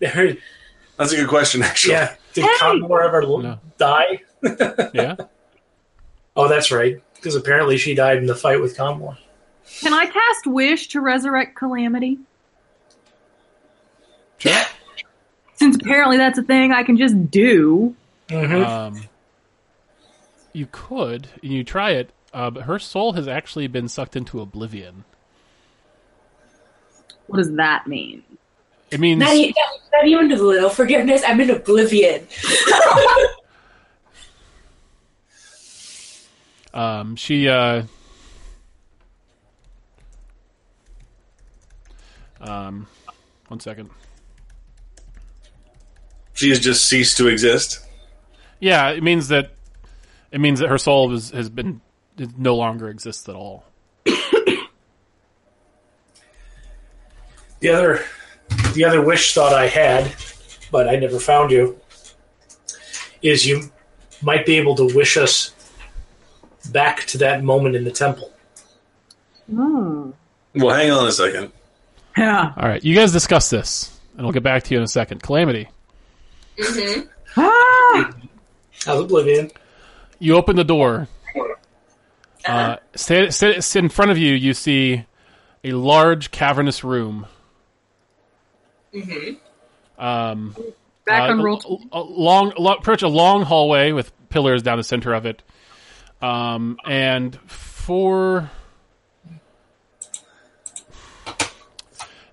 [SPEAKER 5] That's a good question, actually.
[SPEAKER 7] yeah. Did
[SPEAKER 3] Hey!
[SPEAKER 7] Conmore ever l-
[SPEAKER 2] No.
[SPEAKER 7] die?
[SPEAKER 2] Yeah,
[SPEAKER 7] Oh, that's right. Because apparently she died in the fight with Conmore.
[SPEAKER 3] Can I cast wish to resurrect calamity? Since apparently that's a thing I can just do.
[SPEAKER 7] Mm-hmm.
[SPEAKER 2] um, you could you try it, uh, but her soul has actually been sucked into oblivion.
[SPEAKER 3] What does that mean?
[SPEAKER 2] It means
[SPEAKER 14] Not, e- not even a little forgiveness. I'm in oblivion.
[SPEAKER 2] um, she uh, um, one second.
[SPEAKER 5] She has just ceased to exist.
[SPEAKER 2] Yeah, it means that it means that her soul was, has been it no longer exists at all.
[SPEAKER 7] the other the other wish thought I had, but I never found you, is you might be able to wish us back to that moment in the temple.
[SPEAKER 3] Hmm.
[SPEAKER 5] Well, hang on a second.
[SPEAKER 3] Yeah.
[SPEAKER 2] All right, you guys discuss this, and I'll get back to you in a second. Calamity.
[SPEAKER 3] Ah!
[SPEAKER 7] How's Oblivion?
[SPEAKER 2] you open the door. Uh, sit, sit, sit in front of you. You see a large cavernous room.
[SPEAKER 3] Back
[SPEAKER 2] Uh,
[SPEAKER 3] on
[SPEAKER 2] a-
[SPEAKER 3] roll.
[SPEAKER 2] a, a long, lo- pretty much a long hallway with pillars down the center of it, um, and four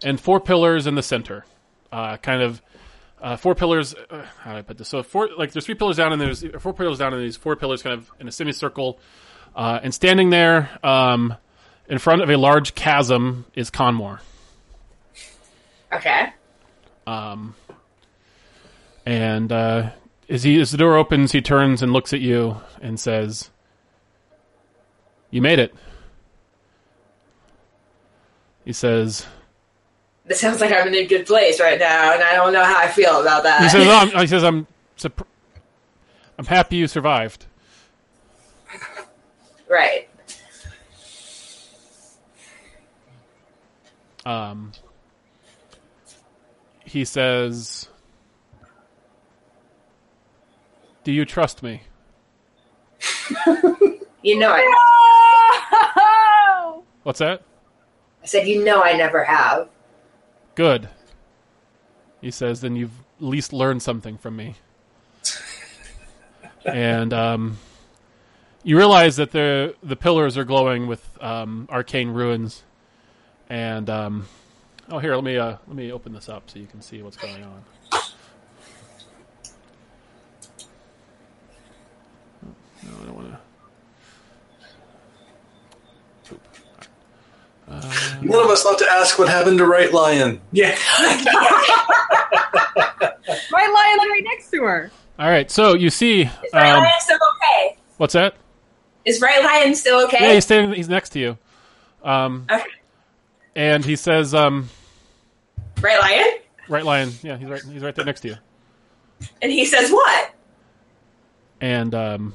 [SPEAKER 2] and four pillars in the center, uh, kind of. Uh, four pillars. Uh, how do I put this? So four, like there's three pillars down, and there's four pillars down, and these four pillars kind of in a semicircle. Uh, and standing there um, in front of a large chasm is Conmore.
[SPEAKER 14] Okay.
[SPEAKER 2] Um, and uh, as he as the door opens, he turns and looks at you and says, "You made it." He says,
[SPEAKER 1] This sounds like I'm in a good place right now, and I don't know how I feel about that.
[SPEAKER 2] "He says, "Oh, I'm, he says I'm, surp- I'm happy you survived."
[SPEAKER 1] right.
[SPEAKER 2] Um, he says, "Do you trust me?"
[SPEAKER 1] You know I,
[SPEAKER 3] Oh!
[SPEAKER 2] What's that?
[SPEAKER 1] I said, you know I never have.
[SPEAKER 2] Good. He says, then you've at least learned something from me. and um, you realize that the the pillars are glowing with um, arcane ruins. And um, oh, here, let me uh, let me open this up so you can see what's going on. No, I don't want to.
[SPEAKER 5] None of us love to ask what happened to Right Lion.
[SPEAKER 7] Yeah.
[SPEAKER 3] My lion's right next to her.
[SPEAKER 2] All right, so you see,
[SPEAKER 1] Is Right
[SPEAKER 2] um,
[SPEAKER 1] Lion still okay?
[SPEAKER 2] what's that?
[SPEAKER 1] Is Right Lion still
[SPEAKER 2] Yeah,
[SPEAKER 1] okay?
[SPEAKER 2] he's standing. He's next to you. Um,
[SPEAKER 1] Okay.
[SPEAKER 2] and he says, um,
[SPEAKER 1] Right Lion?
[SPEAKER 2] "Right lion." Yeah, he's right. He's right there next to you.
[SPEAKER 1] And he says, what?
[SPEAKER 2] And um,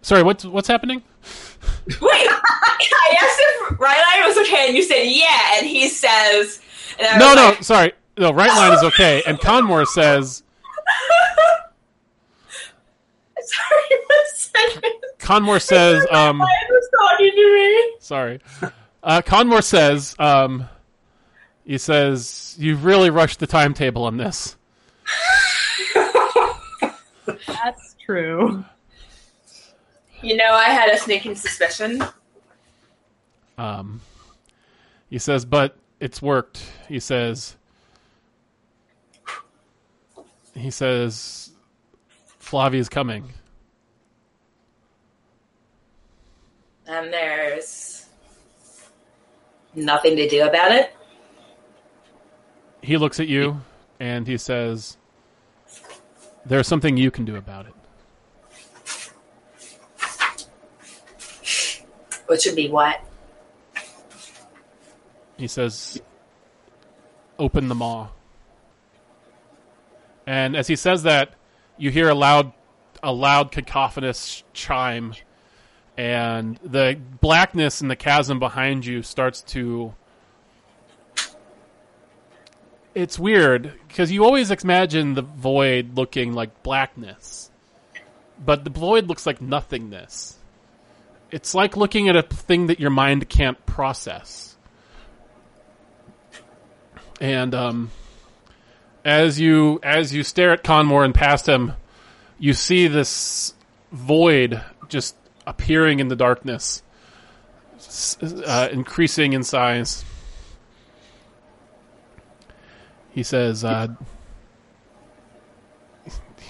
[SPEAKER 2] sorry, what's what's happening?
[SPEAKER 1] Wait, I asked if Right Lion was okay, and you said, yeah, and he says, and I
[SPEAKER 2] No,
[SPEAKER 1] was
[SPEAKER 2] no,
[SPEAKER 1] like,
[SPEAKER 2] sorry. No, right line is okay. And Conmore says,
[SPEAKER 1] sorry, one second.
[SPEAKER 2] Conmore says, um,
[SPEAKER 1] Lion was talking to me.
[SPEAKER 2] sorry. Uh, Conmore says, um, he says, you've really rushed the timetable on this.
[SPEAKER 3] That's true.
[SPEAKER 1] You know, I had a sneaking suspicion.
[SPEAKER 2] Um, he says, but it's worked. He says, he says, Flavia's coming.
[SPEAKER 1] And there's nothing to do about it.
[SPEAKER 2] He looks at you and he says, there's something you can do about it.
[SPEAKER 1] Which would be what?
[SPEAKER 2] He says, open the maw. And as he says that, you hear a loud, a loud cacophonous chime, and the blackness in the chasm behind you starts to. It's weird because you always imagine the void looking like blackness, but the void looks like nothingness. It's like looking at a thing that your mind can't process and um, as you as you stare at Conmore and past him, you see this void just appearing in the darkness, s- uh, increasing in size. He says, uh,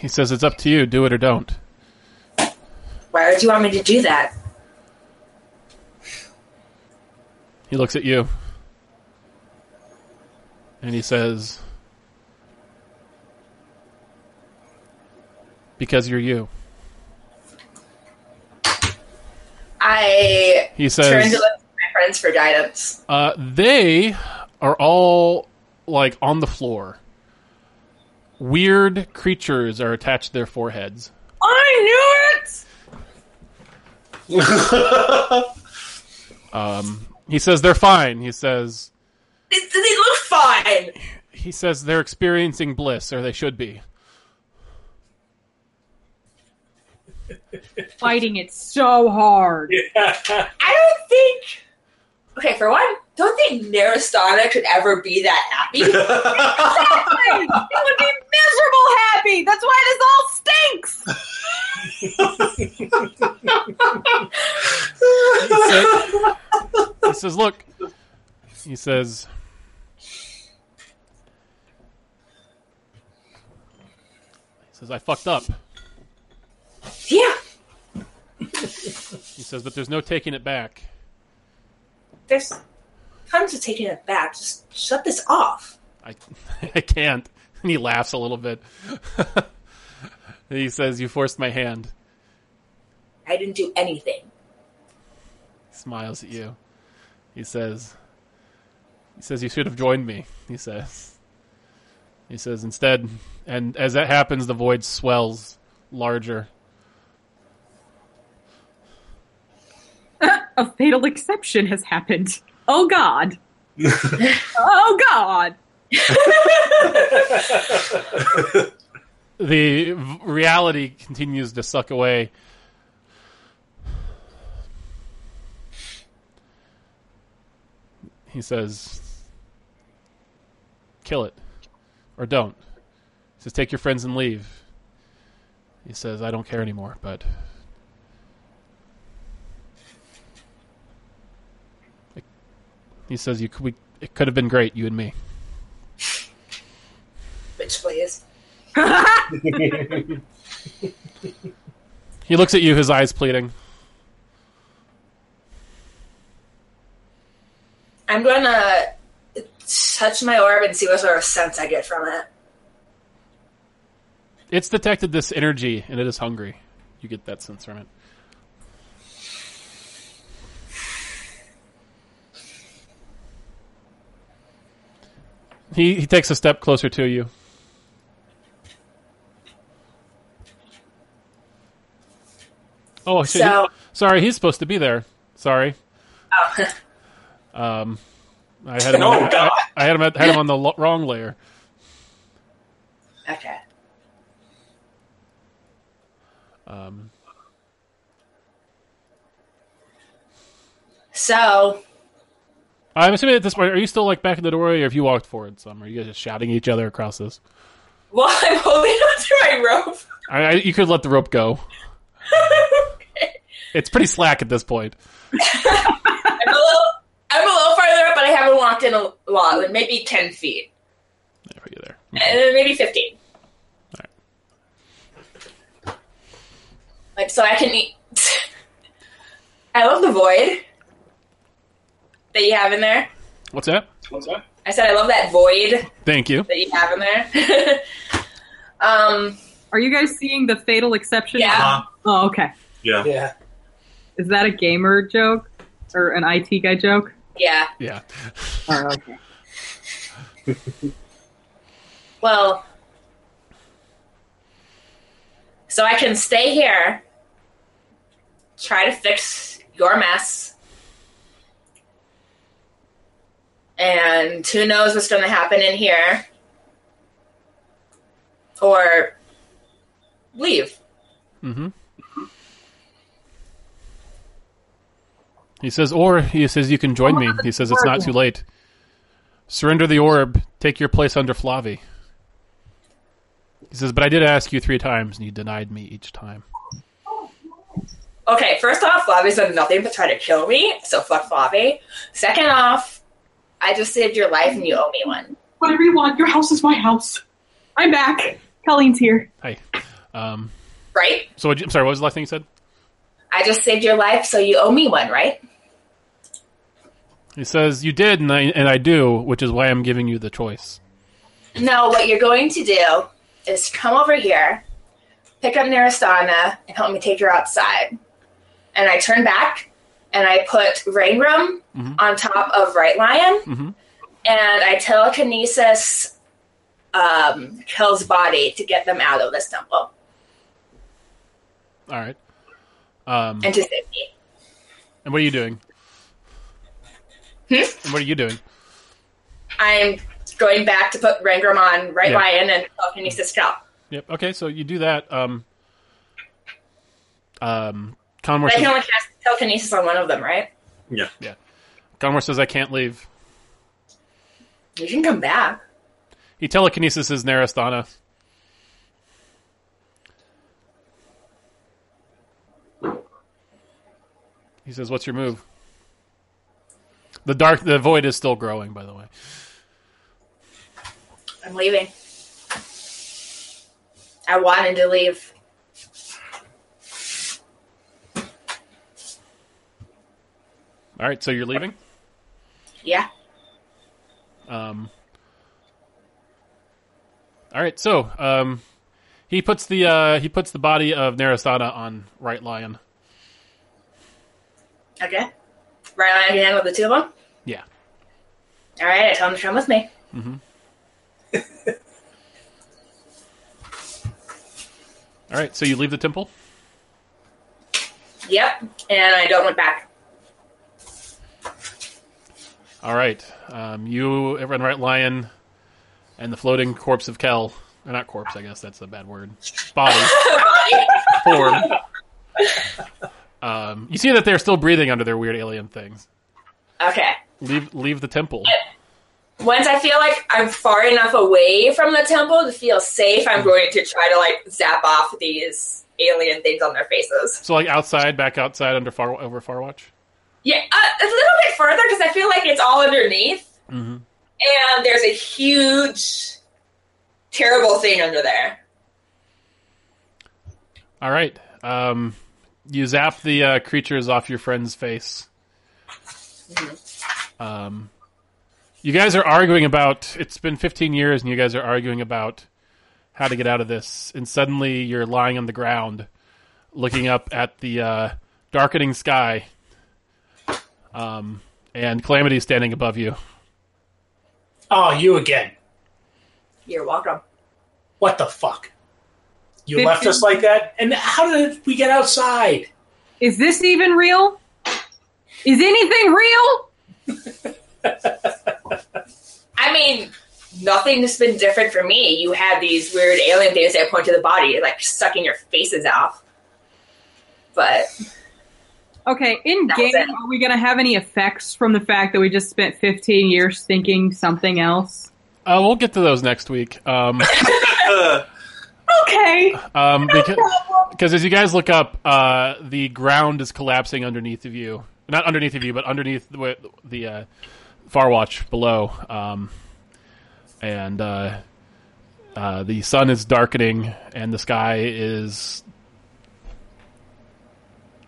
[SPEAKER 2] "He says it's up to you. Do it or don't."
[SPEAKER 1] Why would you want me to do that?
[SPEAKER 2] He looks at you. And he says, Because you're you.
[SPEAKER 1] I
[SPEAKER 2] He
[SPEAKER 1] turned
[SPEAKER 2] says,
[SPEAKER 1] to look at my friends for guidance.
[SPEAKER 2] uh, They are all like on the floor. Weird creatures are attached to their foreheads.
[SPEAKER 3] I knew it.
[SPEAKER 2] Um, he says, They're fine. He says,
[SPEAKER 1] They, they look fine.
[SPEAKER 2] He says they're experiencing bliss, or they should be.
[SPEAKER 3] Fighting it so hard.
[SPEAKER 1] I don't think. Okay, for one, don't think Naristana could ever be that happy.
[SPEAKER 3] Hey, it would be miserable happy. That's why this all stinks.
[SPEAKER 2] He said- he says, "Look," he says. He says, "I fucked up."
[SPEAKER 1] yeah.
[SPEAKER 2] He says, but there's no taking it back.
[SPEAKER 1] There's tons of taking it back. Just shut this off.
[SPEAKER 2] I, I can't. And he laughs a little bit. And he says, you forced my hand.
[SPEAKER 1] I didn't do anything.
[SPEAKER 2] Smiles at you. He says, he says, you should have joined me. He says, he says, instead, and as that happens, the void swells larger.
[SPEAKER 3] a fatal exception has happened. Oh God. oh God.
[SPEAKER 2] the v- reality continues to suck away. He says, "Kill it, or don't." He says, "Take your friends and leave." He says, "I don't care anymore, but he says you c- we, it could have been great, you and me."
[SPEAKER 1] Bitch, please.
[SPEAKER 2] He looks at you, his eyes pleading.
[SPEAKER 1] I'm gonna touch my orb and see what sort of sense I get from it.
[SPEAKER 2] It's detected this energy, and it is hungry. You get that sense from it. He he takes a step closer to you. Oh shit! he-
[SPEAKER 1] So-
[SPEAKER 2] sorry, he's supposed to be there. Sorry. Um, I had him.
[SPEAKER 5] Oh,
[SPEAKER 2] I-
[SPEAKER 5] God.
[SPEAKER 2] I, had him. At, had him on the lo- wrong layer.
[SPEAKER 1] Okay.
[SPEAKER 2] Um,
[SPEAKER 1] So
[SPEAKER 2] I'm assuming at this point, are you still like back in the doorway, or have you walked forward some? Are you guys just shouting at each other across this?
[SPEAKER 1] while I'm holding onto my rope,
[SPEAKER 2] I, I, you could let the rope go. It's pretty slack at this point.
[SPEAKER 1] I'm a little, I'm a little farther up, but I haven't walked in a lot, like maybe ten feet,
[SPEAKER 2] There we go. There. Mm-hmm.
[SPEAKER 1] and then Uh, maybe fifteen. Like so, I can eat. I love the void that you have in there.
[SPEAKER 2] What's that?
[SPEAKER 5] What's that?
[SPEAKER 1] I said I love that void
[SPEAKER 2] Thank you.
[SPEAKER 1] that you have in there. um,
[SPEAKER 3] Are you guys seeing the fatal exception?
[SPEAKER 1] yeah,
[SPEAKER 3] Oh, okay.
[SPEAKER 5] Yeah.
[SPEAKER 7] Yeah.
[SPEAKER 3] Is that a gamer joke or an IT guy joke?
[SPEAKER 1] yeah.
[SPEAKER 2] Yeah.
[SPEAKER 3] Oh, okay.
[SPEAKER 1] Well, so I can stay here, try to fix your mess, and who knows what's going to happen in here, or leave.
[SPEAKER 2] Mm-hmm. He says, or he says, you can join me. He says, it's not too late. Surrender the orb. Take your place under Flavi. He says, but I did ask you three times, and you denied me each time.
[SPEAKER 1] Okay, first off, Flavi's done nothing but try to kill me, so fuck Flavi. Second off, I just saved your life and you owe me one.
[SPEAKER 4] Whatever you want. Your house is my house. I'm back. Colleen's here.
[SPEAKER 2] Hi. Um,
[SPEAKER 1] Right?
[SPEAKER 2] so, what you, I'm sorry, what was the last thing you said?
[SPEAKER 1] I just saved your life, so you owe me one, right?
[SPEAKER 2] He says, you did, and I, and I do, which is why I'm giving you the choice.
[SPEAKER 1] No, what you're going to do is come over here, pick up Narasana, and help me take her outside. And I turn back and I put Rangram
[SPEAKER 2] Mhm.
[SPEAKER 1] on top of Right Lion,
[SPEAKER 2] Mhm.
[SPEAKER 1] and I telekinesis um, Kill's body to get them out of this temple
[SPEAKER 2] All right. Um,
[SPEAKER 1] and to save me.
[SPEAKER 2] and what are you doing?
[SPEAKER 1] Hmm?
[SPEAKER 2] And what are you doing?
[SPEAKER 1] I'm going back to put Rangram on Right
[SPEAKER 2] Yeah.
[SPEAKER 1] Lion and telekinesis Kill.
[SPEAKER 2] Yep. Okay. So you do that. Um. Um. Conmore
[SPEAKER 1] But I can
[SPEAKER 2] says,
[SPEAKER 1] only cast telekinesis on one of them, right?
[SPEAKER 2] Conmore says I can't leave.
[SPEAKER 1] You can come back.
[SPEAKER 2] He telekinesis is Narasthana. He says, "What's your move?" The dark, the void is still growing. By the way,
[SPEAKER 1] I'm leaving. I wanted to leave.
[SPEAKER 2] All right, so you're leaving.
[SPEAKER 1] Yeah.
[SPEAKER 2] Um, all right, so um, he puts the uh, he puts the body of Narasada on Right Lion.
[SPEAKER 1] Okay. Right line again with the two of them.
[SPEAKER 2] Yeah.
[SPEAKER 1] All right, I tell them to come with me.
[SPEAKER 2] Mm-hmm. all right, so you leave the temple.
[SPEAKER 1] Yep. And I don't look back.
[SPEAKER 2] All right, um, you, everyone, Right Lion, and the floating corpse of Kel. Or not corpse, I guess that's a bad word. Body form. Um, you see that they're still breathing under their weird alien things.
[SPEAKER 1] Okay.
[SPEAKER 2] Leave leave the temple.
[SPEAKER 1] Once I feel like I'm far enough away from the temple to feel safe, I'm going to try to like zap off these alien things on their faces.
[SPEAKER 2] So like outside, back outside under far over Farwatch.
[SPEAKER 1] Yeah, uh, a little bit further because I feel like it's all underneath.
[SPEAKER 2] Mm-hmm.
[SPEAKER 1] and there's a huge, terrible thing under there.
[SPEAKER 2] All right. Um, you zap the uh, creatures off your friend's face. Um, you guys are arguing about. It's been 15 years, and you guys are arguing about how to get out of this. And suddenly, you're lying on the ground, looking up at the uh, darkening sky. Um, and Calamity's standing above you.
[SPEAKER 7] Oh, you again.
[SPEAKER 1] You're welcome.
[SPEAKER 7] What the fuck? You
[SPEAKER 4] Fifteen-
[SPEAKER 7] left us like that? And how did we get outside?
[SPEAKER 4] Is this even real? Is anything real?
[SPEAKER 1] I mean, nothing's been different for me. You had these weird alien things that point to the body, like sucking your faces off. But
[SPEAKER 4] Okay, in
[SPEAKER 1] That was
[SPEAKER 4] game,
[SPEAKER 1] it.
[SPEAKER 4] are we going to have any effects from the fact that we just spent 15 years thinking something else?
[SPEAKER 2] Uh, we'll get to those next week. Um,
[SPEAKER 4] Okay.
[SPEAKER 2] um, because, because as you guys look up, uh, the ground is collapsing underneath of you. Not underneath of you, but underneath the, the uh, far watch below. Um, and uh, uh, the sun is darkening, and the sky is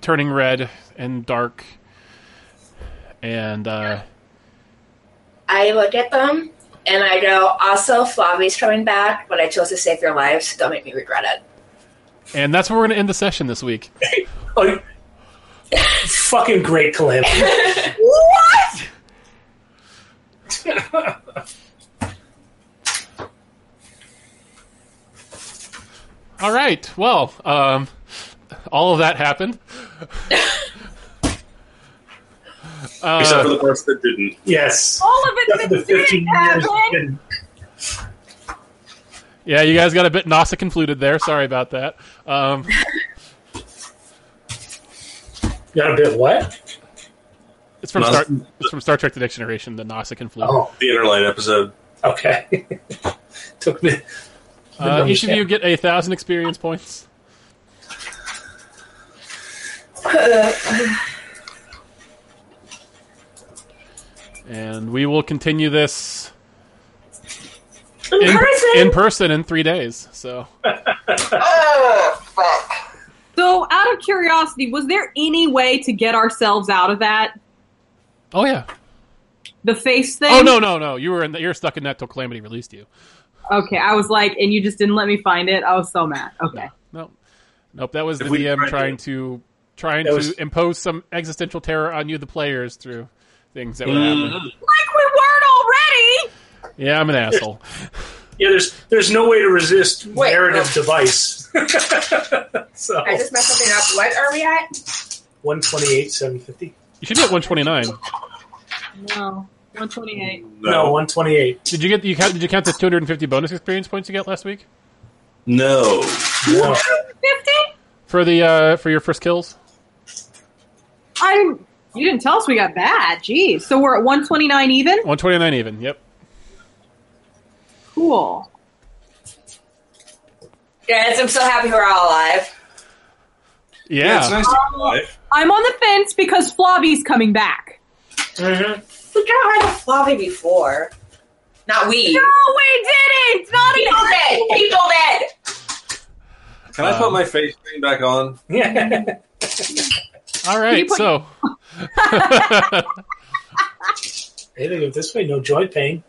[SPEAKER 2] turning red and dark. And uh,
[SPEAKER 1] I look at them and I go, also, Flavi's coming back, but I chose to save your lives. Don't make me regret it.
[SPEAKER 2] and that's where we're going to end the session this week.
[SPEAKER 7] Oh, fucking great calamity.
[SPEAKER 1] What?
[SPEAKER 2] All right. Well, um, all of that happened. Uh,
[SPEAKER 5] Except for the parts that didn't.
[SPEAKER 7] Yes.
[SPEAKER 1] Oh,
[SPEAKER 17] All of it
[SPEAKER 7] That's the
[SPEAKER 17] that
[SPEAKER 7] 15
[SPEAKER 17] did
[SPEAKER 7] years.
[SPEAKER 17] happen.
[SPEAKER 7] and-
[SPEAKER 2] yeah, you guys got a bit Nasa confluted there. Sorry about that. Um,
[SPEAKER 7] Got a bit what?
[SPEAKER 2] it's from
[SPEAKER 5] Nas-
[SPEAKER 2] Star. It's from Star Trek: The Next Generation. The Nasa confluted.
[SPEAKER 7] Oh,
[SPEAKER 5] The Interline episode.
[SPEAKER 7] okay. Took me.
[SPEAKER 2] uh, each of you get a thousand experience points. And we will continue this
[SPEAKER 1] In, person?
[SPEAKER 2] in person in three days. So
[SPEAKER 1] oh, fuck.
[SPEAKER 4] So, out of curiosity, was there any way to get ourselves out of that?
[SPEAKER 2] Oh yeah.
[SPEAKER 4] The face thing?
[SPEAKER 2] Oh no no no. You were in. The, you're stuck in that till calamity released you.
[SPEAKER 4] Okay, I was like, and you just didn't let me find it. I was so mad. Okay.
[SPEAKER 2] No, nope. That was
[SPEAKER 5] If
[SPEAKER 2] the
[SPEAKER 5] we
[SPEAKER 2] DM
[SPEAKER 5] tried to-
[SPEAKER 2] trying to trying
[SPEAKER 7] That
[SPEAKER 2] to
[SPEAKER 7] was-
[SPEAKER 2] impose some existential terror on you, the players, through things that were happening.
[SPEAKER 4] Like we weren't already.
[SPEAKER 2] Yeah, I'm an asshole.
[SPEAKER 7] Yeah, there's there's no way to resist
[SPEAKER 1] Wait.
[SPEAKER 7] narrative device. so
[SPEAKER 18] I just messed something up. What are we at?
[SPEAKER 7] one twenty eight seven fifty.
[SPEAKER 2] You should be at 129.
[SPEAKER 4] No, 128.
[SPEAKER 7] No, one twenty eight.
[SPEAKER 2] Did you get? You count, did you count the 250 bonus experience points you got last week
[SPEAKER 5] No.
[SPEAKER 7] No.
[SPEAKER 4] 50?
[SPEAKER 2] for the uh, for your first kills?
[SPEAKER 4] I. You didn't tell us we got that. Jeez. So we're at 129 even?
[SPEAKER 2] 129 even. Yep.
[SPEAKER 4] Cool.
[SPEAKER 1] Guys, I'm so happy we're all alive.
[SPEAKER 2] Yeah.
[SPEAKER 5] it's nice to be alive.
[SPEAKER 4] I'm on the fence because Flobby's coming back.
[SPEAKER 7] Mhm.
[SPEAKER 1] We got rid of Flavi before. Not we.
[SPEAKER 4] No, we didn't. Not
[SPEAKER 1] People
[SPEAKER 4] even.
[SPEAKER 1] dead! People dead!
[SPEAKER 5] Can I put my face thing back on?
[SPEAKER 7] Yeah.
[SPEAKER 2] All right,
[SPEAKER 3] put-
[SPEAKER 2] so
[SPEAKER 7] Hey, they go this way, no joint pain.